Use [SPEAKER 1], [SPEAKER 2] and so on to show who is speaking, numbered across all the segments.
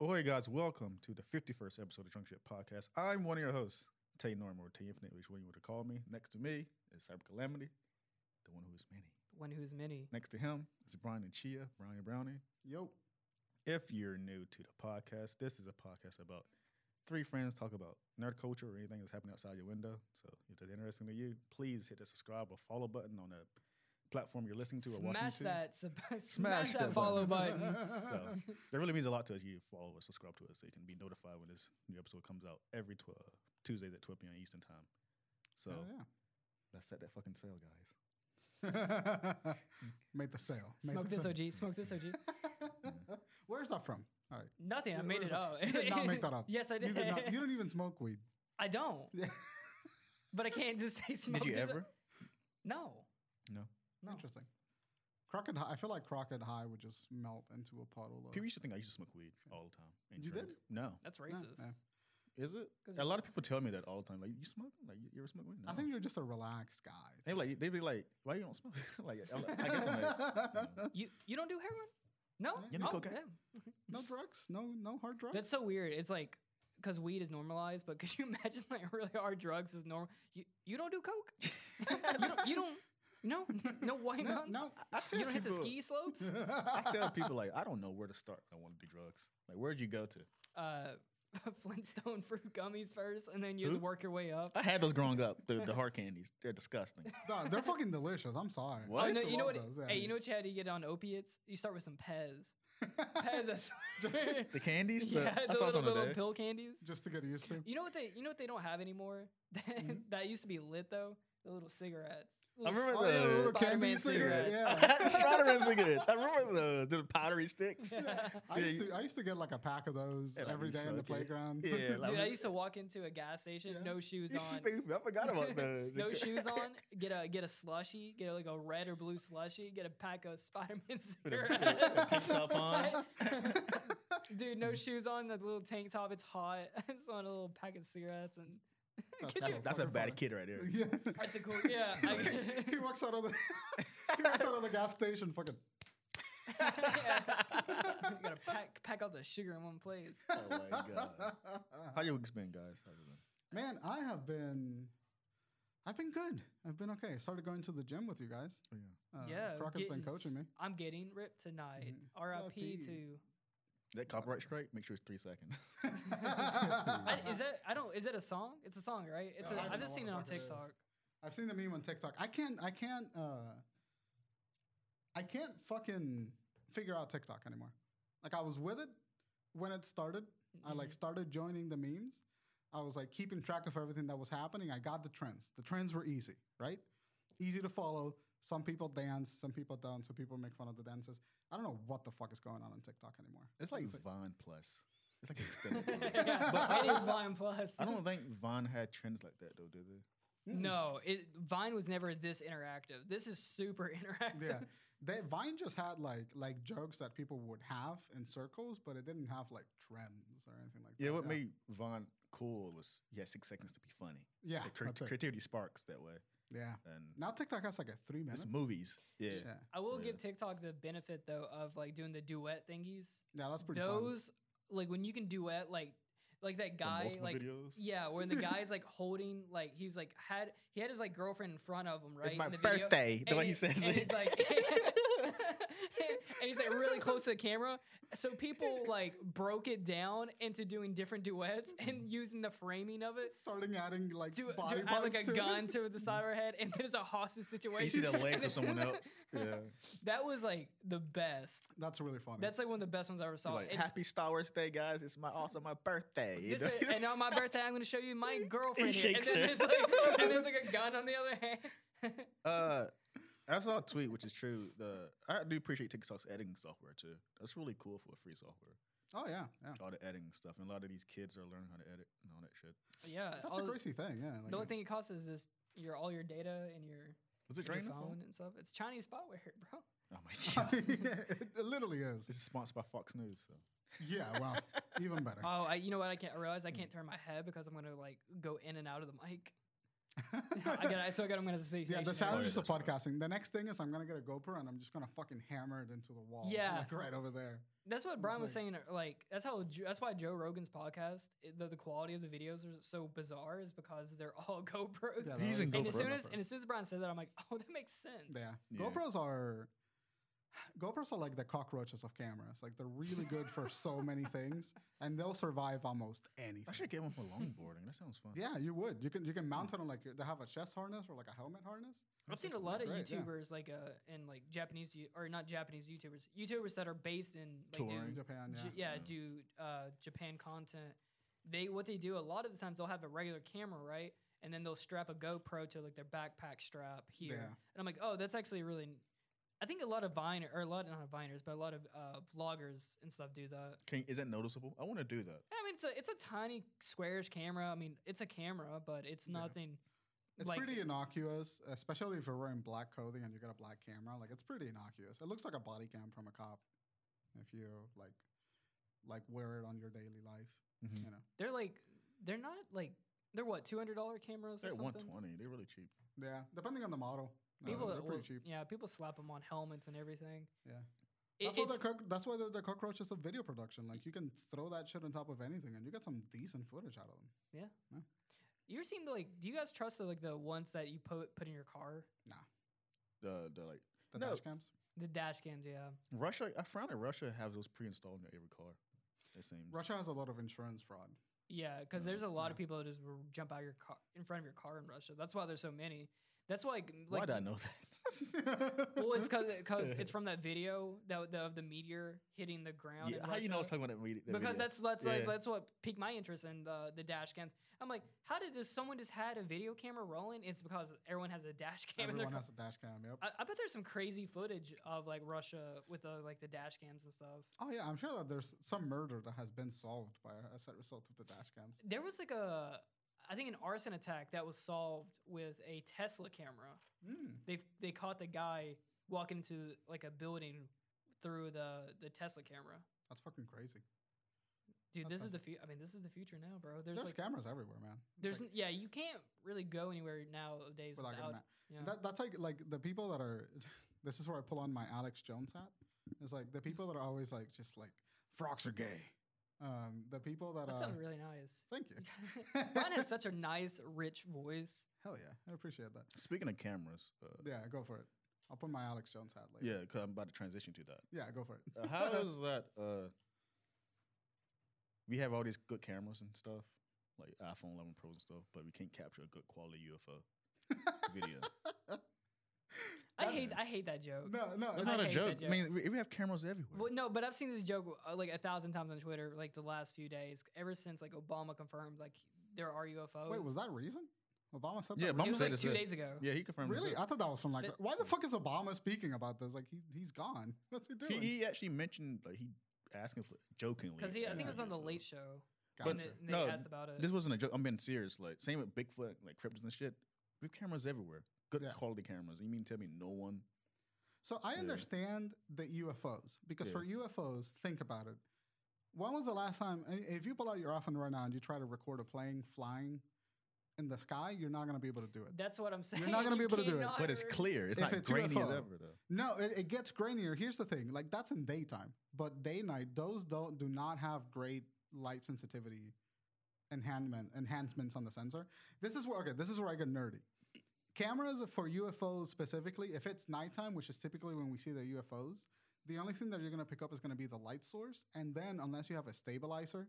[SPEAKER 1] Ahoy, guys. Welcome to the 51st episode of Trunk Ship Podcast. I'm one of your hosts, Tay Norman, or Tay Infinite, which way you want to call me. Next to me is Cyber Calamity, the one who is many.
[SPEAKER 2] The one who's many.
[SPEAKER 1] Next to him is Brian and Chia, Brian Browning. Yo. If you're new to the podcast, this is a podcast about three friends talk about nerd culture or anything that's happening outside your window. So if that's interesting to you, please hit the subscribe or follow button on the platform you're listening to or watching.
[SPEAKER 2] Smash
[SPEAKER 1] to.
[SPEAKER 2] that, sub- smash,
[SPEAKER 1] Smash
[SPEAKER 2] that
[SPEAKER 1] that
[SPEAKER 2] follow button.
[SPEAKER 1] So that really means a lot to us. You follow us, subscribe to us, so you can be notified when this new episode comes out every tw- uh, Tuesdays at 12 p.m. Eastern time. So
[SPEAKER 3] Oh,
[SPEAKER 1] let's set that fucking sale, guys.
[SPEAKER 3] yeah. Made the sale. Made
[SPEAKER 2] Smoke
[SPEAKER 3] the
[SPEAKER 2] this
[SPEAKER 3] sale.
[SPEAKER 2] OG. Smoke this OG.
[SPEAKER 3] Where's that from? All right.
[SPEAKER 2] Nothing. I
[SPEAKER 3] Where
[SPEAKER 2] made
[SPEAKER 3] is
[SPEAKER 2] it
[SPEAKER 3] that?
[SPEAKER 2] up.
[SPEAKER 3] You did not make that up.
[SPEAKER 2] yes, I did.
[SPEAKER 3] You, did not, you don't even smoke weed.
[SPEAKER 2] I don't.
[SPEAKER 3] Yeah.
[SPEAKER 2] But I can't just say smoke.
[SPEAKER 1] Did you
[SPEAKER 2] this-
[SPEAKER 1] ever?
[SPEAKER 2] No.
[SPEAKER 1] No.
[SPEAKER 2] No.
[SPEAKER 3] Interesting. Crockett High. I feel like Crockett High would just melt into a puddle. Of,
[SPEAKER 1] People used to think I used to smoke weed all the time. And
[SPEAKER 3] You
[SPEAKER 1] drink.
[SPEAKER 3] did?
[SPEAKER 1] No.
[SPEAKER 2] That's
[SPEAKER 3] No,
[SPEAKER 2] racist.
[SPEAKER 3] no.
[SPEAKER 1] Is it?
[SPEAKER 2] 'Cause
[SPEAKER 1] A lot of people tell me that all the time. Like, you smoke? Like, you you ever smoke weed? No.
[SPEAKER 3] I think you're just a relaxed guy.
[SPEAKER 1] They be like they be like, why you don't smoke? like, I'm like, I guess I'm like,
[SPEAKER 2] You you don't do heroin? No. Oh,
[SPEAKER 1] You do cocaine?
[SPEAKER 2] damn.
[SPEAKER 3] No drugs. No no hard drugs.
[SPEAKER 2] That's so weird. It's like because weed is normalized, but could you imagine like really hard drugs is normal? You you don't do coke. you don't. You don't no, no white
[SPEAKER 3] No,
[SPEAKER 2] mountains.
[SPEAKER 3] no.
[SPEAKER 1] I tell
[SPEAKER 2] you don't hit the
[SPEAKER 1] people-
[SPEAKER 2] ski slopes.
[SPEAKER 1] I tell people like, I don't know where to start. I want to do drugs. Like, where'd you go to?
[SPEAKER 2] uh, Flintstone fruit gummies first, and then you just
[SPEAKER 1] Who?
[SPEAKER 2] work your way up.
[SPEAKER 1] I had those growing up. The, the hard candies. They're disgusting.
[SPEAKER 3] No, they're fucking delicious. I'm sorry.
[SPEAKER 1] What?
[SPEAKER 2] Oh, no,
[SPEAKER 1] It's
[SPEAKER 2] you know
[SPEAKER 3] love
[SPEAKER 2] what?
[SPEAKER 3] those, yeah.
[SPEAKER 2] Hey, you know what you had to get on opiates? You start with some Pez. Pez, I swear.
[SPEAKER 1] The candies. The,
[SPEAKER 2] yeah,
[SPEAKER 1] I
[SPEAKER 2] the
[SPEAKER 1] saw
[SPEAKER 2] little,
[SPEAKER 1] some
[SPEAKER 2] little
[SPEAKER 1] today.
[SPEAKER 2] pill candies.
[SPEAKER 3] Just to get used to.
[SPEAKER 2] You know what they? You know what they don't have anymore? That, that used to be lit though. The little cigarettes.
[SPEAKER 1] Mm-hmm. I
[SPEAKER 2] Little
[SPEAKER 1] remember
[SPEAKER 3] Oh, yeah,
[SPEAKER 1] those.
[SPEAKER 3] little
[SPEAKER 2] Spider-Man
[SPEAKER 3] candy cigarettes.
[SPEAKER 2] cigarettes.
[SPEAKER 3] Yeah.
[SPEAKER 1] Spider-Man cigarettes. I remember those. The powdery sticks.
[SPEAKER 3] I used to I used to get like a pack of those
[SPEAKER 1] And, like,
[SPEAKER 3] every
[SPEAKER 1] you
[SPEAKER 3] day in the
[SPEAKER 1] smoke it.
[SPEAKER 3] playground.
[SPEAKER 1] Yeah, like-
[SPEAKER 2] Dude, I used to walk into a gas station, no shoes
[SPEAKER 1] You
[SPEAKER 2] on.
[SPEAKER 1] stupid. I forgot about those.
[SPEAKER 2] no shoes on. Get a get a slushy. Get like a red or blue slushy. Get a pack of Spider Man cigarettes.
[SPEAKER 1] Tank top on.
[SPEAKER 2] Dude, no shoes on. The little tank top. It's hot. I just want a little pack of cigarettes and.
[SPEAKER 1] That's, that's a bad kid right there.
[SPEAKER 3] Yeah.
[SPEAKER 2] That's a cool. Yeah. I,
[SPEAKER 3] he walks out of the he walks out of the gas station fucking
[SPEAKER 2] you gotta pack pack all the sugar in one place.
[SPEAKER 1] Oh my god. How your week's been, guys? How you been?
[SPEAKER 3] Man, I have been I've been good. I've been okay. I started going to the gym with you guys.
[SPEAKER 1] Oh, yeah.
[SPEAKER 3] Uh,
[SPEAKER 2] Yeah,
[SPEAKER 3] Crockett's been
[SPEAKER 2] getting-
[SPEAKER 3] coaching me.
[SPEAKER 2] I'm getting ripped tonight.
[SPEAKER 3] Mm-hmm.
[SPEAKER 2] R.I.P.
[SPEAKER 3] R.I.P..
[SPEAKER 2] to.
[SPEAKER 1] That copyright strike. Make sure it's three seconds.
[SPEAKER 2] I, is that I don't? Is that a song? It's a song, right? It's
[SPEAKER 3] Yeah,
[SPEAKER 2] a,
[SPEAKER 3] I don't
[SPEAKER 2] I've just
[SPEAKER 3] know
[SPEAKER 2] seen it on
[SPEAKER 3] what the fuck it is.
[SPEAKER 2] TikTok.
[SPEAKER 3] I've seen the meme on TikTok. I can't I can't uh I can't fucking figure out TikTok anymore. Like I was with it when it started. I
[SPEAKER 2] Mm-hmm.
[SPEAKER 3] like started joining the memes. I was like keeping track of everything that was happening. I got the trends. The trends were easy, right? Easy to follow. Some people dance, some people don't, some people make fun of the dances. I don't know what the fuck is going on on TikTok anymore.
[SPEAKER 1] It's like Vine Plus. It's like extended. Vine.
[SPEAKER 2] Yeah, it is Vine Plus.
[SPEAKER 1] I don't think Vine had trends like that though, did they?
[SPEAKER 3] mm.
[SPEAKER 2] No, it, Vine was never this interactive. This is super interactive.
[SPEAKER 3] yeah. They, Vine just had like like jokes that people would have in circles, but it didn't have like trends or anything like
[SPEAKER 1] Yeah,
[SPEAKER 3] that.
[SPEAKER 1] what made Vine cool was you had six seconds to be funny.
[SPEAKER 3] Yeah,
[SPEAKER 1] Like, cre-
[SPEAKER 3] that's it.
[SPEAKER 1] creativity sparks that way.
[SPEAKER 3] Yeah.
[SPEAKER 1] And
[SPEAKER 3] Now TikTok has like a three minute.
[SPEAKER 1] it's movies. Yeah.
[SPEAKER 3] Yeah.
[SPEAKER 2] I will
[SPEAKER 1] Oh, Yeah.
[SPEAKER 2] give TikTok the benefit though of like doing the duet thingies.
[SPEAKER 3] Yeah, that's pretty Those,
[SPEAKER 2] Those like when you can duet like like that guy
[SPEAKER 1] multiple
[SPEAKER 2] like
[SPEAKER 1] videos?
[SPEAKER 2] yeah, where the guy's like holding like he's like had he had his like girlfriend in front of him right.
[SPEAKER 1] my
[SPEAKER 2] in the video.
[SPEAKER 1] birthday, the
[SPEAKER 2] And
[SPEAKER 1] way he
[SPEAKER 2] it-
[SPEAKER 1] says
[SPEAKER 2] and
[SPEAKER 1] it.
[SPEAKER 2] He's like, and he's like really close to the camera, so people like broke it down into doing different duets and using the framing of it.
[SPEAKER 3] Starting adding like
[SPEAKER 2] do, do
[SPEAKER 3] body
[SPEAKER 2] add like
[SPEAKER 3] parts
[SPEAKER 2] a
[SPEAKER 3] to it.
[SPEAKER 2] gun to the side of her head, and then it's a hostage
[SPEAKER 1] You see
[SPEAKER 2] situation.
[SPEAKER 1] the legs of someone else. Yeah.
[SPEAKER 2] that was like the best.
[SPEAKER 3] That's really funny.
[SPEAKER 2] That's like one of the best ones I ever saw.
[SPEAKER 1] Like,
[SPEAKER 2] It's-
[SPEAKER 1] happy Star Wars Day, guys. It's my also my birthday. You
[SPEAKER 2] this
[SPEAKER 1] know?
[SPEAKER 2] is- and on my birthday, I'm going to show you my girlfriend.
[SPEAKER 1] He
[SPEAKER 2] here.
[SPEAKER 1] shakes
[SPEAKER 2] and, then
[SPEAKER 1] her.
[SPEAKER 2] There's like, and there's like a gun on the other hand.
[SPEAKER 1] uh, I saw a tweet, which is true. The I do appreciate TikTok's editing software too. That's really cool for a free software.
[SPEAKER 3] oh yeah, yeah.
[SPEAKER 1] All the editing stuff, and a lot of these kids are learning how to edit and all that shit.
[SPEAKER 2] Yeah,
[SPEAKER 3] That's
[SPEAKER 2] all-
[SPEAKER 3] a crazy thing. Yeah. Like,
[SPEAKER 2] The only thing it costs is this your all your data and your,
[SPEAKER 1] Was it
[SPEAKER 2] your
[SPEAKER 1] draining?
[SPEAKER 2] phone and stuff. It's Chinese spyware, bro.
[SPEAKER 1] Oh my god!
[SPEAKER 3] it literally is.
[SPEAKER 1] this is sponsored by Fox News. So.
[SPEAKER 3] Yeah. Well, even better.
[SPEAKER 2] Uh, Oh, I, you know what? I can't. I realize I can't turn my head because I'm going to like go in and out of the mic. I got. So I got. I'm gonna say.
[SPEAKER 3] Yeah, the
[SPEAKER 2] stationary.
[SPEAKER 1] sound-
[SPEAKER 3] challenges
[SPEAKER 1] Oh,
[SPEAKER 3] of
[SPEAKER 1] yeah, that's
[SPEAKER 3] podcasting. The next thing is I'm gonna get a GoPro and I'm just gonna fucking hammer it into the wall.
[SPEAKER 2] Yeah.
[SPEAKER 3] like right over there.
[SPEAKER 2] That's what Brian was
[SPEAKER 3] like-
[SPEAKER 2] saying. uh, Like that's how. Jo- That's why Joe Rogan's podcast, it- the, the quality of the videos are so bizarre, is because they're all GoPros.
[SPEAKER 3] Yeah,
[SPEAKER 1] He's using
[SPEAKER 2] and
[SPEAKER 1] GoPro.
[SPEAKER 2] as soon as and as soon as Brian said that, I'm like, oh, that makes sense.
[SPEAKER 3] Yeah.
[SPEAKER 1] Yeah.
[SPEAKER 3] GoPros are GoPros are like the cockroaches of cameras. Like they're really good for so many things, and they'll survive almost anything.
[SPEAKER 1] I should get one for longboarding. That sounds fun.
[SPEAKER 3] Yeah, you would. You can you can mount it on like your- they have a chest harness or like a helmet harness.
[SPEAKER 2] I've seen a lot of
[SPEAKER 3] Right, yeah.
[SPEAKER 2] YouTubers like uh and like Japanese you- or not Japanese YouTubers, YouTubers that are based in like
[SPEAKER 1] Touring.
[SPEAKER 2] do,
[SPEAKER 3] In Japan,
[SPEAKER 2] J-
[SPEAKER 3] yeah.
[SPEAKER 2] yeah,
[SPEAKER 3] Mm.
[SPEAKER 1] Yeah.
[SPEAKER 2] do uh, Japan content. They what they do a lot of the times they'll have a regular camera right, and then they'll strap a GoPro to like their backpack strap here,
[SPEAKER 3] Yeah.
[SPEAKER 2] and I'm like, oh, that's actually really. I think a lot of Vine or a lot not Viners, but a lot of uh, vloggers and stuff do that.
[SPEAKER 1] Can, is that noticeable? I want to do that.
[SPEAKER 2] I mean, it's a it's a tiny squarish camera. I mean, it's a camera, but it's
[SPEAKER 3] Yeah.
[SPEAKER 2] nothing.
[SPEAKER 3] It's
[SPEAKER 2] like,
[SPEAKER 3] pretty innocuous, especially if you're wearing black clothing and you got a black camera. Like it's pretty innocuous. It looks like a body cam from a cop if you like like wear it on your daily life.
[SPEAKER 1] Mhm.
[SPEAKER 3] You know.
[SPEAKER 2] They're like they're not like they're what two hundred dollar cameras
[SPEAKER 1] They're
[SPEAKER 2] or
[SPEAKER 1] at
[SPEAKER 2] something.
[SPEAKER 1] 120. They're really cheap.
[SPEAKER 3] Yeah, depending on the model. Uh,
[SPEAKER 2] People
[SPEAKER 3] they're
[SPEAKER 2] will-
[SPEAKER 3] pretty cheap.
[SPEAKER 2] yeah, people slap them on helmets and everything.
[SPEAKER 3] Yeah.
[SPEAKER 2] It-
[SPEAKER 3] That's why,
[SPEAKER 2] it's-
[SPEAKER 3] the cock- that's why they're the cockroaches of video production. Like, you can throw that shit on top of anything and you get some decent footage out of them.
[SPEAKER 2] You ever seen the like? Do you guys trust the like the ones that you put put in your car?
[SPEAKER 1] The the like
[SPEAKER 3] The
[SPEAKER 1] No.
[SPEAKER 3] dash cams.
[SPEAKER 2] The dash cams, yeah.
[SPEAKER 1] Russia. I found that Russia has those pre-installed in every car. It seems.
[SPEAKER 3] Russia has a lot of insurance fraud.
[SPEAKER 2] Yeah, because
[SPEAKER 1] Mm,
[SPEAKER 2] there's a lot
[SPEAKER 3] yeah.
[SPEAKER 2] of people that just r- jump out your car in front of your car in Russia. That's why there's so many. That's why, like,
[SPEAKER 1] Why
[SPEAKER 2] like
[SPEAKER 1] did I know that?
[SPEAKER 2] well, it's because it's from that video that w- the, of the meteor hitting the ground.
[SPEAKER 1] yeah,
[SPEAKER 2] in
[SPEAKER 1] how you know I was
[SPEAKER 2] Russia.
[SPEAKER 1] talking about that meeting?
[SPEAKER 2] because that's that's like
[SPEAKER 1] Yeah.
[SPEAKER 2] that's what piqued my interest in the the dash cams. I'm like, how did this someone just had a video camera rolling? It's because everyone has a dash cam in their car.
[SPEAKER 3] Everyone has a dash cam, yep.
[SPEAKER 2] I, I bet there's some crazy footage of like Russia with the like the dash cams and stuff.
[SPEAKER 3] Oh, yeah, I'm sure that there's some murder that has been solved by as a result of the dash cams.
[SPEAKER 2] There was like a, I think an arson attack that was solved with a Tesla camera.
[SPEAKER 3] Mm.
[SPEAKER 2] They they caught the guy walking into like a building through the the Tesla camera.
[SPEAKER 3] That's fucking crazy.
[SPEAKER 2] Dude,
[SPEAKER 3] That's
[SPEAKER 2] this is
[SPEAKER 3] awesome.
[SPEAKER 2] the future. I mean, this is the future now, bro. There's,
[SPEAKER 3] There's,
[SPEAKER 2] like
[SPEAKER 3] cameras everywhere, man.
[SPEAKER 2] there's
[SPEAKER 3] Like,
[SPEAKER 2] n- yeah, you can't really go anywhere nowadays
[SPEAKER 3] without
[SPEAKER 2] without,
[SPEAKER 3] getting mad.
[SPEAKER 2] yeah.
[SPEAKER 3] That, that's like like the people that are. This is where I pull on my Alex Jones hat. It's like the people that are always like just like frogs are gay. Um, the people that
[SPEAKER 2] that
[SPEAKER 3] are.
[SPEAKER 2] sounded really nice.
[SPEAKER 3] thank you.
[SPEAKER 2] Brian has such a nice, rich voice.
[SPEAKER 3] Hell yeah, I appreciate that.
[SPEAKER 1] Speaking of cameras, uh,
[SPEAKER 3] Yeah, go for it. I'll put my Alex Jones hat later.
[SPEAKER 1] yeah, because I'm about to transition to that.
[SPEAKER 3] Yeah, go for it.
[SPEAKER 1] Uh, how is that? Uh, we have all these good cameras and stuff, like iPhone 11 Pros and stuff, but we can't capture a good quality UFO video.
[SPEAKER 2] I
[SPEAKER 3] That's-
[SPEAKER 2] hate I hate that joke.
[SPEAKER 3] No, no.
[SPEAKER 1] That's
[SPEAKER 3] it's-
[SPEAKER 1] not
[SPEAKER 2] I
[SPEAKER 1] a
[SPEAKER 2] hate that
[SPEAKER 1] joke. I
[SPEAKER 2] joke.
[SPEAKER 1] mean, we, we have cameras everywhere.
[SPEAKER 2] Well, no, but I've seen this joke uh, like a thousand times on Twitter, like the last few days, ever since like Obama confirmed like there are UFOs.
[SPEAKER 3] Wait, was that reason? Obama said
[SPEAKER 1] Yeah,
[SPEAKER 3] that.
[SPEAKER 1] Obama
[SPEAKER 2] It
[SPEAKER 3] reason?
[SPEAKER 2] was
[SPEAKER 1] said
[SPEAKER 2] like
[SPEAKER 1] it's
[SPEAKER 2] two
[SPEAKER 1] a-
[SPEAKER 2] days ago.
[SPEAKER 1] Yeah, he confirmed. it
[SPEAKER 3] Really?
[SPEAKER 1] too.
[SPEAKER 3] I thought that was some like.
[SPEAKER 2] But-
[SPEAKER 3] why the fuck is Obama speaking about this? Like he he's gone. What's he doing?
[SPEAKER 1] He, he actually mentioned like he asking for jokingly uh,
[SPEAKER 2] Because he, I think it
[SPEAKER 1] asking
[SPEAKER 2] was on the
[SPEAKER 1] for-
[SPEAKER 2] Late Show,
[SPEAKER 1] But-
[SPEAKER 2] and
[SPEAKER 3] Gotcha.
[SPEAKER 2] they, they
[SPEAKER 1] no,
[SPEAKER 2] asked about it.
[SPEAKER 1] This wasn't a joke. I'm being serious. Like same with Bigfoot, like cryptids and shit. We have cameras everywhere. Good
[SPEAKER 3] Yeah.
[SPEAKER 1] quality cameras. You mean tell me no one?
[SPEAKER 3] So I
[SPEAKER 1] Yeah.
[SPEAKER 3] understand the UFOs because
[SPEAKER 1] Yeah.
[SPEAKER 3] for UFOs, think about it. When was the last time, i- if you pull out your iPhone right now and you try to record a plane flying in the sky, you're not going to be able to do it.
[SPEAKER 2] That's what I'm saying.
[SPEAKER 3] not gonna
[SPEAKER 2] You
[SPEAKER 3] be able to do it,
[SPEAKER 2] cannot
[SPEAKER 1] But it's
[SPEAKER 2] re-
[SPEAKER 1] clear. It's
[SPEAKER 3] If
[SPEAKER 1] not
[SPEAKER 3] it's
[SPEAKER 1] grainy as
[SPEAKER 3] UFO.
[SPEAKER 1] ever though.
[SPEAKER 3] No, it, it gets grainier. Here's the thing: like that's in daytime, but day night those don't do not have great light sensitivity enhancement enhancements on the sensor. This is where okay, this is where I get nerdy. Cameras for UFOs specifically, if it's nighttime, which is typically when we see the UFOs, the only thing that you're going to pick up is going to be the light source, and then unless you have a stabilizer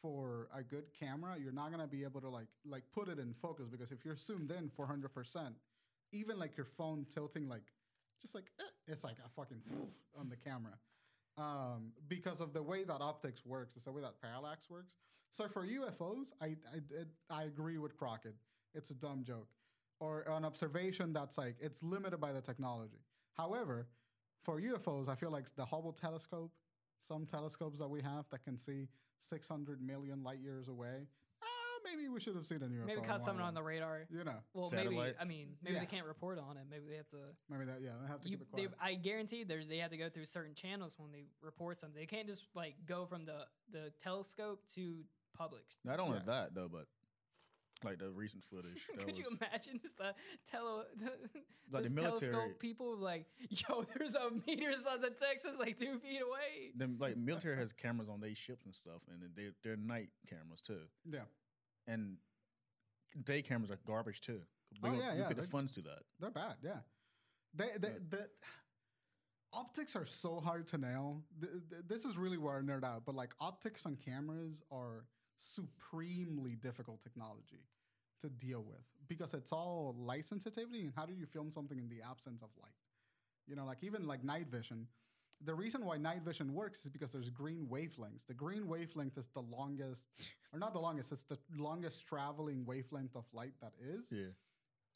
[SPEAKER 3] for a good camera, you're not going to be able to like like put it in focus because if you're zoomed in 400 percent, even like your phone tilting like just like eh, it's like a fucking on the camera um, because of the way that optics works it's the way that parallax works so for ufos i i did- i agree with crockett it's a dumb joke or an observation that's like it's limited by the technology however for ufos i feel like the hubble telescope some telescopes that we have that can see 600 million light years away ah, maybe we should have seen a ufo
[SPEAKER 2] Maybe
[SPEAKER 3] in
[SPEAKER 2] caught
[SPEAKER 3] one
[SPEAKER 2] something
[SPEAKER 3] of
[SPEAKER 2] on the
[SPEAKER 3] them.
[SPEAKER 2] radar.
[SPEAKER 3] you know
[SPEAKER 2] Well, maybe. I
[SPEAKER 1] Satellites.
[SPEAKER 2] mean, maybe
[SPEAKER 3] Yeah.
[SPEAKER 2] they can't report on it. Maybe they have to.
[SPEAKER 3] maybe that yeah i have to
[SPEAKER 2] You,
[SPEAKER 3] keep it
[SPEAKER 2] they,
[SPEAKER 3] quiet
[SPEAKER 2] I guarantee there's they have to go through certain channels when they report something. They can't just like go from the the telescope to public.
[SPEAKER 1] Not only
[SPEAKER 3] Yeah.
[SPEAKER 1] that though, but like the recent footage. that
[SPEAKER 2] Could you
[SPEAKER 1] was-
[SPEAKER 2] imagine this, the tele, the,
[SPEAKER 1] Like the
[SPEAKER 2] this
[SPEAKER 1] military,
[SPEAKER 2] telescope people like, yo, there's a meteor size of Texas like two feet away.
[SPEAKER 1] them, like military has cameras on their ships and stuff, and then they they're night cameras too,
[SPEAKER 3] Yeah,
[SPEAKER 1] and day cameras are garbage too. We
[SPEAKER 3] Oh,
[SPEAKER 1] don't-
[SPEAKER 3] yeah,
[SPEAKER 1] we
[SPEAKER 3] yeah,
[SPEAKER 1] put the
[SPEAKER 3] they're-
[SPEAKER 1] funds to that.
[SPEAKER 3] they're bad. Yeah, they, they
[SPEAKER 1] But-
[SPEAKER 3] the optics are so hard to nail. Th- th- this is really where I nerd out. But like optics on cameras are supremely difficult technology to deal with because it's all light sensitivity and how do you film something in the absence of light? You know, like even like night vision. The reason why night vision works is because there's green wavelengths. The green wavelength is the longest, or not the longest, it's the longest traveling wavelength of light that is
[SPEAKER 1] Yeah,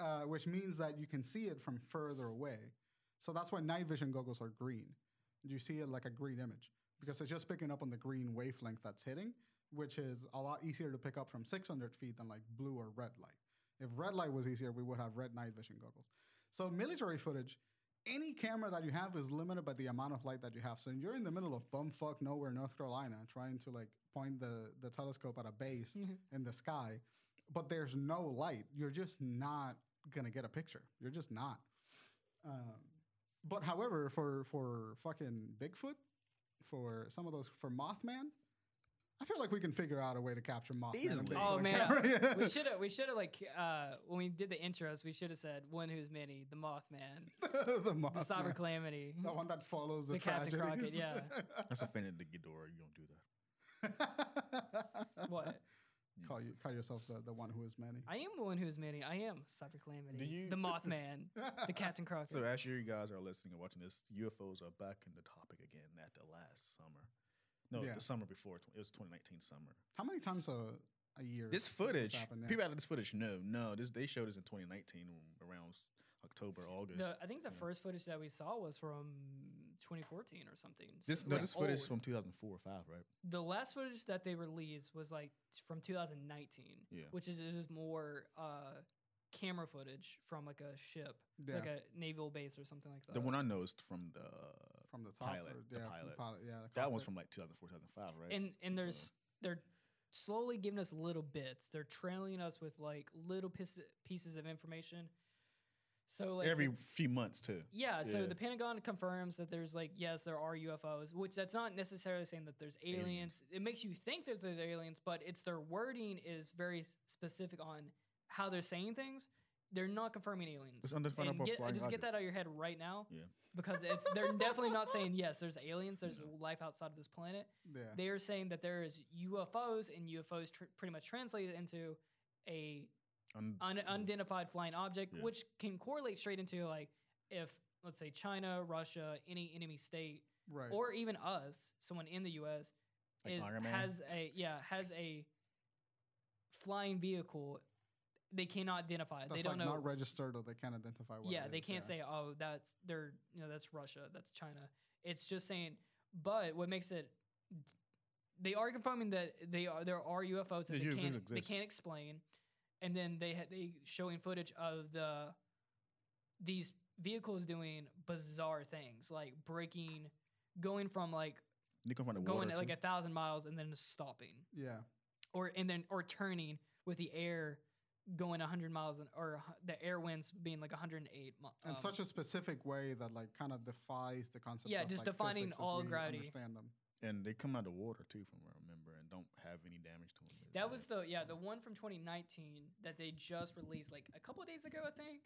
[SPEAKER 3] uh, which means that you can see it from further away. So that's why night vision goggles are green. You see it like a green image because it's just picking up on the green wavelength that's hitting, which is a lot easier to pick up from 600 feet than like blue or red light. If red light was easier, we would have red night vision goggles. So military footage, any camera that you have is limited by the amount of light that you have. So you're in the middle of bumfuck nowhere, North Carolina, trying to like point the, the telescope at a base in the sky, but there's no light. You're just not gonna get a picture. You're just not. Um, but however, for for fucking Bigfoot, for some of those, for Mothman, I feel like we can figure out a way to capture Mothman. and
[SPEAKER 1] Easily.
[SPEAKER 3] Bigfoot
[SPEAKER 1] Oh,
[SPEAKER 3] on
[SPEAKER 2] man.
[SPEAKER 3] camera.
[SPEAKER 2] we should have we should have like uh when we did the intros we should have said one who's many the mothman
[SPEAKER 3] the
[SPEAKER 2] the
[SPEAKER 3] Mothman.
[SPEAKER 2] cyber calamity
[SPEAKER 3] the one that follows the,
[SPEAKER 2] The Captain Crockett,
[SPEAKER 3] tragedies.
[SPEAKER 1] that's offended to Ghidorah. You don't do that.
[SPEAKER 2] what
[SPEAKER 1] You
[SPEAKER 3] Call
[SPEAKER 1] s-
[SPEAKER 3] you call yourself the, the one who is many.
[SPEAKER 2] i am the one who's many i am cyber calamity
[SPEAKER 1] you-
[SPEAKER 2] the mothman the captain crockett
[SPEAKER 1] So as you guys are listening and watching this, UFOs are back in the topic again at the last summer. No,
[SPEAKER 3] Yeah.
[SPEAKER 1] the summer before tw- it was 2019 summer.
[SPEAKER 3] How many times a a year?
[SPEAKER 1] This
[SPEAKER 3] does
[SPEAKER 1] footage,
[SPEAKER 3] happen, yeah?
[SPEAKER 1] people out of this footage know. No, this they showed us in 2019 w- around s- October, August.
[SPEAKER 2] the, i think the
[SPEAKER 1] yeah.
[SPEAKER 2] first footage that we saw was from 2014 or something
[SPEAKER 1] this
[SPEAKER 2] So,
[SPEAKER 1] no,
[SPEAKER 2] like,
[SPEAKER 1] this footage is
[SPEAKER 2] old.
[SPEAKER 1] from 2004 or five, right?
[SPEAKER 2] the last footage that they released was like t- from 2019
[SPEAKER 1] Yeah.
[SPEAKER 2] which is it is more uh camera footage from like a ship
[SPEAKER 3] Yeah.
[SPEAKER 2] like a naval base or something like that
[SPEAKER 1] the one I know is from the
[SPEAKER 3] from the top
[SPEAKER 1] pilot,
[SPEAKER 3] or-
[SPEAKER 1] the
[SPEAKER 3] yeah, from
[SPEAKER 1] pilot.
[SPEAKER 3] yeah, the
[SPEAKER 1] that one's
[SPEAKER 3] cockpit.
[SPEAKER 1] from like 2004, 2005, right?
[SPEAKER 2] and
[SPEAKER 1] Something
[SPEAKER 2] and there's they're slowly giving us little bits. They're trailing us with like little pieces pieces of information. So
[SPEAKER 1] like
[SPEAKER 2] like
[SPEAKER 1] that. every
[SPEAKER 2] the-
[SPEAKER 1] few months too.
[SPEAKER 2] yeah, so
[SPEAKER 1] yeah.
[SPEAKER 2] the Pentagon confirms that there's like yes, there are UFOs, which that's not necessarily saying that there's aliens.
[SPEAKER 1] Aliens.
[SPEAKER 2] It makes you think there's, there's aliens, but it's their wording is very specific on how they're saying things. They're not confirming aliens.
[SPEAKER 1] It's undefinable
[SPEAKER 2] And get,
[SPEAKER 1] flying
[SPEAKER 2] just get
[SPEAKER 1] object.
[SPEAKER 2] that out of your head right now.
[SPEAKER 1] Yeah.
[SPEAKER 2] Because it's they're definitely not saying yes, there's aliens, there's
[SPEAKER 1] No.
[SPEAKER 2] life outside of this planet
[SPEAKER 3] Yeah.
[SPEAKER 2] they are saying that there is UFOs and UFOs tr- pretty much translated into a
[SPEAKER 1] Un-
[SPEAKER 2] un- unidentified flying object,
[SPEAKER 1] Yeah.
[SPEAKER 2] which can correlate straight into like if let's say China, Russia, any enemy state,
[SPEAKER 3] right.
[SPEAKER 2] or even us, someone in the U.S.
[SPEAKER 1] Like
[SPEAKER 2] is
[SPEAKER 1] Iron Man?
[SPEAKER 2] has a yeah has a flying vehicle. They cannot identify. it.
[SPEAKER 3] That's
[SPEAKER 2] they don't
[SPEAKER 3] like
[SPEAKER 2] know.
[SPEAKER 3] not registered or they can't identify what
[SPEAKER 2] yeah,
[SPEAKER 3] it
[SPEAKER 2] they
[SPEAKER 3] is,
[SPEAKER 2] can't
[SPEAKER 3] yeah.
[SPEAKER 2] say oh that's they're you know that's Russia, that's China. It's just saying. But what makes it they are confirming that they are there are UFOs that
[SPEAKER 1] The
[SPEAKER 2] they
[SPEAKER 1] UFOs
[SPEAKER 2] can't they
[SPEAKER 1] exist.
[SPEAKER 2] can't explain, and then they ha- they showing footage of the these vehicles doing bizarre things like breaking, going from like
[SPEAKER 1] they come from the
[SPEAKER 2] going
[SPEAKER 1] water
[SPEAKER 2] at like
[SPEAKER 1] too.
[SPEAKER 2] a thousand miles and then just stopping
[SPEAKER 3] Yeah.
[SPEAKER 2] or and then or turning with the air going 100 miles an, or hu- the air winds being like 108 mi-
[SPEAKER 3] In
[SPEAKER 2] um,
[SPEAKER 3] such a specific way that like kind of defies the concept
[SPEAKER 2] Yeah,
[SPEAKER 3] of
[SPEAKER 2] just
[SPEAKER 3] like,
[SPEAKER 2] defining
[SPEAKER 3] physics as
[SPEAKER 2] all
[SPEAKER 3] we
[SPEAKER 2] gravity.
[SPEAKER 3] Understand them.
[SPEAKER 1] and they come out of the water too, from what I remember, and don't have any damage to them.
[SPEAKER 2] That was the yeah the one from 2019 that they just released like a couple of days ago I think.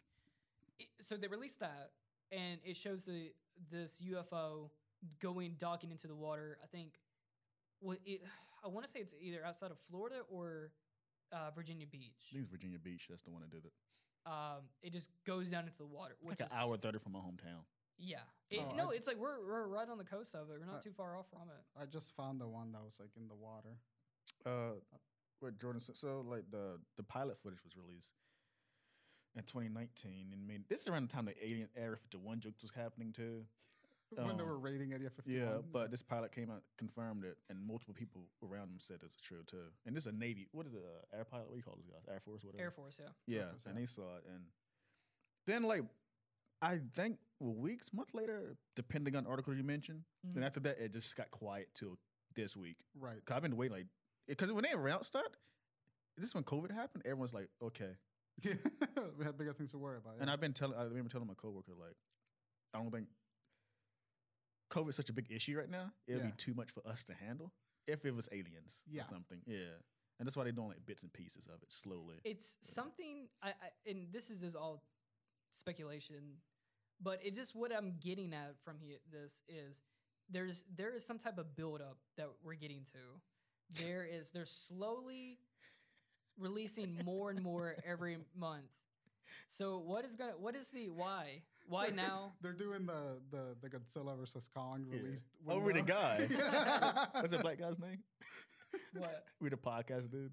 [SPEAKER 2] It, so they released that and it shows the this UFO going docking into the water. I think what it, I want to say it's either outside of Florida or uh, Virginia
[SPEAKER 1] I think
[SPEAKER 2] Beach.
[SPEAKER 1] it's Virginia Beach. That's the one that did it.
[SPEAKER 2] Um, it just goes down into the water.
[SPEAKER 1] It's
[SPEAKER 2] Which
[SPEAKER 1] like an
[SPEAKER 2] is,
[SPEAKER 1] hour thirty from my hometown.
[SPEAKER 2] Yeah. It,
[SPEAKER 3] Oh,
[SPEAKER 2] no,
[SPEAKER 3] I-
[SPEAKER 2] it's like we're we're right on the coast of it. We're not
[SPEAKER 3] I-
[SPEAKER 2] too far off from it.
[SPEAKER 3] I just found the one that was like in the water.
[SPEAKER 1] uh what Jordan said. So like the the pilot footage was released in 2019, and made this is around the time the Alien Area 51 joke was happening too.
[SPEAKER 3] When they
[SPEAKER 1] Oh.
[SPEAKER 3] were raiding Area 51.
[SPEAKER 1] Yeah, but this pilot came out confirmed it, and multiple people around him said it's true too. And this is a Navy. What is it? Uh, air pilot? What do you call these guys? Air Force? Whatever.
[SPEAKER 2] Air Force, yeah.
[SPEAKER 1] Yeah,
[SPEAKER 3] Force,
[SPEAKER 1] and
[SPEAKER 3] yeah.
[SPEAKER 1] they saw it, and then like I think weeks, month later, the Pentagon article you mentioned,
[SPEAKER 2] Mhm.
[SPEAKER 1] and after that it just got quiet till this week.
[SPEAKER 3] Right.
[SPEAKER 1] Cause I've been waiting like because when they announced that, Is this when COVID happened? Everyone's like, okay.
[SPEAKER 3] Yeah, we had bigger things to worry about.
[SPEAKER 1] And
[SPEAKER 3] yeah.
[SPEAKER 1] I've been telling, I remember telling my coworker, like, I don't think COVID's such a big issue right now. It'll be
[SPEAKER 3] Yeah.
[SPEAKER 1] too much for us to handle if it was aliens
[SPEAKER 3] Yeah.
[SPEAKER 1] or something. Yeah. And that's why they're doing like bits and pieces of it slowly.
[SPEAKER 2] It's something, I, I and this is just all speculation, but it just what I'm getting at from here. This is there's there is some type of buildup that we're getting to. There is they're slowly releasing more and more every month. So what is gonna what is the why why now?
[SPEAKER 3] They're doing the the, the Godzilla versus Kong
[SPEAKER 1] Yeah.
[SPEAKER 3] released.
[SPEAKER 1] Oh, we're the
[SPEAKER 3] window.
[SPEAKER 1] guy.
[SPEAKER 3] Yeah.
[SPEAKER 1] What's that black guy's name?
[SPEAKER 2] What?
[SPEAKER 1] We're the podcast dude.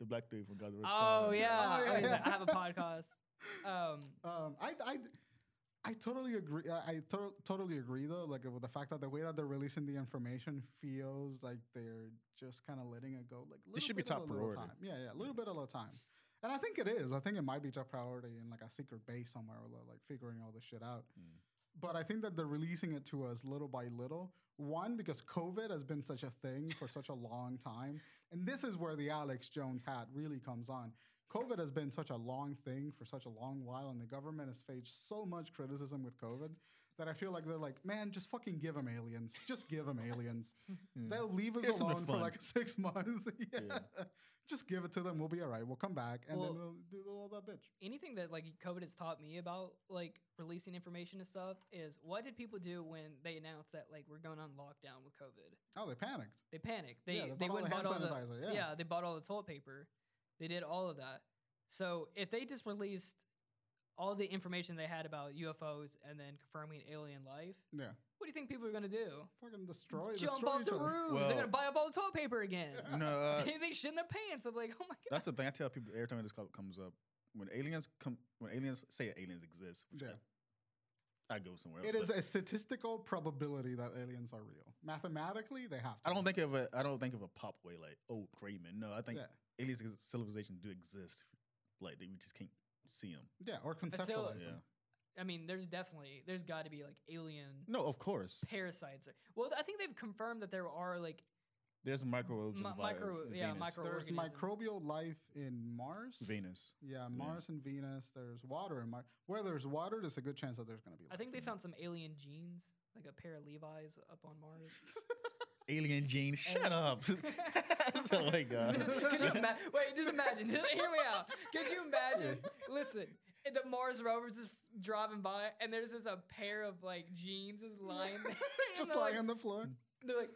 [SPEAKER 1] The black dude from God's Word.
[SPEAKER 2] Oh yeah,
[SPEAKER 3] Oh, yeah,
[SPEAKER 2] Oh, he's like,
[SPEAKER 3] yeah.
[SPEAKER 2] I have a podcast. Um,
[SPEAKER 3] Um, I, I, I totally agree. I, I to- totally agree though, like with the fact that the way that they're releasing the information feels like they're just kind of letting it go. Like little
[SPEAKER 1] should be
[SPEAKER 3] bit at
[SPEAKER 1] top
[SPEAKER 3] a little
[SPEAKER 1] priority.
[SPEAKER 3] Time. Yeah, yeah, a little bit at a time. And I think it is. I think it might be top priority in like a secret base somewhere, li- like figuring all this shit out.
[SPEAKER 1] Mm.
[SPEAKER 3] But I think that they're releasing it to us little by little. One, because COVID has been such a thing for such a long time. And this is where the Alex Jones hat really comes on. COVID has been such a long thing for such a long while, and the government has faced so much criticism with COVID that I feel like they're like, man, just fucking give them aliens. Just give them aliens.
[SPEAKER 1] Mm.
[SPEAKER 3] They'll leave us
[SPEAKER 1] Here's something
[SPEAKER 3] alone for
[SPEAKER 1] fun.
[SPEAKER 3] like six months. yeah.
[SPEAKER 1] Yeah.
[SPEAKER 3] Just give it to them. We'll be all right. We'll come back and then
[SPEAKER 2] Well-
[SPEAKER 3] we'll do all that bitch.
[SPEAKER 2] anything that like COVID has taught me about like releasing information and stuff is what did people do when they announced that like we're going on lockdown with COVID?
[SPEAKER 3] Oh, they panicked.
[SPEAKER 2] They panicked. They
[SPEAKER 3] Yeah, they
[SPEAKER 2] they,
[SPEAKER 3] bought all
[SPEAKER 2] went and
[SPEAKER 3] the
[SPEAKER 2] bought all
[SPEAKER 3] hand
[SPEAKER 2] the
[SPEAKER 3] sanitizer, yeah.
[SPEAKER 2] yeah. they bought all the toilet paper. They did all of that. So if they just released all the information they had about UFOs and then confirming alien life,
[SPEAKER 3] Yeah.
[SPEAKER 2] what do you think people are gonna do?
[SPEAKER 3] Fucking destroy
[SPEAKER 2] Jump
[SPEAKER 3] destroy
[SPEAKER 2] off
[SPEAKER 3] each
[SPEAKER 2] the
[SPEAKER 3] other.
[SPEAKER 2] roofs.
[SPEAKER 1] Well-
[SPEAKER 2] They're gonna buy up all the toilet paper again.
[SPEAKER 1] No, uh,
[SPEAKER 2] they shit in their pants. I'm like, oh my god.
[SPEAKER 1] that's the thing I tell people every time this co- comes up. When aliens come, when aliens say aliens exist, which
[SPEAKER 3] Yeah.
[SPEAKER 1] I, I go somewhere else.
[SPEAKER 3] It is
[SPEAKER 1] but
[SPEAKER 3] a statistical probability that aliens are real. Mathematically, they have to.
[SPEAKER 1] I
[SPEAKER 3] be.
[SPEAKER 1] don't think of a. I don't think of a pop way like oh great man. No, I think
[SPEAKER 3] Yeah.
[SPEAKER 1] alien ex- civilization do exist. Like they, we just can't see them.
[SPEAKER 3] Yeah, or conceptualize
[SPEAKER 1] yeah.
[SPEAKER 3] them.
[SPEAKER 2] I mean, there's definitely there's got to be like alien
[SPEAKER 1] No, of course.
[SPEAKER 2] parasites. Or, well, I think they've confirmed that there are like
[SPEAKER 1] There's microbes.
[SPEAKER 2] Mi-
[SPEAKER 1] on Vi-
[SPEAKER 2] micro-
[SPEAKER 1] in
[SPEAKER 2] yeah,
[SPEAKER 1] Venus.
[SPEAKER 2] micro-
[SPEAKER 3] There's
[SPEAKER 2] Microorganisms.
[SPEAKER 3] microbial life in Mars.
[SPEAKER 1] Venus.
[SPEAKER 3] Yeah, Mars and Venus. There's water in Mars. Where there's water, there's a good chance that there's going to be.
[SPEAKER 2] I
[SPEAKER 3] life.
[SPEAKER 2] think they found some alien genes, like a pair of Levi's up on Mars.
[SPEAKER 1] Alien gene. Shut
[SPEAKER 2] Alien-
[SPEAKER 1] up. oh my god.
[SPEAKER 2] Could you imagine? Wait, just imagine. Hear me out. Could you imagine? Listen, and the Mars rover's just driving by, and there's just a pair of like jeans is lying there. and
[SPEAKER 3] just
[SPEAKER 2] they're
[SPEAKER 3] lying
[SPEAKER 2] like,
[SPEAKER 3] on the floor.
[SPEAKER 2] They're like,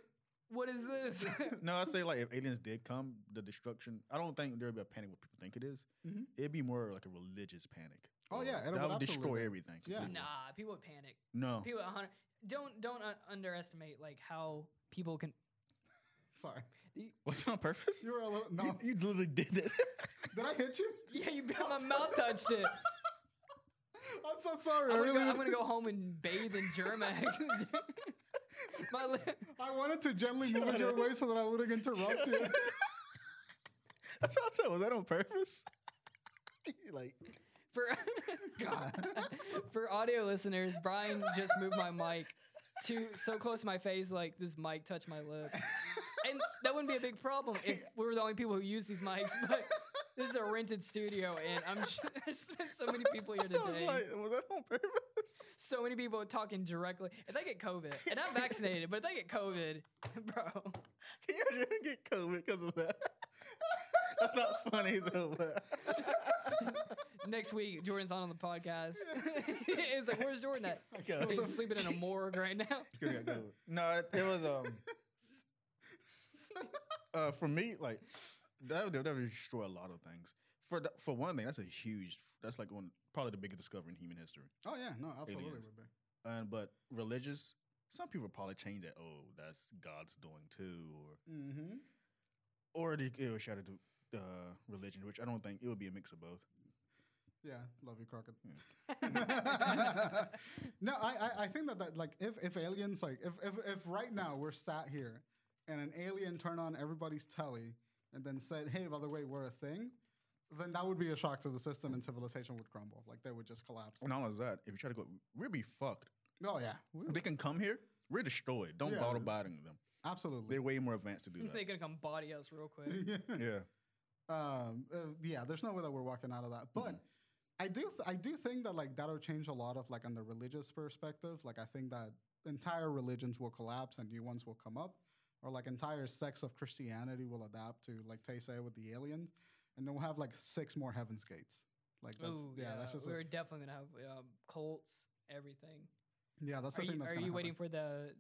[SPEAKER 2] what is this?
[SPEAKER 1] No, I say like if aliens did come, the destruction. I don't think there'd be a panic what people think it is.
[SPEAKER 3] Mhm.
[SPEAKER 1] It'd be more like a religious panic.
[SPEAKER 3] Oh,
[SPEAKER 1] Or
[SPEAKER 3] yeah, it
[SPEAKER 1] that
[SPEAKER 3] would
[SPEAKER 1] would destroy
[SPEAKER 3] absolutely be.
[SPEAKER 1] everything.
[SPEAKER 3] Yeah.
[SPEAKER 1] completely.
[SPEAKER 2] nah, people would panic.
[SPEAKER 1] No,
[SPEAKER 2] People, at 100 don't don't uh, underestimate like how people can.
[SPEAKER 3] Sorry,
[SPEAKER 1] was it on purpose?
[SPEAKER 3] you were a little. No,
[SPEAKER 1] You, you literally did that.
[SPEAKER 3] did I hit you?
[SPEAKER 2] Yeah, you my mouth touched it.
[SPEAKER 3] I'm so sorry.
[SPEAKER 2] I'm
[SPEAKER 3] I
[SPEAKER 2] gonna,
[SPEAKER 3] really.
[SPEAKER 2] go, I'm gonna go home and bathe in Germax. my li-
[SPEAKER 3] I wanted to gently move it your way so that I wouldn't interrupt you.
[SPEAKER 1] That's what I said. Was that on purpose? You like
[SPEAKER 2] for
[SPEAKER 3] God.
[SPEAKER 2] for audio listeners, Brian just moved my mic to so close to my face, like this mic touched my lip, and that wouldn't be a big problem if we were the only people who use these mics. But this is a rented studio, and I'm sure there's been so many people here
[SPEAKER 1] that's what I was
[SPEAKER 2] today.
[SPEAKER 1] like. Was that on purpose?
[SPEAKER 2] So many people talking directly. If they get COVID, and I'm vaccinated, but if they get COVID, bro.
[SPEAKER 1] Can you imagine get COVID because of that? That's not funny though. But
[SPEAKER 2] Next week, Jordan's on on the podcast. it's like, where's Jordan at?
[SPEAKER 1] I got it.
[SPEAKER 2] He's sleeping in a morgue right now.
[SPEAKER 1] Could've got COVID. No, it, it was um. uh, for me, like that would, that would destroy a lot of things. For the, for one thing, that's a huge. That's like one probably the biggest discovery in human history.
[SPEAKER 3] Oh yeah, no, absolutely
[SPEAKER 1] Aliens.
[SPEAKER 3] would be.
[SPEAKER 1] And but religious, some people probably change that. Oh, that's God's doing too,
[SPEAKER 3] Mm-hmm.
[SPEAKER 1] or or it would shatter the uh, religion, which I don't think it would be a mix of both.
[SPEAKER 3] Yeah, love you, Crockett.
[SPEAKER 1] Yeah.
[SPEAKER 3] no, I, I, I think that, that like if, if aliens like if, if if right now we're sat here and an alien turned on everybody's telly and then said, Hey, by the way, we're a thing, then that would be a shock to the system and civilization would crumble. Like they would just collapse.
[SPEAKER 1] And not only that, if you try to go, we'd be fucked.
[SPEAKER 3] Oh yeah.
[SPEAKER 1] If they can come here, we're destroyed. Don't
[SPEAKER 3] Yeah.
[SPEAKER 1] bother bothering them.
[SPEAKER 3] Absolutely.
[SPEAKER 1] They're way more advanced to do
[SPEAKER 2] They're
[SPEAKER 1] that.
[SPEAKER 2] gonna come body us real quick.
[SPEAKER 3] yeah.
[SPEAKER 1] yeah.
[SPEAKER 3] Um, uh, yeah, there's no way that we're walking out of that. But
[SPEAKER 1] Mhm.
[SPEAKER 3] I do, th- I do think that like that'll change a lot of like on the religious perspective. Like I think that entire religions will collapse and new ones will come up, or like entire sects of Christianity will adapt to like Tay said with the aliens, and then we'll have like six more heaven's gates. Like that's
[SPEAKER 2] Ooh,
[SPEAKER 3] yeah, that's just what-
[SPEAKER 2] we're definitely gonna have um, Colts, everything.
[SPEAKER 3] yeah, that's the
[SPEAKER 2] are
[SPEAKER 3] thing
[SPEAKER 2] you,
[SPEAKER 3] that's
[SPEAKER 2] are
[SPEAKER 3] gonna
[SPEAKER 2] you
[SPEAKER 3] happen.
[SPEAKER 2] waiting for the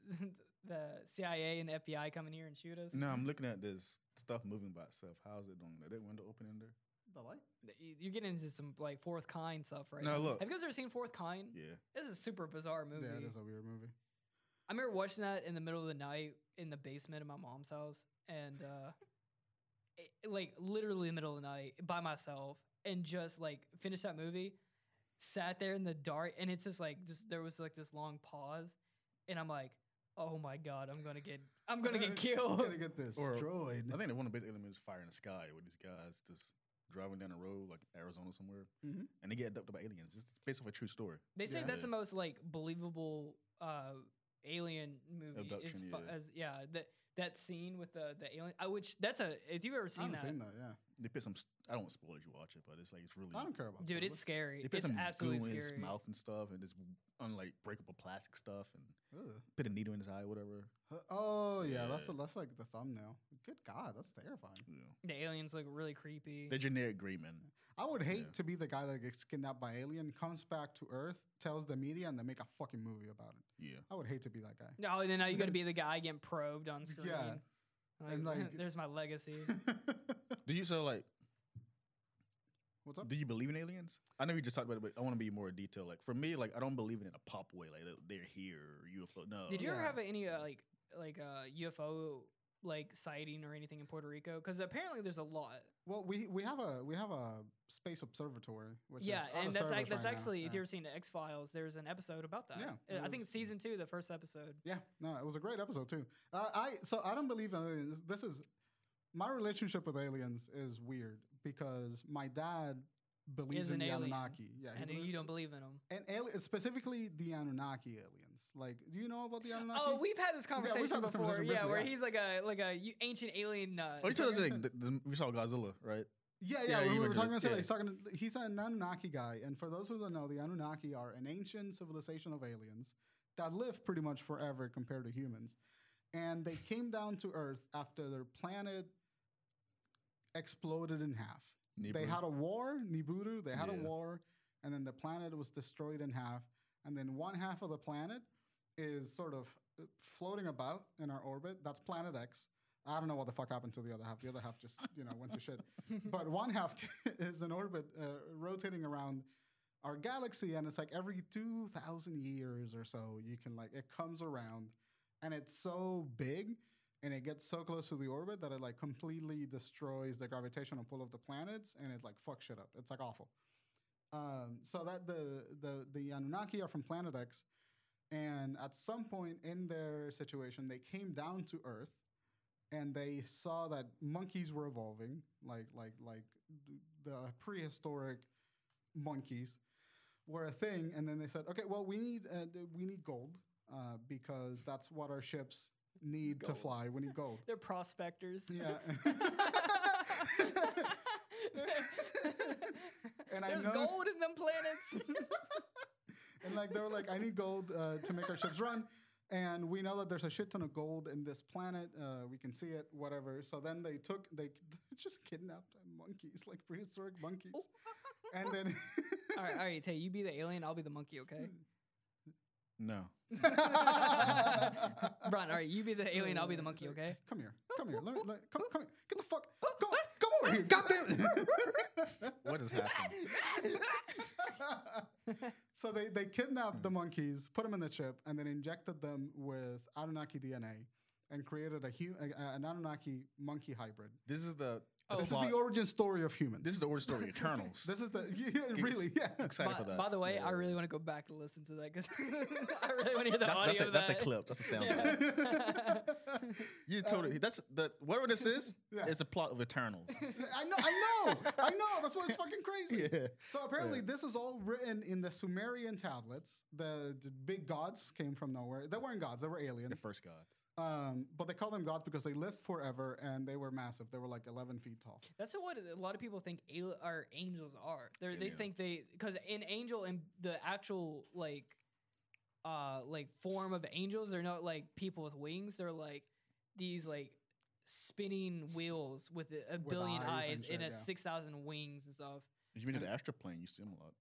[SPEAKER 2] the CIA and FBI coming here and shoot us?
[SPEAKER 1] No, I'm looking at this stuff moving by itself. How's it doing? Did that window open in there?
[SPEAKER 3] the light?
[SPEAKER 2] Th- you- You're getting into some like fourth kind stuff right
[SPEAKER 1] No,
[SPEAKER 2] now.
[SPEAKER 1] look.
[SPEAKER 2] Have you guys ever seen Fourth Kind?
[SPEAKER 1] Yeah.
[SPEAKER 2] This is a super bizarre movie.
[SPEAKER 3] Yeah, it is a weird movie.
[SPEAKER 2] I remember watching that in the middle of the night in the basement of my mom's house, and uh, it- like literally in the middle of the night by myself, and just like finished that movie, sat there in the dark, and it's just like just there was like this long pause, and I'm like, oh my god, I'm gonna get, I'm gonna get killed.
[SPEAKER 3] gonna get
[SPEAKER 1] Or-
[SPEAKER 3] destroyed.
[SPEAKER 1] I think the one of the basic elements is fire in the sky with these guys just driving down the road like Arizona somewhere,
[SPEAKER 2] Mm-hmm.
[SPEAKER 3] Mhm.
[SPEAKER 1] and they get abducted by aliens. It's it's based off a true story.
[SPEAKER 2] They say
[SPEAKER 3] Yeah.
[SPEAKER 2] that's the most like believable uh, alien movie. is
[SPEAKER 1] Abduction,
[SPEAKER 2] fu-
[SPEAKER 1] yeah.
[SPEAKER 2] As, yeah, that that scene with the the alien. I which that's a if you've ever
[SPEAKER 3] I
[SPEAKER 2] seen
[SPEAKER 3] haven't
[SPEAKER 2] that,
[SPEAKER 3] seen that. Yeah,
[SPEAKER 1] They put some. St- I don't want to spoil it. You watch it, but it's like it's really.
[SPEAKER 3] I don't care about
[SPEAKER 2] dude,
[SPEAKER 3] spoilers.
[SPEAKER 2] it's scary.
[SPEAKER 1] They put
[SPEAKER 2] It's
[SPEAKER 1] some
[SPEAKER 2] absolutely
[SPEAKER 1] goo in his
[SPEAKER 2] scary.
[SPEAKER 1] mouth and stuff, and this unlike breakable plastic stuff, and
[SPEAKER 3] Ugh.
[SPEAKER 1] put a needle in his eye, whatever.
[SPEAKER 3] Huh, Oh yeah, that's
[SPEAKER 1] Yeah.
[SPEAKER 3] the, that's like the thumbnail. Good God, that's terrifying.
[SPEAKER 1] You know.
[SPEAKER 2] The aliens look really creepy.
[SPEAKER 1] The generic gray men.
[SPEAKER 3] I would hate
[SPEAKER 1] Yeah.
[SPEAKER 3] to be the guy that gets kidnapped by alien, comes back to Earth, tells the media, and they make a fucking movie about it.
[SPEAKER 1] Yeah.
[SPEAKER 3] I would hate to be that guy.
[SPEAKER 2] no, and then now you got to be the guy getting probed on screen.
[SPEAKER 3] Yeah.
[SPEAKER 2] Like,
[SPEAKER 3] And, like-
[SPEAKER 2] there's my legacy.
[SPEAKER 1] Do you so like?
[SPEAKER 3] What's up?
[SPEAKER 1] Do you believe in aliens? I know you just talked about it, but I want to be more detailed. Like for me, like I don't believe in it in a pop way. Like that they're here, or UFO. No.
[SPEAKER 2] Did you ever
[SPEAKER 3] Yeah.
[SPEAKER 2] have any uh, like like uh, UFO like sighting or anything in Puerto Rico? Because apparently there's a lot.
[SPEAKER 3] Well, we we have a we have a space observatory. Which
[SPEAKER 2] yeah,
[SPEAKER 3] is out
[SPEAKER 2] and
[SPEAKER 3] of
[SPEAKER 2] that's ac-
[SPEAKER 3] service
[SPEAKER 2] that's
[SPEAKER 3] right now.
[SPEAKER 2] actually if
[SPEAKER 3] yeah.
[SPEAKER 2] you've ever seen the X Files, there's an episode about that.
[SPEAKER 3] Yeah,
[SPEAKER 2] Uh, I
[SPEAKER 3] it
[SPEAKER 2] think
[SPEAKER 3] was-
[SPEAKER 2] it's season two, the first episode.
[SPEAKER 3] Yeah, no, it was a great episode too. Uh, I so I don't believe in aliens. This is my relationship with aliens is weird because my dad believes
[SPEAKER 2] Is
[SPEAKER 3] in
[SPEAKER 2] an
[SPEAKER 3] the
[SPEAKER 2] alien.
[SPEAKER 3] Anunnaki. Yeah,
[SPEAKER 2] and
[SPEAKER 3] he
[SPEAKER 2] then you
[SPEAKER 3] believes-
[SPEAKER 2] don't believe in them.
[SPEAKER 3] and ali- specifically the Anunnaki aliens. Like, do you know about the Anunnaki?
[SPEAKER 2] Oh, we've had this
[SPEAKER 3] we've had
[SPEAKER 2] conversation
[SPEAKER 3] this
[SPEAKER 2] before.
[SPEAKER 3] conversation
[SPEAKER 2] yeah,
[SPEAKER 3] briefly,
[SPEAKER 2] where
[SPEAKER 3] yeah.
[SPEAKER 2] he's like a like a u- ancient alien. Uh,
[SPEAKER 1] Oh, you told us
[SPEAKER 3] Sorry.
[SPEAKER 1] like the, the, we saw Godzilla, right?
[SPEAKER 3] Yeah,
[SPEAKER 1] Yeah,
[SPEAKER 3] yeah. when
[SPEAKER 1] you
[SPEAKER 3] we were
[SPEAKER 1] went to
[SPEAKER 3] talking
[SPEAKER 1] the-
[SPEAKER 3] about yeah.
[SPEAKER 1] yeah.
[SPEAKER 3] he's talking. He's an Anunnaki guy, and for those who don't know, the Anunnaki are an ancient civilization of aliens that lived pretty much forever compared to humans, and they came down to Earth after their planet exploded in half. They
[SPEAKER 1] Nibiru.
[SPEAKER 3] had a war, Nibiru. They had
[SPEAKER 1] Yeah.
[SPEAKER 3] a war, and then the planet was destroyed in half. And then one half of the planet is sort of uh, floating about in our orbit. That's Planet X. I don't know what the fuck happened to the other half. The other half just you know went to shit. But one half is in orbit, uh, rotating around our galaxy, and it's like every two thousand years or so, you can like it comes around, and it's so big and it gets so close to the orbit that it like completely destroys the gravitational pull of the planets and it like fucks shit up. It's like awful. Um, so that the the the Anunnaki are from Planet X, and at some point in their situation, they came down to Earth, and they saw that monkeys were evolving, like like like th- the prehistoric monkeys were a thing, and then they said, okay, well we need uh, d- we need gold uh, because that's what our ships need
[SPEAKER 2] Gold.
[SPEAKER 3] to fly. We need gold.
[SPEAKER 2] They're prospectors.
[SPEAKER 3] Yeah. And I
[SPEAKER 2] There's
[SPEAKER 3] know-
[SPEAKER 2] gold in them planets.
[SPEAKER 3] and like they were like, I need gold uh, to make our ships run. And we know that there's a shit ton of gold in this planet. Uh, we can see it, whatever. So then they took, they just kidnapped monkeys, like prehistoric monkeys. and then,
[SPEAKER 2] all right, all right, Tay, you be the alien, I'll be the monkey, okay?
[SPEAKER 1] No.
[SPEAKER 2] Brian, all right, you be the
[SPEAKER 1] Oh,
[SPEAKER 2] alien, I'll be the monkey, okay?
[SPEAKER 3] Come here, come here, let me- let- come, come here, get the fuck, go, come over here, goddamn. it.
[SPEAKER 1] What is happening?
[SPEAKER 3] so they, they kidnapped the monkeys, put them in the chip, and then injected them with Anunnaki DNA and created a hu- a, a- an Anunnaki monkey hybrid.
[SPEAKER 1] This is the.
[SPEAKER 2] Oh.
[SPEAKER 3] This is
[SPEAKER 1] plot-
[SPEAKER 3] the origin story of humans.
[SPEAKER 1] This is the origin story. Eternals.
[SPEAKER 3] this is the yeah, yeah, really yeah.
[SPEAKER 1] Excited
[SPEAKER 2] by,
[SPEAKER 1] for that.
[SPEAKER 2] by the way,
[SPEAKER 1] Yeah.
[SPEAKER 2] I really want to go back and listen to that because I really want to hear the
[SPEAKER 1] That's,
[SPEAKER 2] audio
[SPEAKER 1] that's, a,
[SPEAKER 2] of
[SPEAKER 1] that's a
[SPEAKER 2] that.
[SPEAKER 1] clip. That's a sound.
[SPEAKER 2] Yeah. Um,
[SPEAKER 1] clip. You told it. That's the whatever this is.
[SPEAKER 3] Yeah.
[SPEAKER 1] It's a plot of Eternals.
[SPEAKER 3] I know, I know, I know. That's why it's fucking crazy.
[SPEAKER 1] yeah.
[SPEAKER 3] So apparently, this was all written in the Sumerian tablets. The, the big gods came from nowhere. They weren't gods; they were aliens.
[SPEAKER 1] The first gods.
[SPEAKER 3] Um, but they call them gods because they lived forever and they were massive. They were like 11 feet tall.
[SPEAKER 2] That's what a lot of people think al- our angels are. They're, They
[SPEAKER 1] Yeah.
[SPEAKER 2] think they because an angel and the actual like, uh, like form of angels, they're not like people with wings. They're like these like spinning wheels with a, a
[SPEAKER 3] With
[SPEAKER 2] billion
[SPEAKER 3] eyes and
[SPEAKER 2] eyes,
[SPEAKER 3] shit,
[SPEAKER 2] and a
[SPEAKER 3] yeah.
[SPEAKER 2] six thousand wings and stuff.
[SPEAKER 1] If you been to the astral plane, you see them a lot.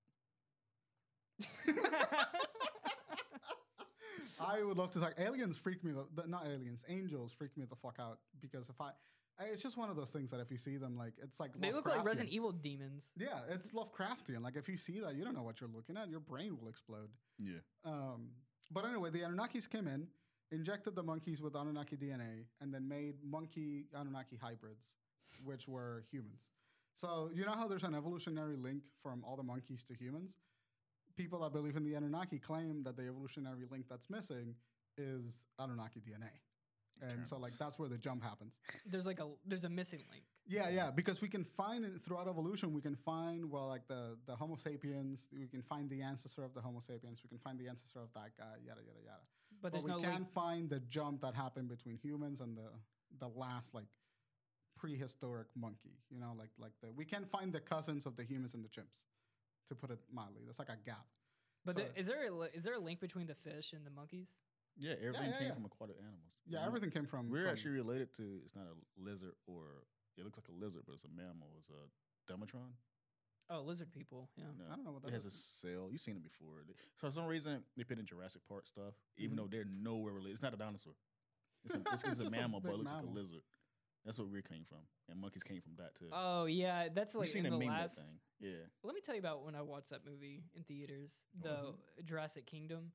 [SPEAKER 3] I would love to talk. Aliens freak me, the, the- not aliens, angels freak me the fuck out because if I, I- it's just one of those things that if you see them, like, it's like,
[SPEAKER 2] they look like
[SPEAKER 3] Lovecraftian.
[SPEAKER 2] Resident Evil demons.
[SPEAKER 3] Yeah, it's Lovecraftian. Like, if you see that, you don't know what you're looking at. Your brain will explode.
[SPEAKER 1] Yeah.
[SPEAKER 3] Um, but anyway, the Anunnakis came in, injected the monkeys with Anunnaki DNA, and then made monkey Anunnaki hybrids, which were humans. So you know how there's an evolutionary link from all the monkeys to humans. People that believe in the Anunnaki claim that the evolutionary link that's missing is Anunnaki DNA, and so like
[SPEAKER 1] Eternals.
[SPEAKER 3] that's where the jump happens.
[SPEAKER 2] There's like a there's a missing link.
[SPEAKER 3] Yeah, yeah, because we can find it throughout evolution. We can find well, like the the Homo sapiens. We can find the ancestor of the Homo sapiens. We can find the ancestor of that guy. Yada yada yada.
[SPEAKER 2] But
[SPEAKER 3] But,
[SPEAKER 2] there's
[SPEAKER 3] we
[SPEAKER 2] no
[SPEAKER 3] can
[SPEAKER 2] link.
[SPEAKER 3] find the jump that happened between humans and the the last like prehistoric monkey. You know, like like the we can find the cousins of the humans and the chimps. To put it mildly, that's like a gap.
[SPEAKER 2] But
[SPEAKER 3] so-
[SPEAKER 2] there, is there a, li- is there a link between the fish and the monkeys?
[SPEAKER 1] Yeah, everything
[SPEAKER 3] yeah,
[SPEAKER 1] came
[SPEAKER 3] yeah.
[SPEAKER 1] from aquatic animals.
[SPEAKER 3] Yeah,
[SPEAKER 1] You
[SPEAKER 2] Mm-hmm.
[SPEAKER 1] know,
[SPEAKER 3] everything came from.
[SPEAKER 1] We're
[SPEAKER 3] from-
[SPEAKER 1] actually related to. It's not a lizard or it looks like a lizard, but it's a mammal. It's a Demetron.
[SPEAKER 2] Oh, lizard people. Yeah.
[SPEAKER 1] No,
[SPEAKER 3] I don't know what that
[SPEAKER 1] it has a
[SPEAKER 3] is.
[SPEAKER 1] cell. You've seen it before. They- So for some reason they put in Jurassic Park stuff, even
[SPEAKER 3] Mhm.
[SPEAKER 1] though they're nowhere related. It's not a dinosaur. It's a, Mm-hmm. it's,
[SPEAKER 3] It's
[SPEAKER 1] it's
[SPEAKER 3] just a
[SPEAKER 1] a mammal, but
[SPEAKER 3] big
[SPEAKER 1] it looks
[SPEAKER 3] mammal.
[SPEAKER 1] like a lizard. That's where we came from, and monkeys came from that too.
[SPEAKER 2] Oh yeah, that's
[SPEAKER 1] You've
[SPEAKER 2] like
[SPEAKER 1] seen
[SPEAKER 2] in
[SPEAKER 1] a
[SPEAKER 2] the
[SPEAKER 1] meme that
[SPEAKER 2] last.
[SPEAKER 1] thing, yeah.
[SPEAKER 2] Let me tell you about when I watched that movie in theaters, the
[SPEAKER 1] Mhm.
[SPEAKER 3] Mm-hmm.
[SPEAKER 2] Jurassic Kingdom.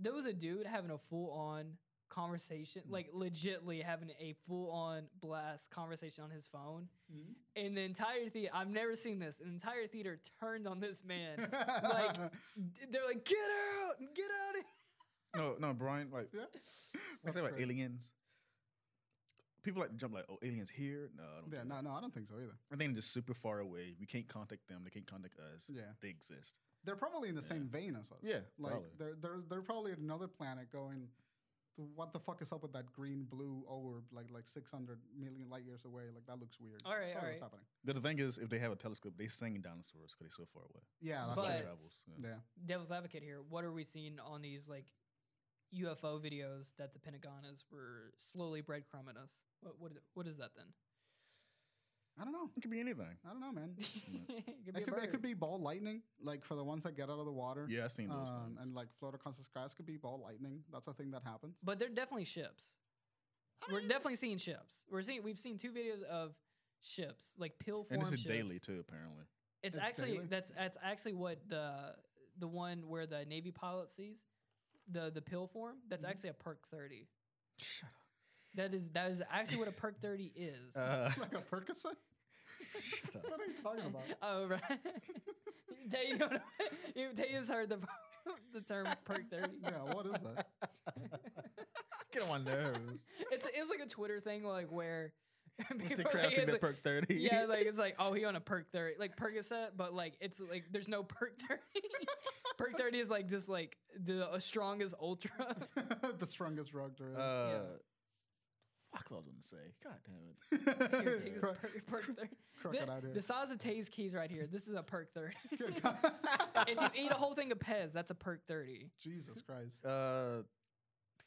[SPEAKER 2] There was a dude having a full on conversation,
[SPEAKER 3] Mm.
[SPEAKER 2] like legitly having a full on blast conversation on his phone.
[SPEAKER 3] Mhm.
[SPEAKER 2] And the entire theater, I've never seen this, an entire theater turned on this man. Mm-hmm. like- D- They're like, get out, get out. of
[SPEAKER 1] No, no, Brian. Like
[SPEAKER 3] yeah.
[SPEAKER 1] I
[SPEAKER 3] That's
[SPEAKER 1] say about
[SPEAKER 3] crazy.
[SPEAKER 1] aliens. People like to jump like, oh, aliens here? No, I don't.
[SPEAKER 3] Yeah,
[SPEAKER 1] think
[SPEAKER 3] no, no, I don't think so either.
[SPEAKER 1] I think they're just super far away. We can't contact them. They can't contact us.
[SPEAKER 3] Yeah.
[SPEAKER 1] They exist.
[SPEAKER 3] They're probably in the
[SPEAKER 1] Yeah.
[SPEAKER 3] same vein as us.
[SPEAKER 1] Yeah,
[SPEAKER 3] like
[SPEAKER 1] probably.
[SPEAKER 3] they're they're they're probably at another planet going. What the fuck is up with that green blue orb? Like like six hundred million light years away. Like that looks weird.
[SPEAKER 2] All right,
[SPEAKER 3] That's
[SPEAKER 2] all
[SPEAKER 3] probably what's
[SPEAKER 2] right.
[SPEAKER 3] happening.
[SPEAKER 1] The, the thing is, if they have a telescope, they sing dinosaurs because they're so far away.
[SPEAKER 3] Yeah, that's
[SPEAKER 2] But-
[SPEAKER 1] Time
[SPEAKER 3] true.
[SPEAKER 1] travels. Yeah.
[SPEAKER 3] Yeah.
[SPEAKER 2] Devil's advocate here. What are we seeing on these like UFO videos that the Pentagon is were slowly breadcrumbing us? What what, what is that then?
[SPEAKER 3] I don't know.
[SPEAKER 1] It could be anything.
[SPEAKER 3] I don't know, man.
[SPEAKER 2] could
[SPEAKER 3] It Mm. could, be, it
[SPEAKER 2] bird.
[SPEAKER 3] could be ball lightning, like for the ones that get out of the water.
[SPEAKER 1] Yeah, I've seen those
[SPEAKER 3] Um,
[SPEAKER 1] things.
[SPEAKER 3] and like float across the skies could be ball lightning. That's a thing that happens.
[SPEAKER 2] But they're definitely ships.
[SPEAKER 3] I
[SPEAKER 2] We're
[SPEAKER 3] mean-
[SPEAKER 2] definitely seeing ships. We're seeing we've seen two videos of ships, like pill form
[SPEAKER 1] And this is
[SPEAKER 2] ships.
[SPEAKER 1] daily too, apparently.
[SPEAKER 2] It's,
[SPEAKER 3] It's
[SPEAKER 2] actually
[SPEAKER 3] daily?
[SPEAKER 2] that's that's actually what the the one where the Navy pilot sees the the pill form. That's
[SPEAKER 3] Mhm.
[SPEAKER 1] Mm-hmm.
[SPEAKER 2] actually a perk thirty.
[SPEAKER 1] Shut
[SPEAKER 2] That is that is actually what a perk thirty is.
[SPEAKER 1] up.
[SPEAKER 3] like a Percocet?
[SPEAKER 1] shut up.
[SPEAKER 3] what are you talking about?
[SPEAKER 2] oh right. They you know what I- you- they just heard the the term perk thirty.
[SPEAKER 3] yeah, what is that?
[SPEAKER 1] Get on my nerves.
[SPEAKER 2] It's it was like a Twitter thing like where
[SPEAKER 1] What's
[SPEAKER 2] people
[SPEAKER 1] the
[SPEAKER 2] were
[SPEAKER 1] crowd
[SPEAKER 2] like- it's
[SPEAKER 1] at
[SPEAKER 2] like-
[SPEAKER 1] Perk 30?
[SPEAKER 2] yeah, like it's like, oh, he on a perk thirty, like Percocet, but like it's like there's no perk thirty. perk thirty is like just like the uh, strongest ultra.
[SPEAKER 3] the strongest rug there is.
[SPEAKER 1] uh, Fuck what I was going to say. God damn
[SPEAKER 2] Here, take this
[SPEAKER 3] Cro-
[SPEAKER 2] perk, perk 30.
[SPEAKER 3] crocodile
[SPEAKER 2] The,
[SPEAKER 3] here.
[SPEAKER 2] the size of Tay's keys right here. This is a perk thirty. if you eat a whole thing of Pez, that's a perk thirty.
[SPEAKER 3] Jesus Christ.
[SPEAKER 1] it. Uh,